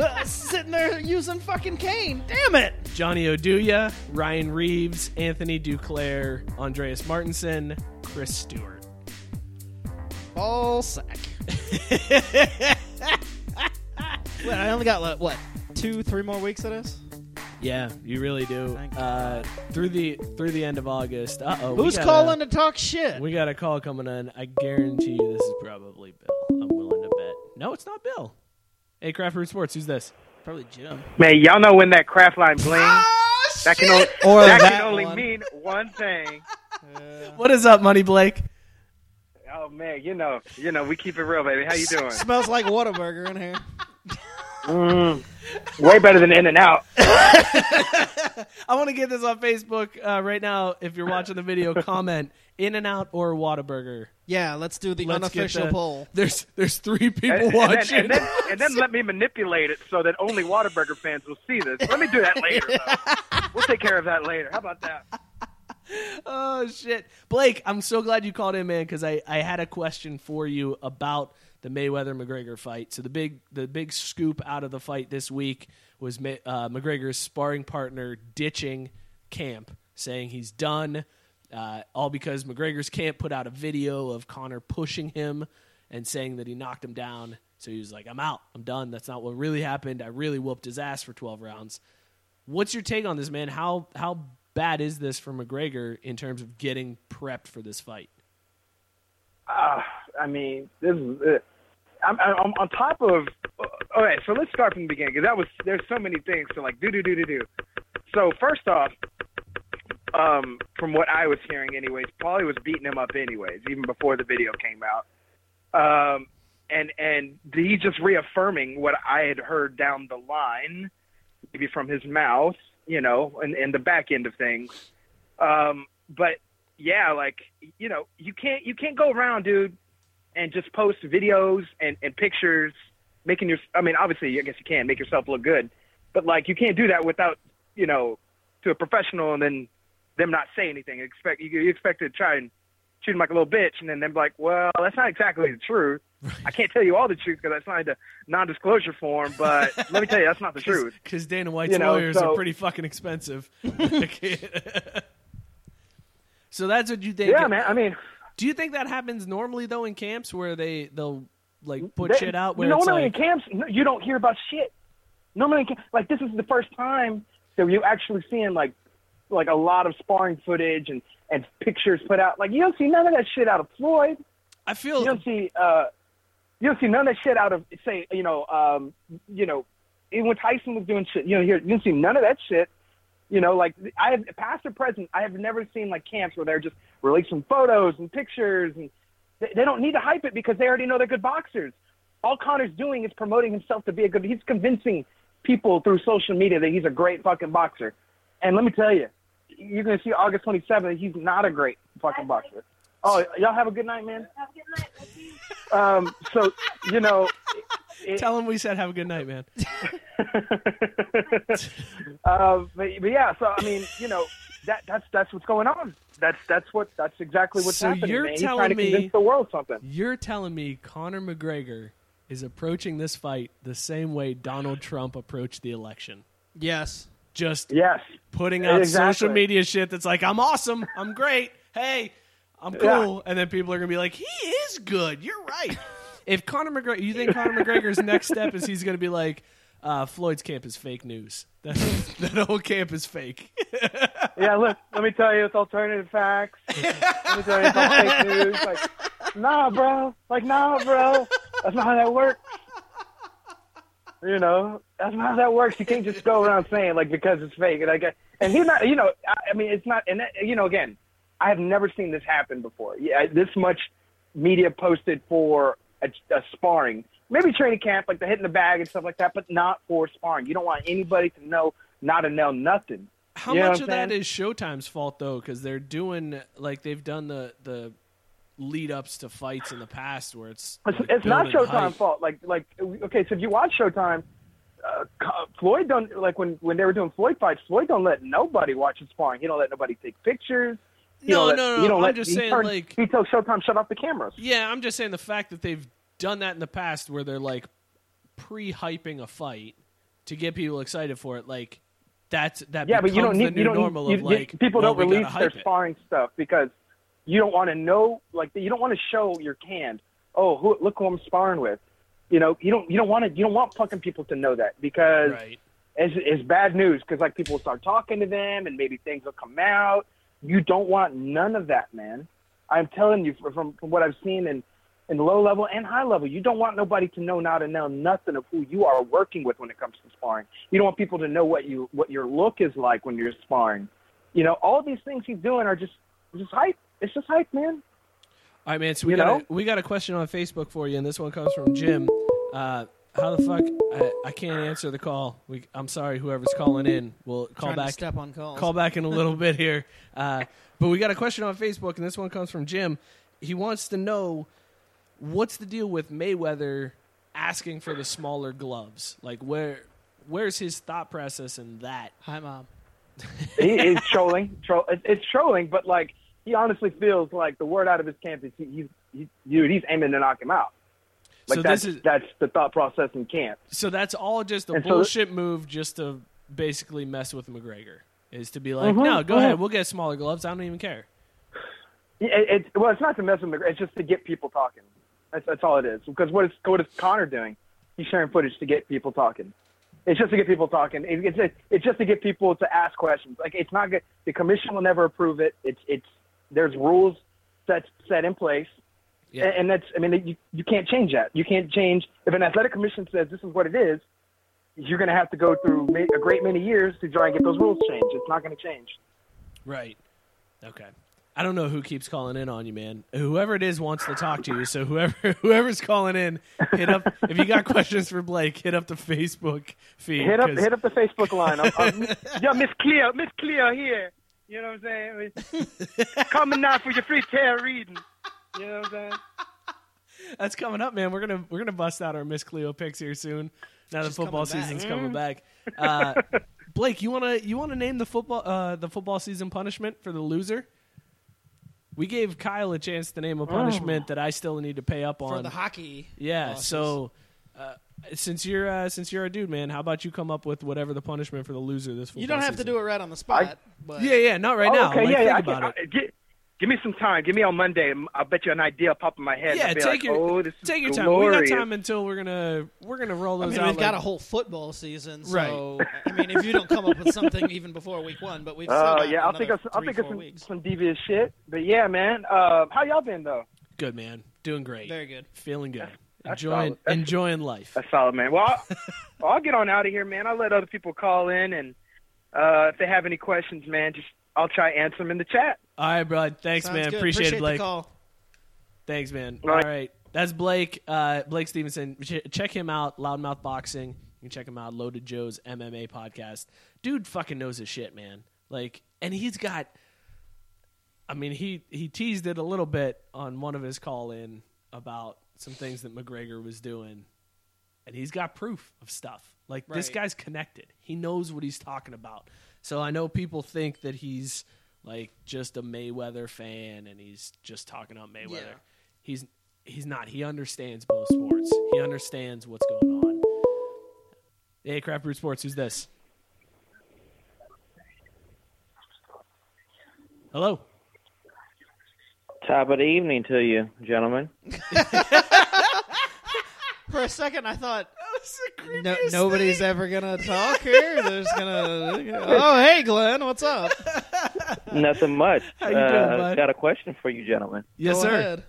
Speaker 3: uh, sitting there using fucking Kane. Damn it.
Speaker 2: Johnny Oduya, Ryan Reeves, Anthony Duclair, Andreas Martinson, Chris Stewart.
Speaker 3: Ball sack. Wait, I only got like, what two, three more weeks of this.
Speaker 2: Yeah, you really do.
Speaker 3: Thank
Speaker 2: Uh, through the through the end of August. Uh oh.
Speaker 3: Who's calling to talk shit?
Speaker 2: We got a call coming in. I guarantee you this is probably Bill. I'm willing to bet. No, it's not Bill. Hey, Craft Root Sports, who's this?
Speaker 3: Probably Jim.
Speaker 4: Man, y'all know when that craft line bling. that can only,
Speaker 3: Or
Speaker 4: that
Speaker 3: Oh, that
Speaker 4: can
Speaker 2: *laughs*
Speaker 4: only
Speaker 3: one.
Speaker 4: mean one thing.
Speaker 2: What is up, Money Blake?
Speaker 4: Oh man, you know, you know, we keep it real, baby. How you doing?
Speaker 3: Smells like Whataburger in here.
Speaker 4: Way better than In and Out.
Speaker 2: I want to get this on Facebook uh, right now. If you're watching the video,
Speaker 4: *laughs*
Speaker 2: comment In and Out or Whataburger.
Speaker 3: Yeah, let's do the
Speaker 2: Let's get
Speaker 3: unofficial
Speaker 2: the-
Speaker 3: poll.
Speaker 2: There's there's three people
Speaker 4: And, and then,
Speaker 2: watching.
Speaker 4: and, then, and then let me manipulate it so that only Whataburger fans will see this. Let me do that later. Though. We'll take care of that later. How about that?
Speaker 2: oh shit, Blake! I'm so glad you called in, man, because I I had a question for you about the Mayweather McGregor fight. So the big the big scoop out of the fight this week was Ma- uh, McGregor's sparring partner ditching camp, saying he's done. Uh, all because McGregor's camp put out a video of Connor pushing him and saying that he knocked him down. So he was like, I'm out. I'm done. That's not what really happened. I really whooped his ass for 12 rounds. What's your take on this, man? How, how bad is this for McGregor in terms of getting prepped for this fight?
Speaker 4: I mean, this is. Uh, I'm, I'm on top of. uh, All right, so let's start from the beginning because that was there's so many things to like do do do do do. So first off, um, from what I was hearing, anyways, Paulie was beating him up anyways, even before the video came out. Um, and and he just reaffirming what I had heard down the line, maybe from his mouth, you know, and and the back end of things. Um, but yeah, like you know, you can't you can't go around, dude, and just post videos and, and pictures, making your. I mean, obviously, I guess you can make yourself look good, but like you can't do that without you know to a professional and then them not say anything. Expect you, you expect to try and treat them like a little bitch, and then them be like, well, that's not exactly the truth. I can't tell you all the truth because I signed a non-disclosure form, but let me tell you, that's not the truth.
Speaker 2: Because Dana White's
Speaker 4: You know,
Speaker 2: lawyers are
Speaker 4: so-
Speaker 2: pretty fucking expensive. *laughs* so that's what you think.
Speaker 4: Yeah, man. I mean,
Speaker 2: Do you think that happens normally though in camps where they they'll like put
Speaker 4: They-
Speaker 2: shit out where it's
Speaker 4: normally
Speaker 2: like,
Speaker 4: in camps n- you don't hear about shit normally in camp, like this is the first time that you actually seeing like like a lot of sparring footage and and pictures put out like you don't see none of that shit out of floyd
Speaker 2: I feel
Speaker 4: you don't see uh you don't see none of that shit out of say you know um you know even when tyson was doing shit you know here you don't see none of that shit you know like i have past or present i have never seen like camps where they're just releasing photos and pictures and they, they don't need to hype it because they already know they're good boxers all connor's doing is promoting himself to be a good he's convincing people through social media that he's a great fucking boxer and let me tell you you're going to see august 27th that he's not a great fucking boxer oh y'all have a good night man um, so you know,
Speaker 2: tell them we said have a good night, man. *laughs*
Speaker 4: uh, but, but yeah. So I mean, you know, that that's that's what's going on. That's that's what that's exactly what's
Speaker 2: So
Speaker 4: happening.
Speaker 2: you're
Speaker 4: man. He's
Speaker 2: telling
Speaker 4: trying to
Speaker 2: me-
Speaker 4: convince the world something.
Speaker 2: You're telling me Conor McGregor is approaching this fight the same way Donald Trump approached the election.
Speaker 3: Yes.
Speaker 2: Just
Speaker 4: Yes.
Speaker 2: putting out
Speaker 4: Exactly.
Speaker 2: social media shit that's like, I'm awesome, I'm great, hey, I'm cool, and then people are gonna be like, he is good. You're right. if Conor McGregor, you think Conor McGregor's next step is he's gonna be like, uh, Floyd's camp is fake news. *laughs* That that whole camp is fake. *laughs*
Speaker 4: Yeah. Look, let me tell you, it's alternative facts. let me tell you, it's all fake news. Like, nah, bro. Like, nah, bro. That's not how that works. You know, that's not how that works. You can't just go around saying like because it's fake. And I get, and he's not. You know, I, I mean, it's not. And that, you know, again, I have never seen this happen before. Yeah, this much media posted for a, a sparring, maybe training camp, like the hit in the bag and stuff like that, but not for sparring. You don't want anybody to know not to know nothing.
Speaker 2: How
Speaker 4: You know
Speaker 2: much of
Speaker 4: what
Speaker 2: that
Speaker 4: I'm saying?
Speaker 2: is Showtime's fault though? Because they're doing like they've done the the lead ups to fights in the past where it's
Speaker 4: It's,
Speaker 2: like,
Speaker 4: it's not
Speaker 2: building
Speaker 4: Showtime's
Speaker 2: hype.
Speaker 4: fault. Like, like okay, so if you watch Showtime, uh, Co- Floyd don't like when when they were doing Floyd fights. Floyd don't let nobody watch his sparring. He don't let nobody take pictures. He
Speaker 2: No,
Speaker 4: don't let,
Speaker 2: no, no,
Speaker 4: He don't
Speaker 2: I'm
Speaker 4: let,
Speaker 2: just
Speaker 4: he
Speaker 2: saying,
Speaker 4: turns-
Speaker 2: like-
Speaker 4: he tells Showtime shut off the cameras.
Speaker 2: Yeah, I'm just saying the fact that they've done that in the past where they're like pre-hyping a fight to get people excited for it, like that's that
Speaker 4: Yeah, but
Speaker 2: becomes
Speaker 4: you don't
Speaker 2: the
Speaker 4: need
Speaker 2: new
Speaker 4: you don't
Speaker 2: normal
Speaker 4: need,
Speaker 2: of
Speaker 4: you- you-
Speaker 2: like
Speaker 4: people
Speaker 2: well,
Speaker 4: don't
Speaker 2: we gotta
Speaker 4: release their
Speaker 2: hype it.
Speaker 4: sparring stuff because you don't want to know like you don't want to show your hand. Oh, who, look who I'm sparring with. You know, you don't you don't want to you don't want fucking people to know that because
Speaker 2: Right.
Speaker 4: it's, it's bad news because like people will start talking to them and maybe things will come out. You don't want none of that, man. I'm telling you from from what I've seen in in low level and high level, you don't want nobody to know now to know nothing of who you are working with when it comes to sparring. You don't want people to know what you what your look is like when you're sparring. You know, all these things he's doing are just just hype. It's just hype, man.
Speaker 2: All right, man. So we
Speaker 4: You
Speaker 2: got
Speaker 4: know?
Speaker 2: a, we got a question on Facebook for you, and this one comes from Jim. Uh, how the fuck I, I can't answer the call. We, I'm sorry, whoever's calling in. We'll call
Speaker 3: Trying to
Speaker 2: back.
Speaker 3: step on calls.
Speaker 2: Call back in a little bit here. Uh, but we got a question on Facebook, and this one comes from Jim. He wants to know what's the deal with Mayweather asking for the smaller gloves. Like where where's his thought process in that?
Speaker 3: Hi, mom.
Speaker 4: he is trolling. Troll. It's, it's trolling, but like he honestly feels like the word out of his camp is he, he's he, dude. He's aiming to knock him out. Like
Speaker 2: So
Speaker 4: that's
Speaker 2: this is-
Speaker 4: that's the thought process in camp.
Speaker 2: So that's all just a
Speaker 4: And so-
Speaker 2: bullshit move just to
Speaker 4: Mm-hmm,
Speaker 2: basically mess with McGregor. Is to be like, no, go ahead, we'll get smaller gloves. I don't even care.
Speaker 4: It, it, well, it's not to mess with McGregor. It's just to get people talking. That's, that's all it is. Because what is what is Connor doing? He's sharing footage to get people talking. It's just to get people talking. It, it's it's just to get people to ask questions. Like it's not good. The commission will never approve it. It's it's there's rules set set in place,
Speaker 2: Yeah.
Speaker 4: and, and that's I mean you you can't change that. You can't change if an athletic commission says this is what it is. You're going to have to go through ma- a great many years to try and get those rules changed. It's not going to change.
Speaker 2: Right. Okay. I don't know who keeps calling in on you, man. Whoever it is wants to talk to you. So whoever *laughs* whoever's calling in, hit up if you got questions for Blake, hit up the Facebook feed.
Speaker 4: Hit up,
Speaker 2: 'cause-
Speaker 4: hit up the Facebook line. I'm,
Speaker 2: *laughs*
Speaker 4: I'm, yeah, Miss Cleo, Miss Cleo here. You know what I'm saying?
Speaker 2: *laughs*
Speaker 4: Coming now for your free tarot reading. You know what I'm saying?
Speaker 2: That's coming up, man. We're gonna we're gonna bust out our Miss Cleo picks here soon. Now the football
Speaker 3: coming back. Mm.
Speaker 2: season's coming back. Uh,
Speaker 3: *laughs*
Speaker 2: Blake, you wanna you wanna name the football uh, the football season punishment for the loser? We gave Kyle a chance to name a punishment that I still need to pay up on.
Speaker 3: Oh. for the hockey.
Speaker 2: Yeah.
Speaker 3: losses.
Speaker 2: So uh, since you're uh, since you're a dude, man, how about you come up with whatever the punishment for the loser this?
Speaker 3: you don't have to do it right on the spot. but
Speaker 2: Yeah, yeah, not right
Speaker 4: Oh,
Speaker 2: now.
Speaker 4: okay,
Speaker 2: like,
Speaker 4: yeah,
Speaker 2: think
Speaker 4: yeah. I
Speaker 2: about
Speaker 4: can,
Speaker 2: it.
Speaker 4: I, gi- give me some time. Give me on Monday. M- I'll bet you an idea will pop in my head.
Speaker 2: yeah,
Speaker 4: I'll be
Speaker 2: take
Speaker 4: like,
Speaker 2: your
Speaker 4: oh, this is
Speaker 2: take your time. We
Speaker 4: glorious.
Speaker 2: got time until we're gonna we're gonna roll
Speaker 3: I
Speaker 2: those
Speaker 3: mean,
Speaker 2: out.
Speaker 3: we've got a
Speaker 2: like-
Speaker 3: whole football season, so I mean, if you don't come up with something even before week one, but we've still
Speaker 4: Uh,
Speaker 3: got
Speaker 4: yeah, I'll think
Speaker 3: another
Speaker 4: of some, I'll
Speaker 3: three,
Speaker 4: think of
Speaker 3: four
Speaker 4: some,
Speaker 3: weeks.
Speaker 4: some devious shit. But yeah, man. Uh, how y'all been though?
Speaker 2: good man, doing great,
Speaker 3: Very good.
Speaker 2: feeling good,
Speaker 4: that's
Speaker 2: enjoying
Speaker 4: solid. That's-
Speaker 2: enjoying life.
Speaker 4: That's solid, man. *laughs* Well, I'll, well, I'll get on out of here, man. I'll let other people call in, and uh, if they have any questions, man, just I'll try to answer them in the chat.
Speaker 2: All right, bro. Thanks,
Speaker 3: Sounds
Speaker 2: man.
Speaker 3: good.
Speaker 2: Appreciate, it,
Speaker 3: the
Speaker 2: Blake.
Speaker 3: call.
Speaker 2: Thanks, man. All
Speaker 4: All right.
Speaker 2: right. That's Blake. Uh, Blake Stevenson. Ch- check him out. Loudmouth Boxing. You can check him out. Loaded Joe's MMA podcast. Dude fucking knows his shit, man. Like, and he's got. I mean, he he teased it a little bit on one of his call in about some things that McGregor was doing, and he's got proof of stuff. Like this
Speaker 3: Right.
Speaker 2: guy's connected. He knows what he's talking about. So I know people think that he's like just a Mayweather fan and he's just talking about Mayweather.
Speaker 3: Yeah.
Speaker 2: He's he's not. He understands both sports. He understands what's going on. Hey, Crap Root Sports, who's this? Hello.
Speaker 5: Top of the evening to you,
Speaker 4: *laughs*
Speaker 5: gentlemen.
Speaker 3: For a second, I thought no, nobody's ever
Speaker 4: *laughs*
Speaker 3: gonna talk here. There's gonna oh hey Glenn, what's up?
Speaker 5: Nothing much.
Speaker 2: How you doing,
Speaker 5: uh,
Speaker 2: bud?
Speaker 5: Got a question for you, gentlemen.
Speaker 2: Yes,
Speaker 3: Go
Speaker 2: sir.
Speaker 3: ahead.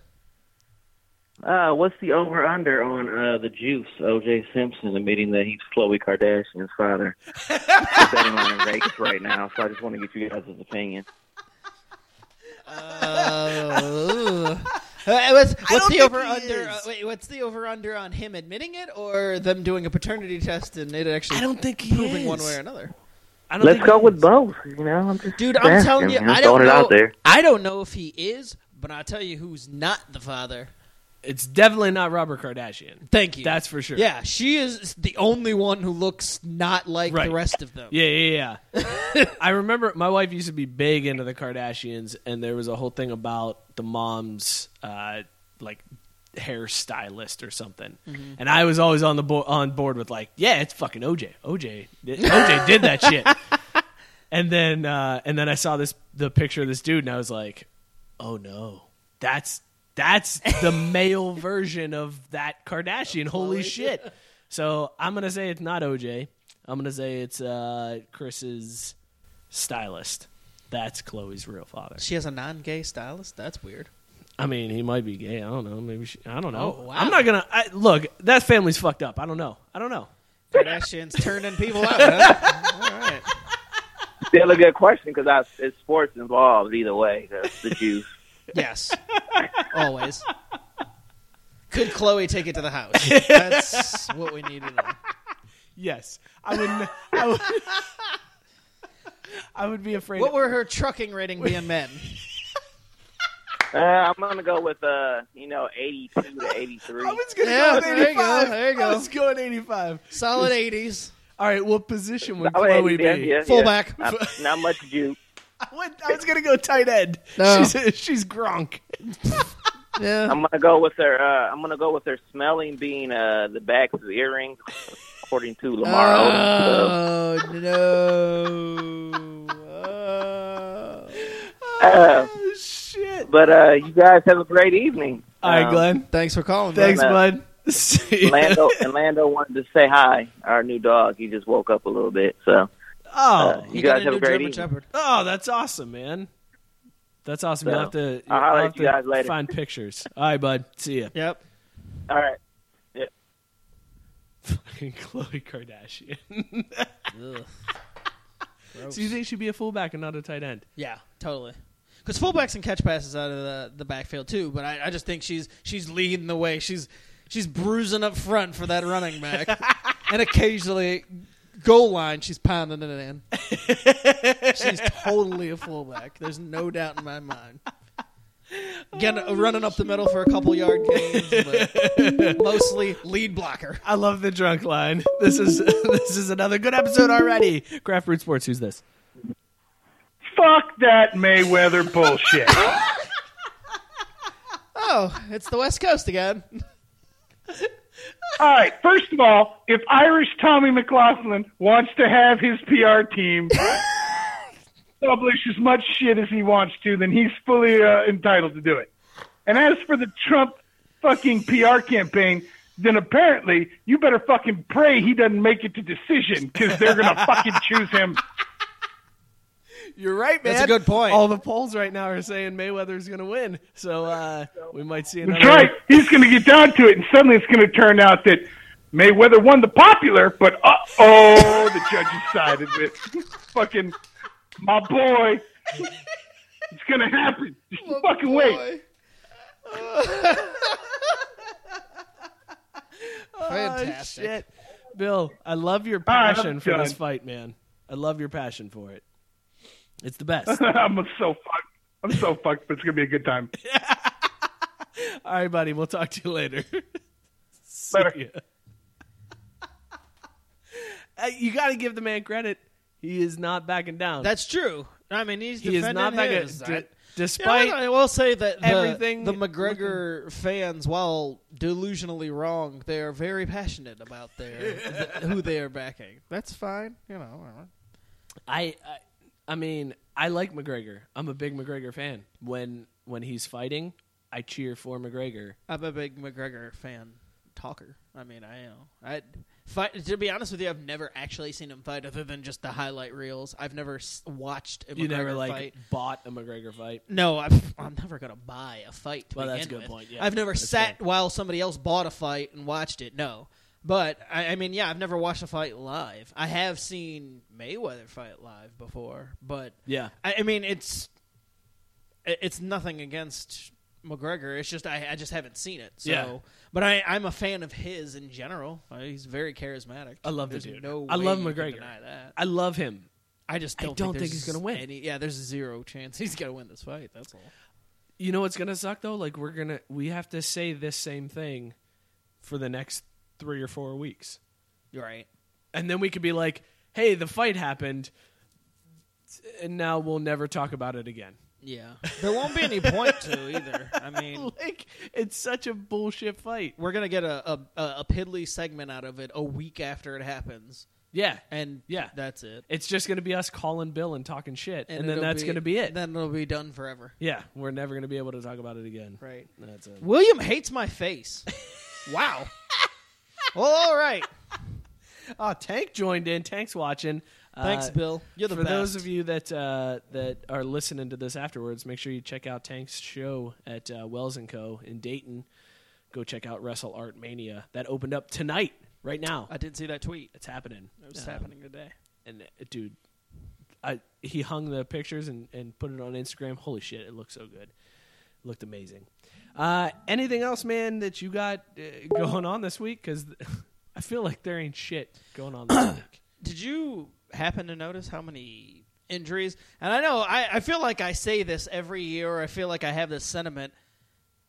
Speaker 5: Uh, what's the over under on uh, the Juice O.J. Simpson admitting that he's Khloe Kardashian's
Speaker 4: *laughs*
Speaker 5: father? It's betting on in Vegas right now, so I just want to get you guys' opinion.
Speaker 3: *laughs* Uh, what's what's
Speaker 2: don't
Speaker 3: the
Speaker 2: think
Speaker 3: over
Speaker 2: he
Speaker 3: under? Uh,
Speaker 2: is.
Speaker 3: wait, what's the over under on him admitting it or them doing a paternity test and it actually
Speaker 2: I don't think he
Speaker 3: proving one
Speaker 2: is.
Speaker 3: way or another?
Speaker 2: I don't
Speaker 5: Let's
Speaker 2: think-
Speaker 5: go with both. You know, I'm just
Speaker 3: Dude, I'm telling you,
Speaker 5: asking, man.
Speaker 3: I don't
Speaker 5: throwing
Speaker 3: know.
Speaker 5: it out
Speaker 3: *laughs*
Speaker 5: there.
Speaker 3: I don't know if he is, but I will tell you who's not the father.
Speaker 2: It's definitely not Robert Kardashian.
Speaker 3: Thank you.
Speaker 2: That's for sure.
Speaker 3: Yeah, she is the only one who looks not like
Speaker 2: Right.
Speaker 3: the rest of them.
Speaker 2: Yeah, yeah, yeah. I remember my wife used to be big into the Kardashians, and there was a whole thing about the mom's uh, like hairstylist or something. And I was always on the bo- on board with like, yeah, it's fucking OJ. OJ, did- OJ did that shit. And then uh, and then I saw this the picture of this dude, and I was like, oh no, that's that's *laughs* the male version of that Kardashian. Holy shit! So I'm gonna say it's not OJ. I'm gonna say it's uh, Chris's stylist. That's Chloe's real father.
Speaker 3: She has a non-gay stylist. That's weird.
Speaker 2: I mean, he might be gay. I don't know. Maybe she, I don't know.
Speaker 3: Oh, wow.
Speaker 2: I'm not gonna I, look. That family's fucked up. I don't know. I don't know.
Speaker 3: Kardashians turning people out. Huh? All right.
Speaker 5: Still a good question because it's sports involved either way. That's the Juice.
Speaker 3: Yes. Always. Could Chloe take it to the house? *laughs* That's what we need to know.
Speaker 2: Yes, I would. n- *laughs* I would, I would be afraid.
Speaker 3: What were her trucking rating being men?
Speaker 5: uh, I'm gonna go with uh, you know, 82 to 83.
Speaker 2: I was gonna
Speaker 3: Yeah,
Speaker 2: go with
Speaker 3: *laughs* there you go,
Speaker 2: 85.
Speaker 3: there
Speaker 2: I
Speaker 3: you go.
Speaker 2: was going 85.
Speaker 3: Solid 80s.
Speaker 2: All right, what position would
Speaker 5: I would-
Speaker 2: Chloe
Speaker 5: yeah,
Speaker 2: be?
Speaker 5: yeah, yeah.
Speaker 3: Fullback.
Speaker 5: Not, not much Juice.
Speaker 2: *laughs* I, went, I was gonna go tight end.
Speaker 3: No.
Speaker 2: She's, *laughs* she's Gronk.
Speaker 3: Yeah.
Speaker 5: I'm gonna go with her. Uh, I'm gonna go with her smelling being uh, the backs of the earrings, according to Lamar
Speaker 3: Uh.
Speaker 5: Odom.
Speaker 3: Oh, no. Oh. Uh,
Speaker 5: So, uh,
Speaker 2: Oh, Shit.
Speaker 6: But uh, you guys have a great evening.
Speaker 2: All right,
Speaker 6: Um,
Speaker 2: Glenn.
Speaker 3: Thanks for calling.
Speaker 2: Thanks,
Speaker 6: man.
Speaker 2: bud. *laughs* See ya.
Speaker 3: *laughs*
Speaker 6: Lando uh, and Lando wanted to say hi. Our new dog. He just woke up a little bit. So
Speaker 5: uh,
Speaker 2: Oh,
Speaker 6: you guys have a great
Speaker 3: German
Speaker 6: evening.
Speaker 3: Shepherd.
Speaker 2: oh, that's awesome, man. That's awesome.
Speaker 6: So,
Speaker 2: you'll have to,
Speaker 6: I'll
Speaker 2: you'll
Speaker 6: holler
Speaker 2: have
Speaker 6: at you
Speaker 2: to
Speaker 6: guys later.
Speaker 2: find
Speaker 6: *laughs*
Speaker 2: pictures. All right, bud. See ya. *laughs*
Speaker 3: Yep.
Speaker 6: All right.
Speaker 2: Fucking Khloe Kardashian. *laughs* so you think she'd be a fullback and not a tight end?
Speaker 3: Yeah, totally. Because fullbacks can catch passes out of the, the backfield too, but I, I just think she's she's leading the way. She's she's bruising up front for that running *laughs* back, and occasionally goal line she's pounding it *laughs* in. she's totally a fullback. There's no doubt in my mind. Again, running up the middle for a couple yard gains, *laughs* but mostly lead blocker.
Speaker 2: I love the drunk line. This is *laughs* this is another good episode already. Craft Root Sports. Who's this?
Speaker 4: Fuck that Mayweather bullshit.
Speaker 3: Oh, it's the West Coast again.
Speaker 4: All right. First of all, if Irish Tommy McLaughlin wants to have his PR team publish as much shit as he wants to, then he's fully uh, entitled to do it. And as for the Trump fucking PR campaign, then apparently you better fucking pray he doesn't make it to decision because they're gonna fucking choose him.
Speaker 2: You're right, man.
Speaker 3: That's a good point.
Speaker 2: All the polls right now are saying Mayweather's going to win, so uh, we might see another.
Speaker 4: That's right. He's gonna get down to it, and suddenly it's gonna turn out that Mayweather won the popular, but uh oh, the judges sided with fucking my boy. *laughs* It's gonna happen. Just
Speaker 3: Oh,
Speaker 4: fucking wait.
Speaker 3: Fantastic.
Speaker 2: Oh, Shit. Bill, I love your
Speaker 4: right, I'm
Speaker 2: passion for this
Speaker 4: done.
Speaker 2: fight, man. I love your passion for it. It's the
Speaker 4: *laughs*
Speaker 2: best.
Speaker 4: I'm so fucked. I'm so fucked, but it's gonna be a good time.
Speaker 2: All right, buddy. We'll talk to you later. *laughs* See
Speaker 4: Later.
Speaker 2: ya. *laughs* Uh, you got to give the man credit. He is not backing down.
Speaker 3: That's true. I mean, he's
Speaker 2: he is not
Speaker 3: defending
Speaker 2: backing
Speaker 3: his.
Speaker 2: d-
Speaker 3: I-
Speaker 2: despite
Speaker 3: Yeah, I will say that the,
Speaker 2: everything-
Speaker 3: the McGregor fans, while delusionally wrong, they are very passionate about their *laughs* th- who they are backing. That's fine, you know. whatever.
Speaker 2: I, I I mean, I like McGregor. I'm a big McGregor fan. When when he's fighting, I cheer for McGregor.
Speaker 3: I'm a big McGregor fan talker. I mean, I am. I fight, to be honest with you, I've never actually seen him fight other than just the highlight reels. I've never s- watched a McGregor
Speaker 2: You never like
Speaker 3: fight.
Speaker 2: bought a McGregor fight.
Speaker 3: No, I've, I'm never going to buy a fight. To
Speaker 2: Well, that's
Speaker 3: begin
Speaker 2: a good
Speaker 3: with.
Speaker 2: point, yeah.
Speaker 3: I've never
Speaker 2: That's
Speaker 3: sat while somebody else bought a fight and watched it. No, but I, I mean, yeah, I've never watched a fight live. I have seen Mayweather fight live before, but
Speaker 2: Yeah.
Speaker 3: I, I mean, it's it- it's nothing against McGregor. It's just I, I just haven't seen it. So,
Speaker 2: Yeah.
Speaker 3: but I, I'm a fan of his in general. Uh, He's very charismatic.
Speaker 2: I love the
Speaker 3: There's
Speaker 2: dude.
Speaker 3: No
Speaker 2: I
Speaker 3: way
Speaker 2: love
Speaker 3: you can
Speaker 2: McGregor.
Speaker 3: Deny that.
Speaker 2: I love him.
Speaker 3: I just
Speaker 2: I
Speaker 3: don't,
Speaker 2: don't think
Speaker 3: there's
Speaker 2: he's gonna win.
Speaker 3: Any, yeah, there's
Speaker 2: *laughs*
Speaker 3: zero chance he's gonna win this fight. That's all.
Speaker 2: You know what's gonna suck though? Like we're gonna we have to say this same thing for the next three or four weeks.
Speaker 3: You're right.
Speaker 2: And then we could be like, hey, the fight happened and now we'll never talk about it again. *laughs*
Speaker 3: Yeah. *laughs* There won't be any point to either. I
Speaker 2: *laughs*
Speaker 3: mean,
Speaker 2: Like it's such a bullshit fight.
Speaker 3: we're going to get a, a, a piddly segment out of it a week after it happens.
Speaker 2: Yeah.
Speaker 3: And
Speaker 2: Yeah.
Speaker 3: that's it.
Speaker 2: It's just gonna be us calling Bill and talking shit. And, then
Speaker 3: it'll
Speaker 2: that's gonna be it.
Speaker 3: Then it'll be
Speaker 2: *laughs*
Speaker 3: done forever.
Speaker 2: Yeah, we're never going to be able to talk about it again.
Speaker 3: Right.
Speaker 2: That's *laughs* it.
Speaker 3: William hates my face.
Speaker 2: *laughs*
Speaker 3: wow. Well, all right.
Speaker 2: Oh, Tank joined in. Tank's watching.
Speaker 3: Thanks,
Speaker 2: Uh,
Speaker 3: Bill. You're the
Speaker 2: for
Speaker 3: best.
Speaker 2: those of you that uh, that are listening to this afterwards, make sure you check out Tank's show at uh, Wells and Co. in Dayton. Go check out Wrestle Art Mania that opened up tonight, right now.
Speaker 3: I did see that tweet.
Speaker 2: It's happening.
Speaker 3: It's
Speaker 2: Um,
Speaker 3: happening today.
Speaker 2: And uh, dude, I he hung the pictures and, and put it on Instagram. Holy shit, it looked so good. Looked amazing. Uh, anything else, man, that you got uh, going on this week? Because *laughs* I feel like there ain't shit going on this week.
Speaker 3: Did you happen to notice how many injuries? And I know I, I feel like I say this every year. I feel like I have this sentiment.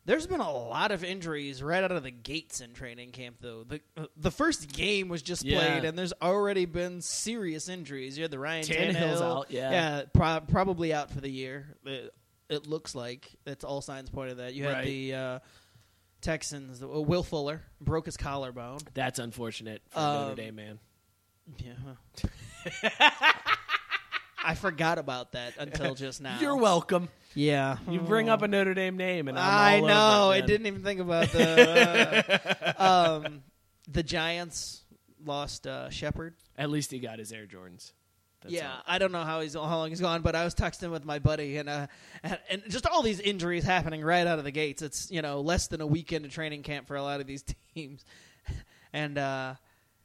Speaker 3: There's been a lot of injuries right out of the gates in training camp, though. The the first game was just
Speaker 2: Yeah.
Speaker 3: played, and there's already been serious injuries. You had the Ryan
Speaker 2: Tannehill's
Speaker 3: Tannehill,
Speaker 2: out, yeah.
Speaker 3: yeah, pro- probably out for the year. It, it looks like that's all signs point to that. You had
Speaker 2: Right.
Speaker 3: the uh, Texans, uh, Will Fuller broke his collarbone.
Speaker 2: *clears throat* That's Um, unfortunate for Notre Dame, man.
Speaker 3: Yeah. *laughs* I forgot about that until just now.
Speaker 2: You're welcome.
Speaker 3: Yeah.
Speaker 2: You bring up a Notre Dame name, and I'm
Speaker 3: Oh. I
Speaker 2: all
Speaker 3: know.
Speaker 2: Over
Speaker 3: I
Speaker 2: it, man.
Speaker 3: didn't even think about the *laughs* uh, um, the Giants lost uh, Shepard.
Speaker 2: At least he got his Air Jordans. That's
Speaker 3: yeah,
Speaker 2: all.
Speaker 3: I don't know how he's how long he's gone, but I was texting with my buddy, and uh, and and just all these injuries happening right out of the gates. It's you know less than a weekend of training camp for a lot of these *laughs* teams, and uh,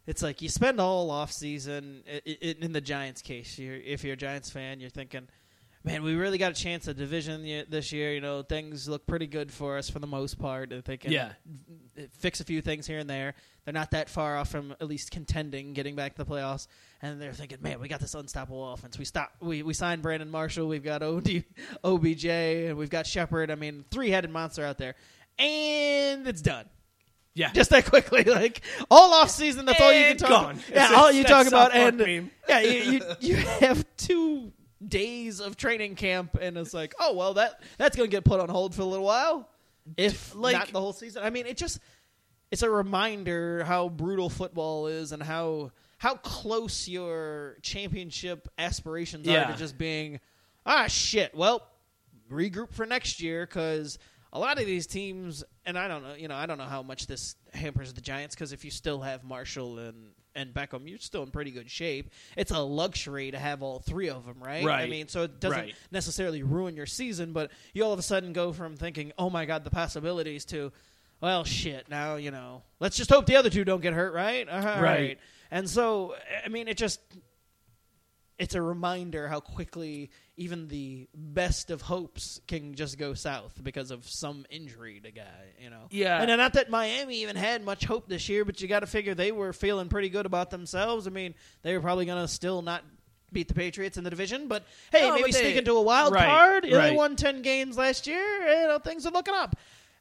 Speaker 3: it's like you spend all off season. i i in the Giants case, you're, if you're a Giants fan, you're thinking, man, we really got a chance at division y- this year. You know, things look pretty good for us for the most part. If they can
Speaker 2: Yeah.
Speaker 3: fix a few things here and there, they're not that far off from at least contending, getting back to the playoffs. And they're thinking, man, we got this unstoppable offense. We stop. We we signed Brandon Marshall. We've got OD, OBJ, and we've got Shepard. I mean, three-headed monster out there, and it's done
Speaker 2: Yeah.
Speaker 3: *laughs* just that quickly. Like all off season, that's all you can
Speaker 2: And
Speaker 3: talk.
Speaker 2: gone.
Speaker 3: About.
Speaker 2: It's-
Speaker 3: Yeah, all
Speaker 2: it's
Speaker 3: you
Speaker 2: that
Speaker 3: talk
Speaker 2: South
Speaker 3: about,
Speaker 2: Park
Speaker 3: and
Speaker 2: meme.
Speaker 3: yeah, you,
Speaker 2: *laughs*
Speaker 3: you you have two days of training camp, and it's like, oh well, that that's gonna get put on hold for a little while, if
Speaker 2: Like-
Speaker 3: not the whole season. I mean, it just it's a reminder how brutal football is and how how close your championship aspirations are
Speaker 2: Yeah.
Speaker 3: to just being ah shit. Well, regroup for next year because a lot of these teams, and I don't know, you know, I don't know how much this hampers the Giants because if you still have Marshall and and Beckham, you're still in pretty good shape. It's a luxury to have all three of them, right? I
Speaker 2: Right.
Speaker 3: mean, so it doesn't
Speaker 2: Right.
Speaker 3: necessarily ruin your season, but you all of a sudden go from thinking, "Oh my god, the possibilities" to, "Well, shit, now you know, let's just hope the other two don't get hurt, right?" All right.
Speaker 2: Right.
Speaker 3: And so, I mean, it just it's a reminder how quickly even the best of hopes can just go south because of some injury to guy, you know.
Speaker 2: Yeah.
Speaker 3: And not that Miami even had much hope this year, but you got to figure they were feeling pretty good about themselves. I mean, they were probably going to still not beat the Patriots in the division, but hey,
Speaker 2: No, but
Speaker 3: maybe
Speaker 2: they-
Speaker 3: sneak into a wild
Speaker 2: Right,
Speaker 3: card. You know, They
Speaker 2: right.
Speaker 3: won 10 games last year, you know, things are looking up.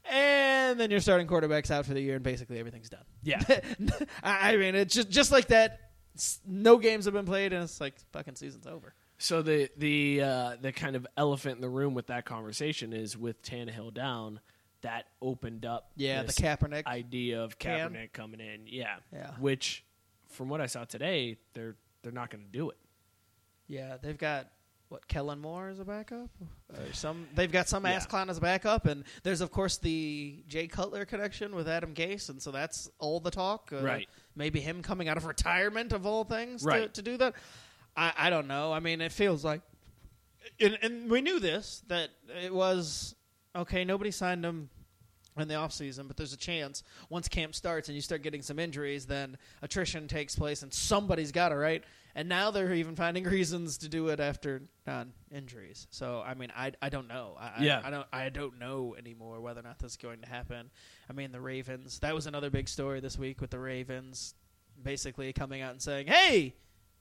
Speaker 3: And then your starting quarterback's out for the year and basically everything's done.
Speaker 2: Yeah.
Speaker 3: *laughs* I I mean, it's just just like that. s- No games have been played, and it's like fucking season's over.
Speaker 2: So the the uh, the kind of elephant in the room with that conversation is with Tannehill down, that opened up
Speaker 3: Yeah, the
Speaker 2: this
Speaker 3: Kaepernick
Speaker 2: idea of
Speaker 3: ban.
Speaker 2: Kaepernick coming in. Yeah,
Speaker 3: Yeah.
Speaker 2: Which, from what I saw today, they're they're not going to do it.
Speaker 3: Yeah, they've got what Kellen Moore as a backup, or some. They've got some
Speaker 2: Yeah.
Speaker 3: ass clown as a backup, and there's of course the Jay Cutler connection with Adam Gase, and so that's all the talk. Uh,
Speaker 2: Right.
Speaker 3: Maybe him coming out of retirement of all things to,
Speaker 2: Right.
Speaker 3: to do that. I, I don't know. I mean, it feels like, and, and we knew this that it was okay. Nobody signed him in the offseason, but there's a chance once camp starts and you start getting some injuries, then attrition takes place and somebody's got it, right? And now they're even finding *laughs* reasons to do it after non injuries. So, I mean, I, I don't know. I,
Speaker 2: Yeah.
Speaker 3: I, I don't I don't know anymore whether or not this is going to happen. I mean, the Ravens, that was another big story this week with the Ravens basically coming out and saying, hey,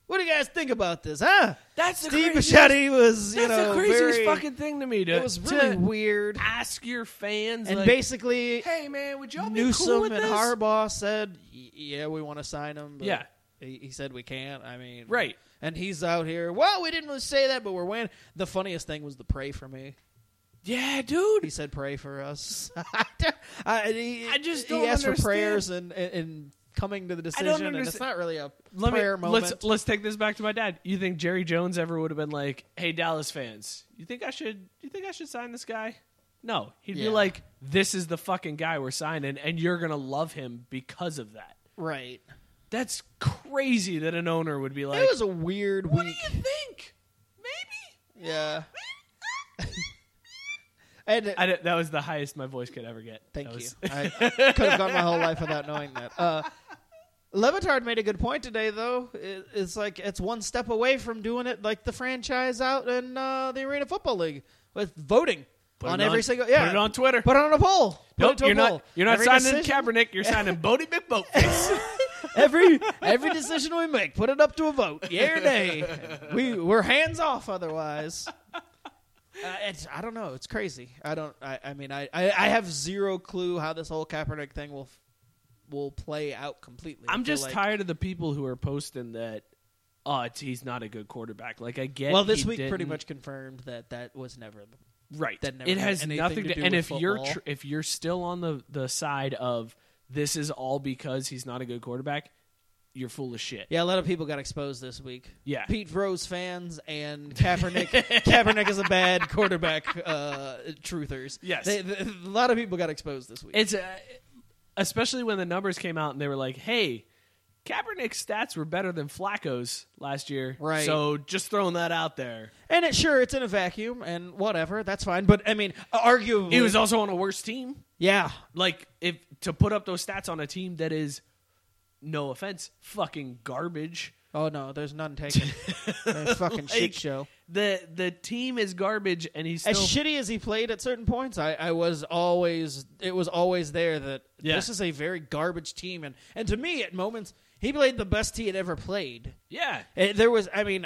Speaker 3: what do you guys think about this, huh?
Speaker 2: That's the
Speaker 3: Steve
Speaker 2: craziest-
Speaker 3: Machete was, you
Speaker 2: That's
Speaker 3: know,
Speaker 2: the craziest
Speaker 3: very-
Speaker 2: fucking thing to me. To,
Speaker 3: It was really
Speaker 2: to
Speaker 3: weird.
Speaker 2: Ask your fans
Speaker 3: And
Speaker 2: like,
Speaker 3: basically,
Speaker 2: hey man, would y'all be
Speaker 3: Newsom
Speaker 2: cool with
Speaker 3: and
Speaker 2: this?
Speaker 3: Harbaugh said, "Y- "Yeah, we want to sign him." But
Speaker 2: Yeah.
Speaker 3: he, he said we can't. I mean,
Speaker 2: Right.
Speaker 3: And he's out here. Well, we didn't really say that, but we're winning. The funniest thing was the pray for me.
Speaker 2: yeah, dude.
Speaker 3: He said, "Pray for us." *laughs* I, and he,
Speaker 2: I just
Speaker 3: he
Speaker 2: don't
Speaker 3: asked
Speaker 2: understand.
Speaker 3: for prayers and, and, and coming to the decision. and it's
Speaker 2: understand.
Speaker 3: not really a
Speaker 2: Let me,
Speaker 3: prayer moment.
Speaker 2: Let's let's take this back to my dad. You think Jerry Jones ever would have been like, "Hey Dallas fans, you think I should you think I should sign this guy?" No, he'd be
Speaker 3: Yeah.
Speaker 2: like, "This is the fucking guy we're signing and you're going to love him because of that."
Speaker 3: right.
Speaker 2: That's crazy that an owner would be like,
Speaker 3: it was a weird
Speaker 2: "What
Speaker 3: week.
Speaker 2: do you think? Maybe?"
Speaker 3: yeah. *laughs* and
Speaker 2: I don't- that was the highest my voice could ever get.
Speaker 3: Thank
Speaker 2: That was-
Speaker 3: you. I
Speaker 2: *laughs*
Speaker 3: could have gone my whole life without knowing that. Uh, Levitard made a good point today, though. It, it's like it's one step away from doing it like the franchise out in uh, the Arena Football League with voting
Speaker 2: Put
Speaker 3: on
Speaker 2: it
Speaker 3: every
Speaker 2: on-
Speaker 3: single. Yeah,
Speaker 2: put it on Twitter.
Speaker 3: Put it on a poll. Put it
Speaker 2: Nope,
Speaker 3: to a
Speaker 2: you're
Speaker 3: poll.
Speaker 2: not you're not
Speaker 3: Every
Speaker 2: signing
Speaker 3: decision-
Speaker 2: Kaepernick, you're
Speaker 3: *laughs*
Speaker 2: signing Bodie McBoatface.
Speaker 3: every every decision we make, put it up to a vote, yay or nay. We we're hands off otherwise. Uh, it's, I don't know. It's crazy. I don't. I, I mean, I, I I have zero clue how this whole Kaepernick thing will f- will play out completely. I
Speaker 2: I'm
Speaker 3: feel
Speaker 2: just
Speaker 3: like-
Speaker 2: tired of the people who are posting that. Oh, it's, he's not a good quarterback. Like I get.
Speaker 3: Well, this
Speaker 2: he
Speaker 3: week pretty
Speaker 2: didn't-
Speaker 3: much confirmed that that was never. the-
Speaker 2: right.
Speaker 3: that never
Speaker 2: it
Speaker 3: had
Speaker 2: has
Speaker 3: anything
Speaker 2: nothing
Speaker 3: to
Speaker 2: to.
Speaker 3: do
Speaker 2: and
Speaker 3: with
Speaker 2: if you're
Speaker 3: football.
Speaker 2: tr- if you're still on the the side of this is all because he's not a good quarterback, you're full of shit.
Speaker 3: Yeah, a lot of people got exposed this week.
Speaker 2: Yeah.
Speaker 3: Pete Rose fans and *laughs* Kaepernick. Kaepernick is a bad quarterback. Uh, truthers.
Speaker 2: Yes.
Speaker 3: They, they- a lot of people got exposed this week.
Speaker 2: It's uh, especially when the numbers came out and they were like, "Hey, Kaepernick's stats were better than Flacco's last year."
Speaker 3: Right.
Speaker 2: So just throwing that out there.
Speaker 3: and it sure it's in a vacuum and whatever that's fine. But I mean, arguably,
Speaker 2: He was also on a worse team.
Speaker 3: yeah.
Speaker 2: Like if to put up those stats on a team that is, no offense, fucking garbage.
Speaker 3: Oh no, there's none *laughs* taken. They're a fucking
Speaker 2: Like,
Speaker 3: shit show.
Speaker 2: The the team is garbage, and he's still
Speaker 3: as shitty as he played at certain points, I, I was always it was always there that
Speaker 2: Yeah.
Speaker 3: this is a very garbage team, and and to me at moments he played the best he had ever played.
Speaker 2: yeah.
Speaker 3: Eh, there was, I mean,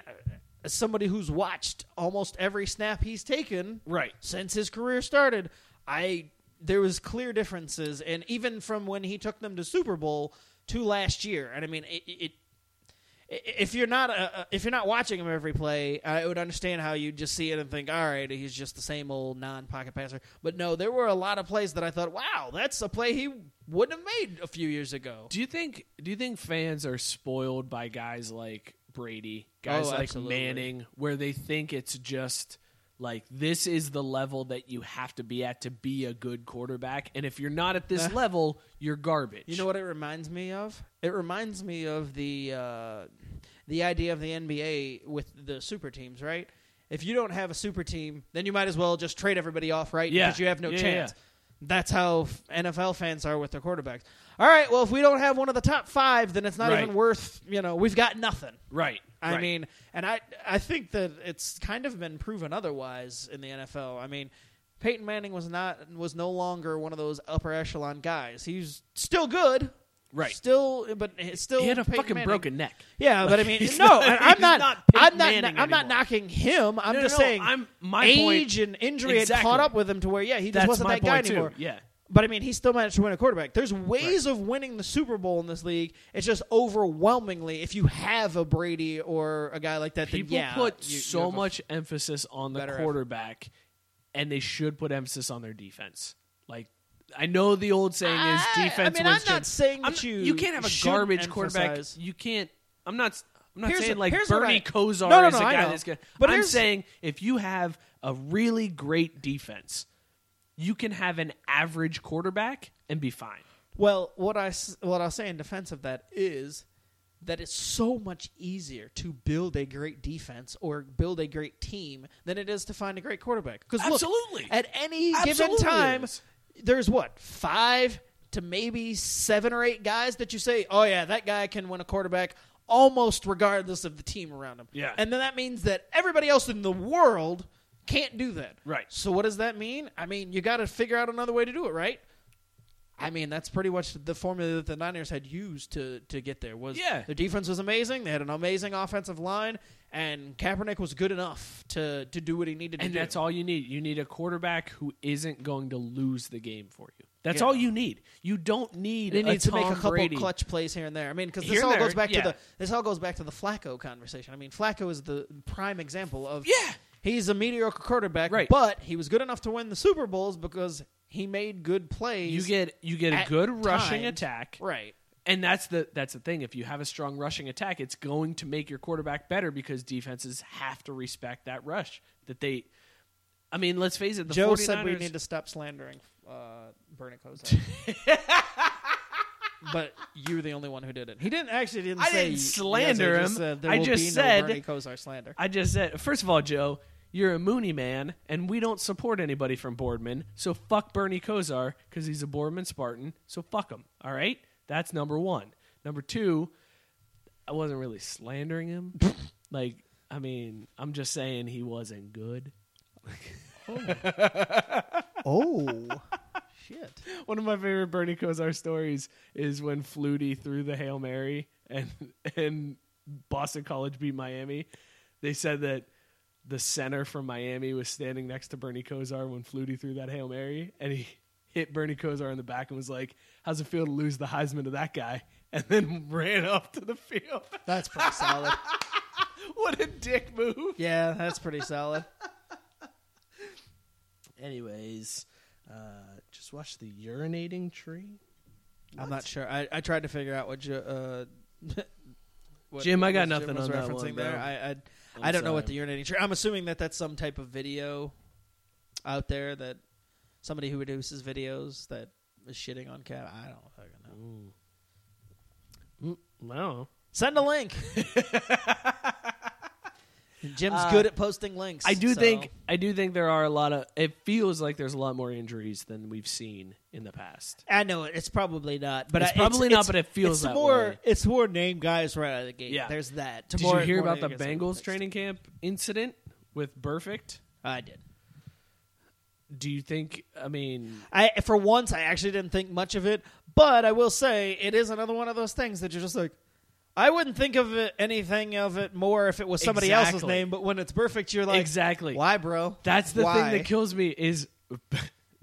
Speaker 3: as somebody who's watched almost every snap he's taken
Speaker 2: Right.
Speaker 3: since his career started. I there was clear differences, and even from when he took them to Super Bowl to last year, and I mean it. it i- if you're not uh, if you're not watching him every play, I would understand how you just see it and think, all right, he's just the same old non-pocket passer. But no, there were a lot of plays that I thought, wow, that's a play he wouldn't have made a few years ago.
Speaker 2: Do you think do you think fans are spoiled by guys like Brady, guys
Speaker 3: Oh,
Speaker 2: like
Speaker 3: absolutely.
Speaker 2: Manning, where they think it's just like this is the level that you have to be at to be a good quarterback, and if you're not at this level, you're garbage.
Speaker 3: Uh. You know what it reminds me of? It reminds me of the uh, the idea of the NBA with the super teams, right? If you don't have a super team, then you might as well just trade everybody off, right?
Speaker 2: Yeah.
Speaker 3: Because you have no
Speaker 2: Yeah, yeah,
Speaker 3: chance.
Speaker 2: yeah.
Speaker 3: That's how f- NFL fans are with their quarterbacks. All right, well, if we don't have one of the top five, then it's not
Speaker 2: Right.
Speaker 3: even worth. You know, we've got nothing.
Speaker 2: Right.
Speaker 3: I
Speaker 2: right.
Speaker 3: mean, and I I think that it's kind of been proven otherwise in the NFL. I mean, Peyton Manning was not was no longer one of those upper echelon guys. He's still good,
Speaker 2: Right.
Speaker 3: Still, but it's still
Speaker 2: he had a
Speaker 3: Peyton
Speaker 2: fucking
Speaker 3: Manning.
Speaker 2: broken neck.
Speaker 3: Yeah, but I
Speaker 2: *laughs*
Speaker 3: mean,
Speaker 2: he's
Speaker 3: no,
Speaker 2: not-
Speaker 3: and I'm
Speaker 2: he's
Speaker 3: not,
Speaker 2: not Peyton
Speaker 3: I'm not,
Speaker 2: Manning
Speaker 3: I'm not
Speaker 2: anymore.
Speaker 3: knocking him. I'm
Speaker 2: No,
Speaker 3: just
Speaker 2: no,
Speaker 3: saying,
Speaker 2: I'm- my
Speaker 3: age
Speaker 2: point-
Speaker 3: and injury
Speaker 2: Exactly.
Speaker 3: had caught up with him to where, yeah, he just
Speaker 2: That's
Speaker 3: wasn't
Speaker 2: my
Speaker 3: that guy
Speaker 2: point, too.
Speaker 3: anymore.
Speaker 2: Yeah.
Speaker 3: But I mean, he still managed to win a quarterback. There's ways of winning the Super Bowl in this league. It's just overwhelmingly, if you have a Brady or a guy like that,
Speaker 2: People
Speaker 3: then yeah,
Speaker 2: put
Speaker 3: you- you
Speaker 2: so
Speaker 3: have a-
Speaker 2: much emphasis on the
Speaker 3: better effort.
Speaker 2: quarterback, and they should put emphasis on their defense. Like I know the old saying is
Speaker 3: I- I
Speaker 2: defense.
Speaker 3: mean, I'm
Speaker 2: wins
Speaker 3: not
Speaker 2: champs.
Speaker 3: saying
Speaker 2: I'm not-
Speaker 3: that you
Speaker 2: can't have a
Speaker 3: shouldn't
Speaker 2: garbage quarterback.
Speaker 3: emphasize.
Speaker 2: You can't. I'm not. I'm not
Speaker 3: Here's
Speaker 2: saying
Speaker 3: a-
Speaker 2: like
Speaker 3: here's what
Speaker 2: Bernie
Speaker 3: I-
Speaker 2: Kosar
Speaker 3: No, no,
Speaker 2: is a
Speaker 3: no, I
Speaker 2: guy
Speaker 3: know.
Speaker 2: that's going.
Speaker 3: But
Speaker 2: I'm
Speaker 3: here's-
Speaker 2: saying if you have a really great defense, you can have an average quarterback and be fine.
Speaker 3: Well, what I s- what I'll say in defense of that is that it's so much easier to build a great defense or build a great team than it is to find a great quarterback. Because
Speaker 2: Absolutely.
Speaker 3: at any given
Speaker 2: Absolutely
Speaker 3: time,
Speaker 2: is.
Speaker 3: there's what five to maybe seven or eight guys that you say, oh yeah, that guy can win a quarterback. Almost regardless of the team around him.
Speaker 2: Yeah.
Speaker 3: And then that means that everybody else in the world can't do that.
Speaker 2: Right.
Speaker 3: So what does that mean? I mean, you got to figure out another way to do it, right? I mean, that's pretty much the formula that the Niners had used to to get there. Was
Speaker 2: Yeah.
Speaker 3: their defense was amazing. They had an amazing offensive line, and Kaepernick was good enough to to do what he needed
Speaker 2: And
Speaker 3: to do.
Speaker 2: that's all you need. You need a quarterback who isn't going to lose the game for you. That's
Speaker 3: Yeah.
Speaker 2: all you need. You don't need
Speaker 3: They
Speaker 2: a
Speaker 3: need to make
Speaker 2: Tom
Speaker 3: a couple
Speaker 2: Brady.
Speaker 3: clutch plays here and there. I mean, because this
Speaker 2: Here and
Speaker 3: all
Speaker 2: there,
Speaker 3: goes back
Speaker 2: yeah.
Speaker 3: to the this all goes back to the Flacco conversation. I mean, Flacco is the prime example of
Speaker 2: Yeah.
Speaker 3: he's a mediocre quarterback,
Speaker 2: Right.
Speaker 3: But he was good enough to win the Super Bowls because he made good plays.
Speaker 2: You get you get a
Speaker 3: at
Speaker 2: good rushing
Speaker 3: times.
Speaker 2: attack.
Speaker 3: right.
Speaker 2: And that's the that's the thing. If you have a strong rushing attack, it's going to make your quarterback better because defenses have to respect that rush that they. I mean, let's face it. The
Speaker 3: Joe
Speaker 2: 49ers,
Speaker 3: said we need to stop slandering uh, Bernie
Speaker 2: *laughs*
Speaker 3: Kosar. but you're the only one who did it. He didn't actually didn't
Speaker 2: I
Speaker 3: say
Speaker 2: didn't
Speaker 3: you guys,
Speaker 2: slander
Speaker 3: I just
Speaker 2: him.
Speaker 3: said there
Speaker 2: I
Speaker 3: will
Speaker 2: just
Speaker 3: be
Speaker 2: said-
Speaker 3: no Bernie Kosar slander.
Speaker 2: I just said first of all, Joe, you're a Mooney man, and we don't support anybody from Boardman. So fuck Bernie Kosar because he's a Boardman Spartan. So fuck him. All right, that's number one. Number two, I wasn't really slandering him. like, I mean, I'm just saying he wasn't good.
Speaker 3: Oh. Shit.
Speaker 2: One of my favorite Bernie Kosar stories is when Flutie threw the Hail Mary and and Boston College beat Miami. They said that the center from Miami was standing next to Bernie Kosar when Flutie threw that Hail Mary and he hit Bernie Kosar in the back and was like, How's it feel to lose the Heisman to that guy? And then *laughs* ran up to the field.
Speaker 3: That's pretty solid.
Speaker 2: *laughs* what a dick move.
Speaker 3: Yeah, that's pretty solid.
Speaker 2: Anyways, uh, just watch the urinating tree.
Speaker 3: I'm not sure. I, I tried to figure out what Joe, uh, *laughs* What-
Speaker 2: Jim, I got
Speaker 3: what
Speaker 2: nothing
Speaker 3: was
Speaker 2: on that
Speaker 3: referencing
Speaker 2: one,
Speaker 3: there.
Speaker 2: bro.
Speaker 3: I I,
Speaker 2: I'm
Speaker 3: I don't know what the
Speaker 2: sorry.
Speaker 3: urinating tree. I'm assuming that that's some type of video out there that somebody who produces videos that is shitting on cat. I don't fucking know.
Speaker 2: No.
Speaker 3: Send a *laughs* link. Jim's good at posting links.
Speaker 2: I do
Speaker 3: so-
Speaker 2: think I do think there are a lot of. It feels like there's a lot more injuries than we've seen in the past.
Speaker 3: I know it. It's probably not, but
Speaker 2: It's
Speaker 3: I-
Speaker 2: probably not, but it feels
Speaker 3: it's
Speaker 2: that
Speaker 3: more.
Speaker 2: way.
Speaker 3: It's more name guys right out of the gate.
Speaker 2: Yeah.
Speaker 3: there's that.
Speaker 2: Did
Speaker 3: Tomorrow
Speaker 2: you hear about
Speaker 3: morning
Speaker 2: the
Speaker 3: it gets
Speaker 2: Bengals
Speaker 3: fixed.
Speaker 2: training camp incident with Perfect?
Speaker 3: I did.
Speaker 2: Do you think? I mean,
Speaker 3: I for once I actually didn't think much of it, but I will say it is another one of those things that you're just like, I wouldn't think of it, anything of it more if it was somebody else's
Speaker 2: Exactly.
Speaker 3: name, but when it's perfect, you're like,
Speaker 2: Exactly.
Speaker 3: why, bro?
Speaker 2: that's the
Speaker 3: Why?"
Speaker 2: thing that kills me
Speaker 3: *laughs*
Speaker 2: is *laughs*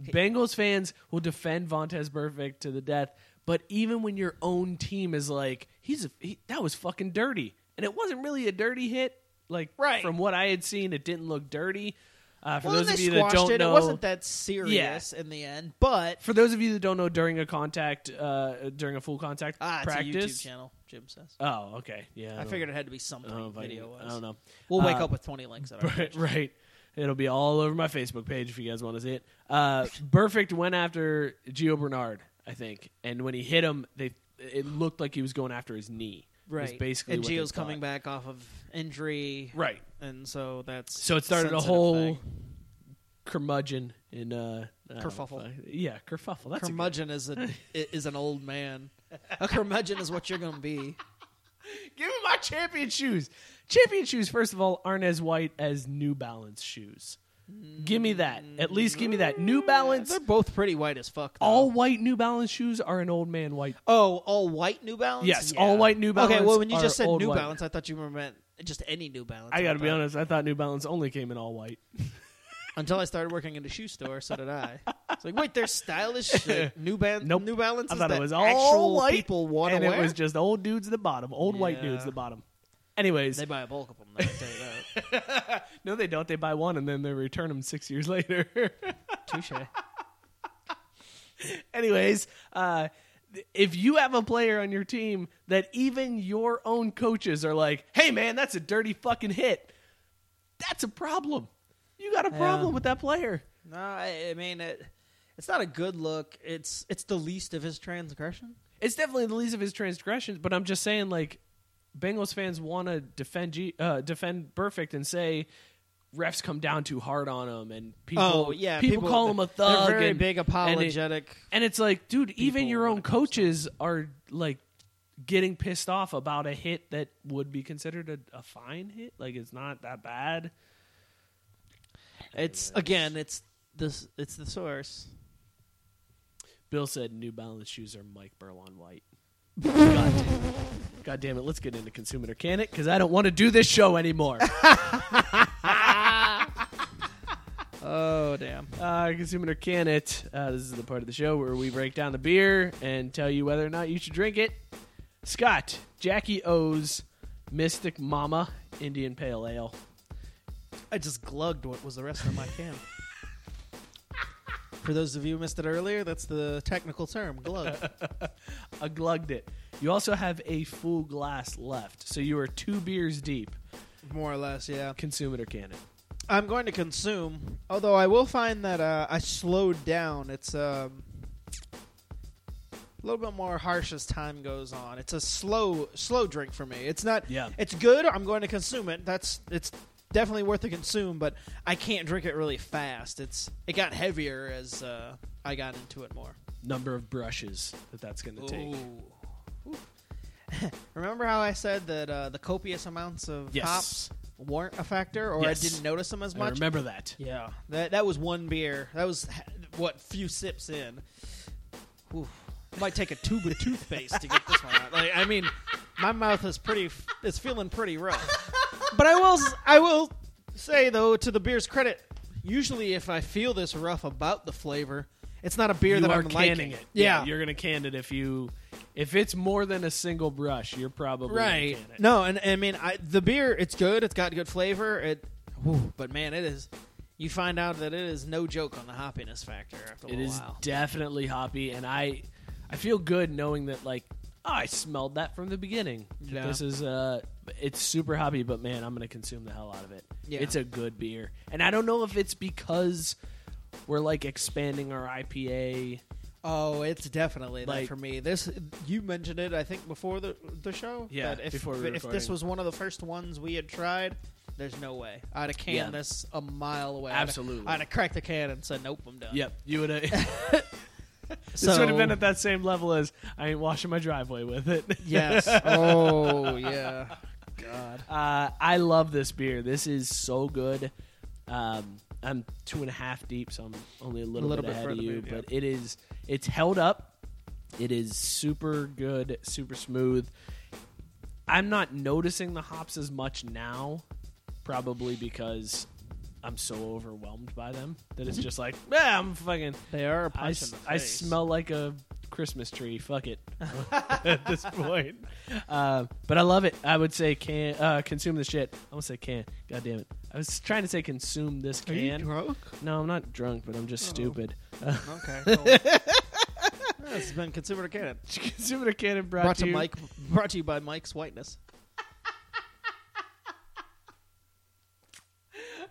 Speaker 2: Bengals fans will defend Vontez Perfect to the death, but even when your own team is like, he's a, he, that was fucking dirty, and it wasn't really a dirty hit. Like
Speaker 3: Right.
Speaker 2: from what I had seen, it didn't look dirty. Uh, for
Speaker 3: Well, then
Speaker 2: those of
Speaker 3: they
Speaker 2: you that
Speaker 3: squashed
Speaker 2: don't
Speaker 3: it.
Speaker 2: know,
Speaker 3: it wasn't that serious in the end, but
Speaker 2: for those of you that don't know, during a contact, uh, during a full contact
Speaker 3: ah, it's a
Speaker 2: practice.
Speaker 3: YouTube channel. Jim says.
Speaker 2: Oh, okay. Yeah.
Speaker 3: I
Speaker 2: don't-
Speaker 3: figured it had to be something
Speaker 2: I don't know if I-
Speaker 3: video wise.
Speaker 2: I don't know.
Speaker 3: We'll wake
Speaker 2: Uh,
Speaker 3: up with twenty links. At our
Speaker 2: Right, *laughs*
Speaker 3: page.
Speaker 2: right. It'll be all over my Facebook page if you guys want to see it. Uh, Perfect went after Gio Bernard, I think, and when he hit him, they it looked like he was going after his knee. was
Speaker 3: right.
Speaker 2: basically,
Speaker 3: and
Speaker 2: what they
Speaker 3: Gio's coming
Speaker 2: thought.
Speaker 3: back off of injury,
Speaker 2: Right.
Speaker 3: And so that's
Speaker 2: So it started a
Speaker 3: sensitive
Speaker 2: whole
Speaker 3: thing.
Speaker 2: curmudgeon in uh, I don't know,
Speaker 3: Kerfuffle.
Speaker 2: fuck. Yeah, kerfuffle. That's a good-
Speaker 3: curmudgeon
Speaker 2: *laughs*
Speaker 3: is a is an old man. A curmudgeon is what you're gonna
Speaker 2: *laughs*
Speaker 3: be.
Speaker 2: Give him my champion shoes. Champion shoes, first of all, aren't as white as New Balance shoes. Give me that. At least give me that. New Balance.
Speaker 3: They're both pretty white as fuck. though.
Speaker 2: All white New Balance shoes are an old man white.
Speaker 3: oh, all white New Balance.
Speaker 2: Yes, all white New
Speaker 3: Okay,
Speaker 2: Balance
Speaker 3: well when you
Speaker 2: are
Speaker 3: just said
Speaker 2: old
Speaker 3: New
Speaker 2: white.
Speaker 3: Balance, I thought you meant just any New Balance.
Speaker 2: I gotta be
Speaker 3: thought-
Speaker 2: honest. I thought New Balance only came in all white.
Speaker 3: Until I started working in a shoe store, so did I. It's like, wait, they're
Speaker 2: *laughs*
Speaker 3: stylish like, New Balance.
Speaker 2: Nope.
Speaker 3: New Balance.
Speaker 2: I thought
Speaker 3: that
Speaker 2: it was
Speaker 3: actual
Speaker 2: all white.
Speaker 3: people want
Speaker 2: and
Speaker 3: to wear.
Speaker 2: it was just old dudes at the bottom. Old white dudes
Speaker 3: Yeah.
Speaker 2: at the bottom. Anyways,
Speaker 3: they buy a bulk of them. Though, I'll tell you that.
Speaker 2: no, they don't. They buy one and then they return them six years later. *laughs*
Speaker 3: Touche.
Speaker 2: Anyways, uh, th- if you have a player on your team that even your own coaches are like, "Hey, man, that's a dirty fucking hit," that's a problem. You got a problem with that player.
Speaker 3: *laughs* No, I, I mean it. It's not a good look. It's it's the least of his transgression.
Speaker 2: It's definitely the least of his transgressions, but I'm just saying, like, Bengals fans want to defend G, uh, defend perfect and say refs come down too hard on him, and people,
Speaker 3: oh yeah,
Speaker 2: people, call him a thug.
Speaker 3: They're very
Speaker 2: and-
Speaker 3: big
Speaker 2: and it-
Speaker 3: apologetic.
Speaker 2: And it's like, dude, even
Speaker 3: people
Speaker 2: your
Speaker 3: when
Speaker 2: own
Speaker 3: it comes
Speaker 2: coaches are like getting pissed off about a hit that would be considered a, a fine hit. Like it's not that bad.
Speaker 3: it's again, it's this. It's the source.
Speaker 2: Bill said New Balance shoes are Mike Burlon
Speaker 3: *laughs*
Speaker 2: white. God damn it. God damn it. Let's get into consume it or can it because I don't want to do this show anymore.
Speaker 3: Oh damn!
Speaker 2: uh, consume it or can it. Uh, this is the part of the show where we break down the beer and tell you whether or not you should drink it. Scott, Jackie O's Mystic Mama Indian Pale Ale.
Speaker 3: I just glugged what was the rest of my
Speaker 2: *laughs*
Speaker 3: can. For those of you who missed it earlier, that's the technical term, glug.
Speaker 2: I glugged it. You also have a full glass left, so you are two beers deep.
Speaker 3: More or less, yeah.
Speaker 2: Consume it or can it.
Speaker 3: I'm going to consume. Although I will find that uh, I slowed down. It's um, a little bit more harsh as time goes on. It's a slow, slow drink for me. It's not.
Speaker 2: Yeah.
Speaker 3: It's good. I'm going to consume it. That's. It's definitely worth to consume, but I can't drink it really fast. It's. It got heavier as uh, I got into it more.
Speaker 2: Number of brushes that that's going to take.
Speaker 3: Ooh. *laughs* Remember how I said that uh, the copious amounts of
Speaker 2: Yes.
Speaker 3: hops weren't a factor, or
Speaker 2: Yes.
Speaker 3: I didn't notice them as
Speaker 2: I
Speaker 3: much.
Speaker 2: remember that.
Speaker 3: Yeah, that that was one beer. That was h- what few sips in. Whew. Might take a tube of toothpaste to get this one out. Like I mean, my mouth is pretty. f- It's feeling pretty rough. But I will. s- I will say though, to the beer's credit, usually if I feel this rough about the flavor, it's not a beer
Speaker 2: you
Speaker 3: that
Speaker 2: are
Speaker 3: I'm
Speaker 2: canning
Speaker 3: liking.
Speaker 2: it.
Speaker 3: Yeah,
Speaker 2: you're going to can it if you if it's more than a single brush, you're probably gonna
Speaker 3: right.
Speaker 2: can it.
Speaker 3: No, and, and I mean, I, the beer. It's good. It's got good flavor. It. whew, but man, it is. You find out that it is no joke on the hoppiness factor after a
Speaker 2: It
Speaker 3: little
Speaker 2: is
Speaker 3: while.
Speaker 2: definitely hoppy, and I I feel good knowing that like "Ah, I smelled that from the beginning.
Speaker 3: Yeah.
Speaker 2: This is uh, it's super hoppy, but man, I'm gonna consume the hell out of it.
Speaker 3: Yeah.
Speaker 2: It's a good beer, and I don't know if it's because we're like expanding our IPA.
Speaker 3: Oh, it's definitely
Speaker 2: Like-
Speaker 3: that for me. This you mentioned it, I think, before the the show.
Speaker 2: Yeah,
Speaker 3: that if,
Speaker 2: before we were
Speaker 3: if this
Speaker 2: recording.
Speaker 3: was one of the first ones we had tried, there's no way I'd have canned
Speaker 2: Yeah.
Speaker 3: this a mile away. I'd have-
Speaker 2: Absolutely.
Speaker 3: I'd have cracked the can and said, "Nope, I'm done."
Speaker 2: Yep, you *laughs* would have.
Speaker 3: so,
Speaker 2: this would have been at that same level as I ain't washing my driveway with *laughs* it.
Speaker 3: yes. Oh yeah.
Speaker 2: Uh, I love this beer. This is so good. Um, I'm two and a half deep, so I'm only a little,
Speaker 3: little
Speaker 2: bit,
Speaker 3: bit
Speaker 2: ahead of
Speaker 3: further
Speaker 2: you.
Speaker 3: than you, yeah.
Speaker 2: But it is it's held up. It is super good, super smooth. I'm not noticing the hops as much now, probably because I'm so overwhelmed by them that it's just like, yeah, I'm fucking.
Speaker 3: Mm-hmm. They are a punch
Speaker 2: I,
Speaker 3: in
Speaker 2: s-
Speaker 3: the
Speaker 2: I
Speaker 3: face.
Speaker 2: smell like a Christmas tree. Fuck it at this point. Uh, but I love it. I would say can uh, consume the shit. I almost say can. God damn it. I was trying to say consume this
Speaker 3: Are
Speaker 2: can.
Speaker 3: you drunk?
Speaker 2: No, I'm not drunk, but I'm just stupid. *laughs* Uh,
Speaker 3: Okay. Cool. yeah, this has been consumer can.
Speaker 2: consume the can and brought,
Speaker 3: Brought to
Speaker 2: you-
Speaker 3: Mike. Brought to you by Mike's Whiteness.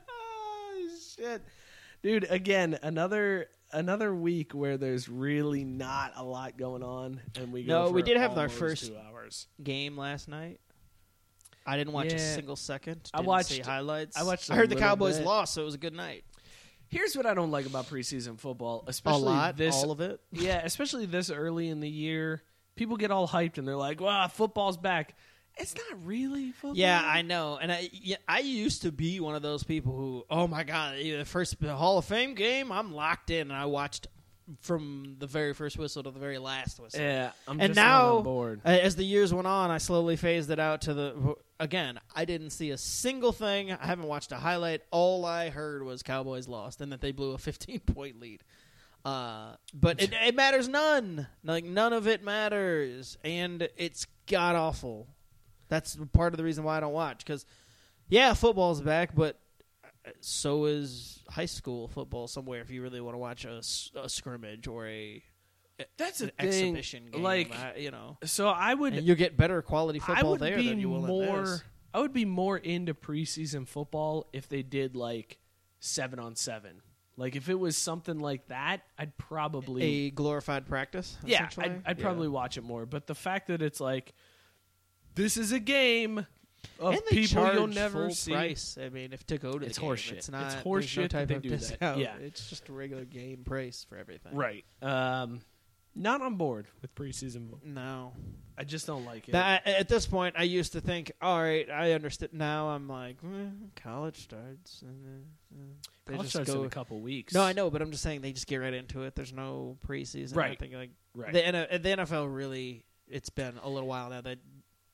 Speaker 2: Oh, shit. Dude, again, another another week where there's really not a lot going on, and we go
Speaker 3: No, we
Speaker 2: for
Speaker 3: did have our
Speaker 2: almost
Speaker 3: first-
Speaker 2: two hours.
Speaker 3: game last night. I didn't watch
Speaker 2: Yeah.
Speaker 3: a single second.
Speaker 2: I
Speaker 3: didn't
Speaker 2: watched-
Speaker 3: see highlights.
Speaker 2: I watched
Speaker 3: I
Speaker 2: a
Speaker 3: heard the
Speaker 2: little
Speaker 3: Cowboys
Speaker 2: bit.
Speaker 3: lost, so it was a good night.
Speaker 2: Here's what I don't like about preseason football,
Speaker 3: A
Speaker 2: especially
Speaker 3: lot,
Speaker 2: this
Speaker 3: all of it.
Speaker 2: Yeah, especially this early in the year. People get all hyped and they're like, wow, football's back. It's not really football.
Speaker 3: Yeah, I know, and I yeah, I used to be one of those people who, oh my god, the first Hall of Fame game, I'm locked in, and I watched from the very first whistle to the very last whistle.
Speaker 2: Yeah, I'm
Speaker 3: and
Speaker 2: just
Speaker 3: now,
Speaker 2: not on board.
Speaker 3: uh, as the years went on, I slowly phased it out to the. Again, I didn't see a single thing. I haven't watched a highlight. All I heard was Cowboys lost and that they blew a *laughs* 15 point lead. Uh, but it, it matters none. Like none of it matters, and it's god awful. That's part of the reason why I don't watch. Because yeah, football's back, but uh, so is high school football somewhere. If you really want to watch a, s- a scrimmage or a
Speaker 2: That's
Speaker 3: an
Speaker 2: the thing,
Speaker 3: exhibition game,
Speaker 2: like-
Speaker 3: I- you know,
Speaker 2: So I would
Speaker 3: and you get better quality
Speaker 2: I
Speaker 3: football
Speaker 2: would
Speaker 3: there
Speaker 2: be
Speaker 3: than you will
Speaker 2: more
Speaker 3: in this.
Speaker 2: I would be more into preseason football if they did like 7 on 7. Like if it was something like that, I'd probably
Speaker 3: A glorified practice.
Speaker 2: yeah,
Speaker 3: essentially?
Speaker 2: I'd, I'd probably watch it more. But the fact that it's like this is a game of
Speaker 3: and they
Speaker 2: people
Speaker 3: charge
Speaker 2: you'll never
Speaker 3: full
Speaker 2: see.
Speaker 3: price. I mean, if to go to
Speaker 2: It's
Speaker 3: the game,
Speaker 2: horseshit.
Speaker 3: It's not
Speaker 2: It's
Speaker 3: there's
Speaker 2: horseshit
Speaker 3: no
Speaker 2: that
Speaker 3: type
Speaker 2: they
Speaker 3: of
Speaker 2: do that.
Speaker 3: discount.
Speaker 2: Yeah.
Speaker 3: it's just a regular game price for everything.
Speaker 2: Right. Um, not on board with preseason.
Speaker 3: No,
Speaker 2: I just don't like it.
Speaker 3: That, at this point, I used to think, all right, I understood. Now I'm like, eh, college starts. And, uh, they
Speaker 2: College
Speaker 3: just
Speaker 2: starts
Speaker 3: go-
Speaker 2: in a couple weeks.
Speaker 3: No, I know, but I'm just saying they just get right into it. There's no preseason.
Speaker 2: Right.
Speaker 3: I think like
Speaker 2: Right.
Speaker 3: the, N- the NFL really. It's been a little while now that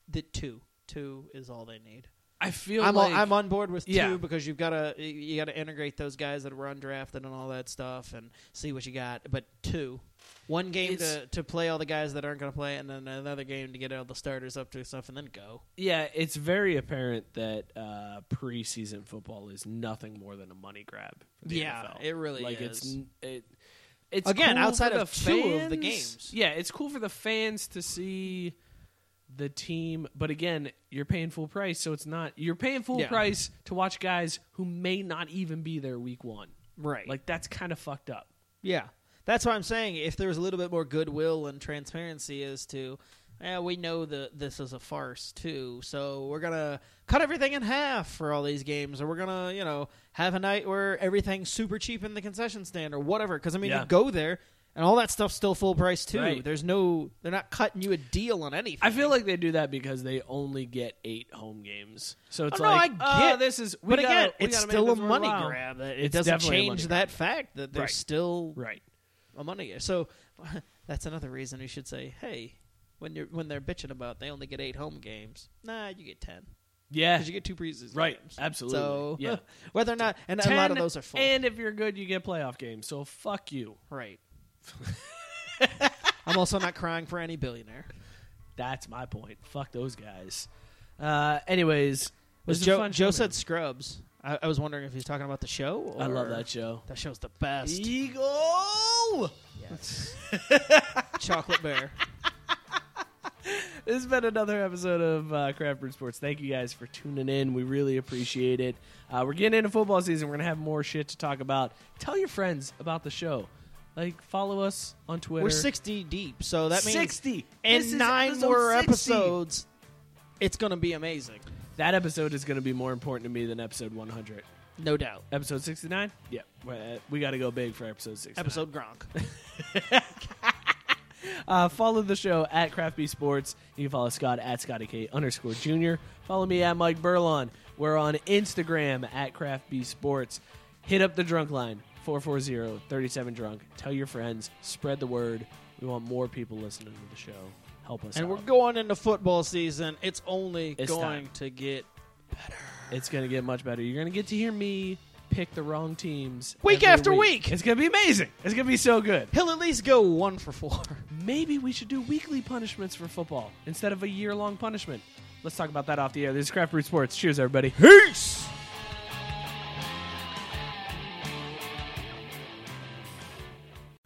Speaker 3: the two two is all they need.
Speaker 2: I feel
Speaker 3: I'm
Speaker 2: like
Speaker 3: all, I'm on board with two
Speaker 2: Yeah.
Speaker 3: because you've got to you got to integrate those guys that were undrafted and all that stuff and see what you got. But two, one game
Speaker 2: It's-
Speaker 3: to, to play all the guys that aren't going to play, and then another game to get all the starters up to stuff, and then go.
Speaker 2: yeah, it's very apparent that uh, preseason football is nothing more than a money grab. For the
Speaker 3: Yeah,
Speaker 2: NFL.
Speaker 3: it really
Speaker 2: like it's
Speaker 3: is.
Speaker 2: n- it. It's
Speaker 3: Again,
Speaker 2: cool
Speaker 3: outside
Speaker 2: for
Speaker 3: of
Speaker 2: the
Speaker 3: two of the
Speaker 2: fans.
Speaker 3: games.
Speaker 2: Yeah, it's cool for the fans to see the team, but again, you're paying full price, so it's not you're paying full
Speaker 3: Yeah.
Speaker 2: price to watch guys who may not even be there week one.
Speaker 3: Right.
Speaker 2: Like that's kind of fucked up.
Speaker 3: Yeah. That's why I'm saying if there was a little bit more goodwill and transparency as to, eh, we know that this is a farce too, so we're going to cut everything in half for all these games, or we're going to, you know, have a night where everything's super cheap in the concession stand or whatever. Because, I mean,
Speaker 2: Yeah.
Speaker 3: you go there and all that stuff's still full price too.
Speaker 2: Right.
Speaker 3: There's no, they're not cutting you a deal on anything.
Speaker 2: I feel like they do that because they only get eight home games. So it's
Speaker 3: Oh, no, I
Speaker 2: like,
Speaker 3: get
Speaker 2: oh, this is. We
Speaker 3: but
Speaker 2: gotta-
Speaker 3: again,
Speaker 2: we
Speaker 3: it's
Speaker 2: gotta make
Speaker 3: still a
Speaker 2: this
Speaker 3: money
Speaker 2: worthwhile.
Speaker 3: grab. It
Speaker 2: It's
Speaker 3: doesn't
Speaker 2: definitely a money
Speaker 3: change
Speaker 2: grab.
Speaker 3: that fact that there's
Speaker 2: Right.
Speaker 3: still
Speaker 2: Right.
Speaker 3: a money. So *laughs* that's another reason you should say, hey, when you're when they're bitching about they only get eight home games, nah, you get ten
Speaker 2: Yeah.
Speaker 3: because you get two preseason
Speaker 2: Right.
Speaker 3: games.
Speaker 2: Absolutely.
Speaker 3: So
Speaker 2: *laughs* Yeah.
Speaker 3: whether or not, and a lot of
Speaker 2: Ten,
Speaker 3: those are full.
Speaker 2: And if you're good, you get playoff games. So fuck you. *laughs*
Speaker 3: right. I'm also not crying for any billionaire.
Speaker 2: That's my point. Fuck those guys. Uh, anyways,
Speaker 3: Was
Speaker 2: this is a
Speaker 3: Joe,
Speaker 2: fun
Speaker 3: Joe
Speaker 2: show,
Speaker 3: said Scrubs. I, I was wondering if he was talking about the show. Or
Speaker 2: man. I love that show.
Speaker 3: That show's the best.
Speaker 2: Eagle. *laughs*
Speaker 3: Chocolate Bear.
Speaker 2: This has been another episode of uh, Craft Brew Sports. Thank you guys for tuning in. We really appreciate it. Uh, we're getting into football season. We're going to have more shit to talk about. Tell your friends about the show. Like, follow us on Twitter.
Speaker 3: We're 60 deep, so that means
Speaker 2: 60.
Speaker 3: and
Speaker 2: This is
Speaker 3: nine
Speaker 2: episode
Speaker 3: more
Speaker 2: 60.
Speaker 3: episodes. It's going to be amazing,
Speaker 2: That episode is going to be more important to me than episode 100.
Speaker 3: no doubt.
Speaker 2: Episode 69? Yeah. We- We got to go big for episode 69.
Speaker 3: Episode Gronk.
Speaker 2: Uh, follow the show at Crafty Sports. You can follow Scott at Scotty K underscore Junior. Follow me at Mike Burlon. We're on Instagram at Crafty Sports. Hit up the drunk line 440-37 drunk. Tell your friends. Spread the word. We want more people listening to the show. Help us.
Speaker 3: *laughs* and
Speaker 2: out.
Speaker 3: we're going into football season. It's only
Speaker 2: It's
Speaker 3: going
Speaker 2: time.
Speaker 3: to get
Speaker 2: it's going to get much better. You're going to get to hear me pick the wrong teams
Speaker 3: Week
Speaker 2: every
Speaker 3: after week.
Speaker 2: It's going to be amazing. It's going to be so good.
Speaker 3: he'll at least go one for four. *laughs*
Speaker 2: maybe we should do weekly punishments for football instead of a year long punishment. Let's talk about that off the air. This is Craft Root Sports. Cheers, everybody. Peace!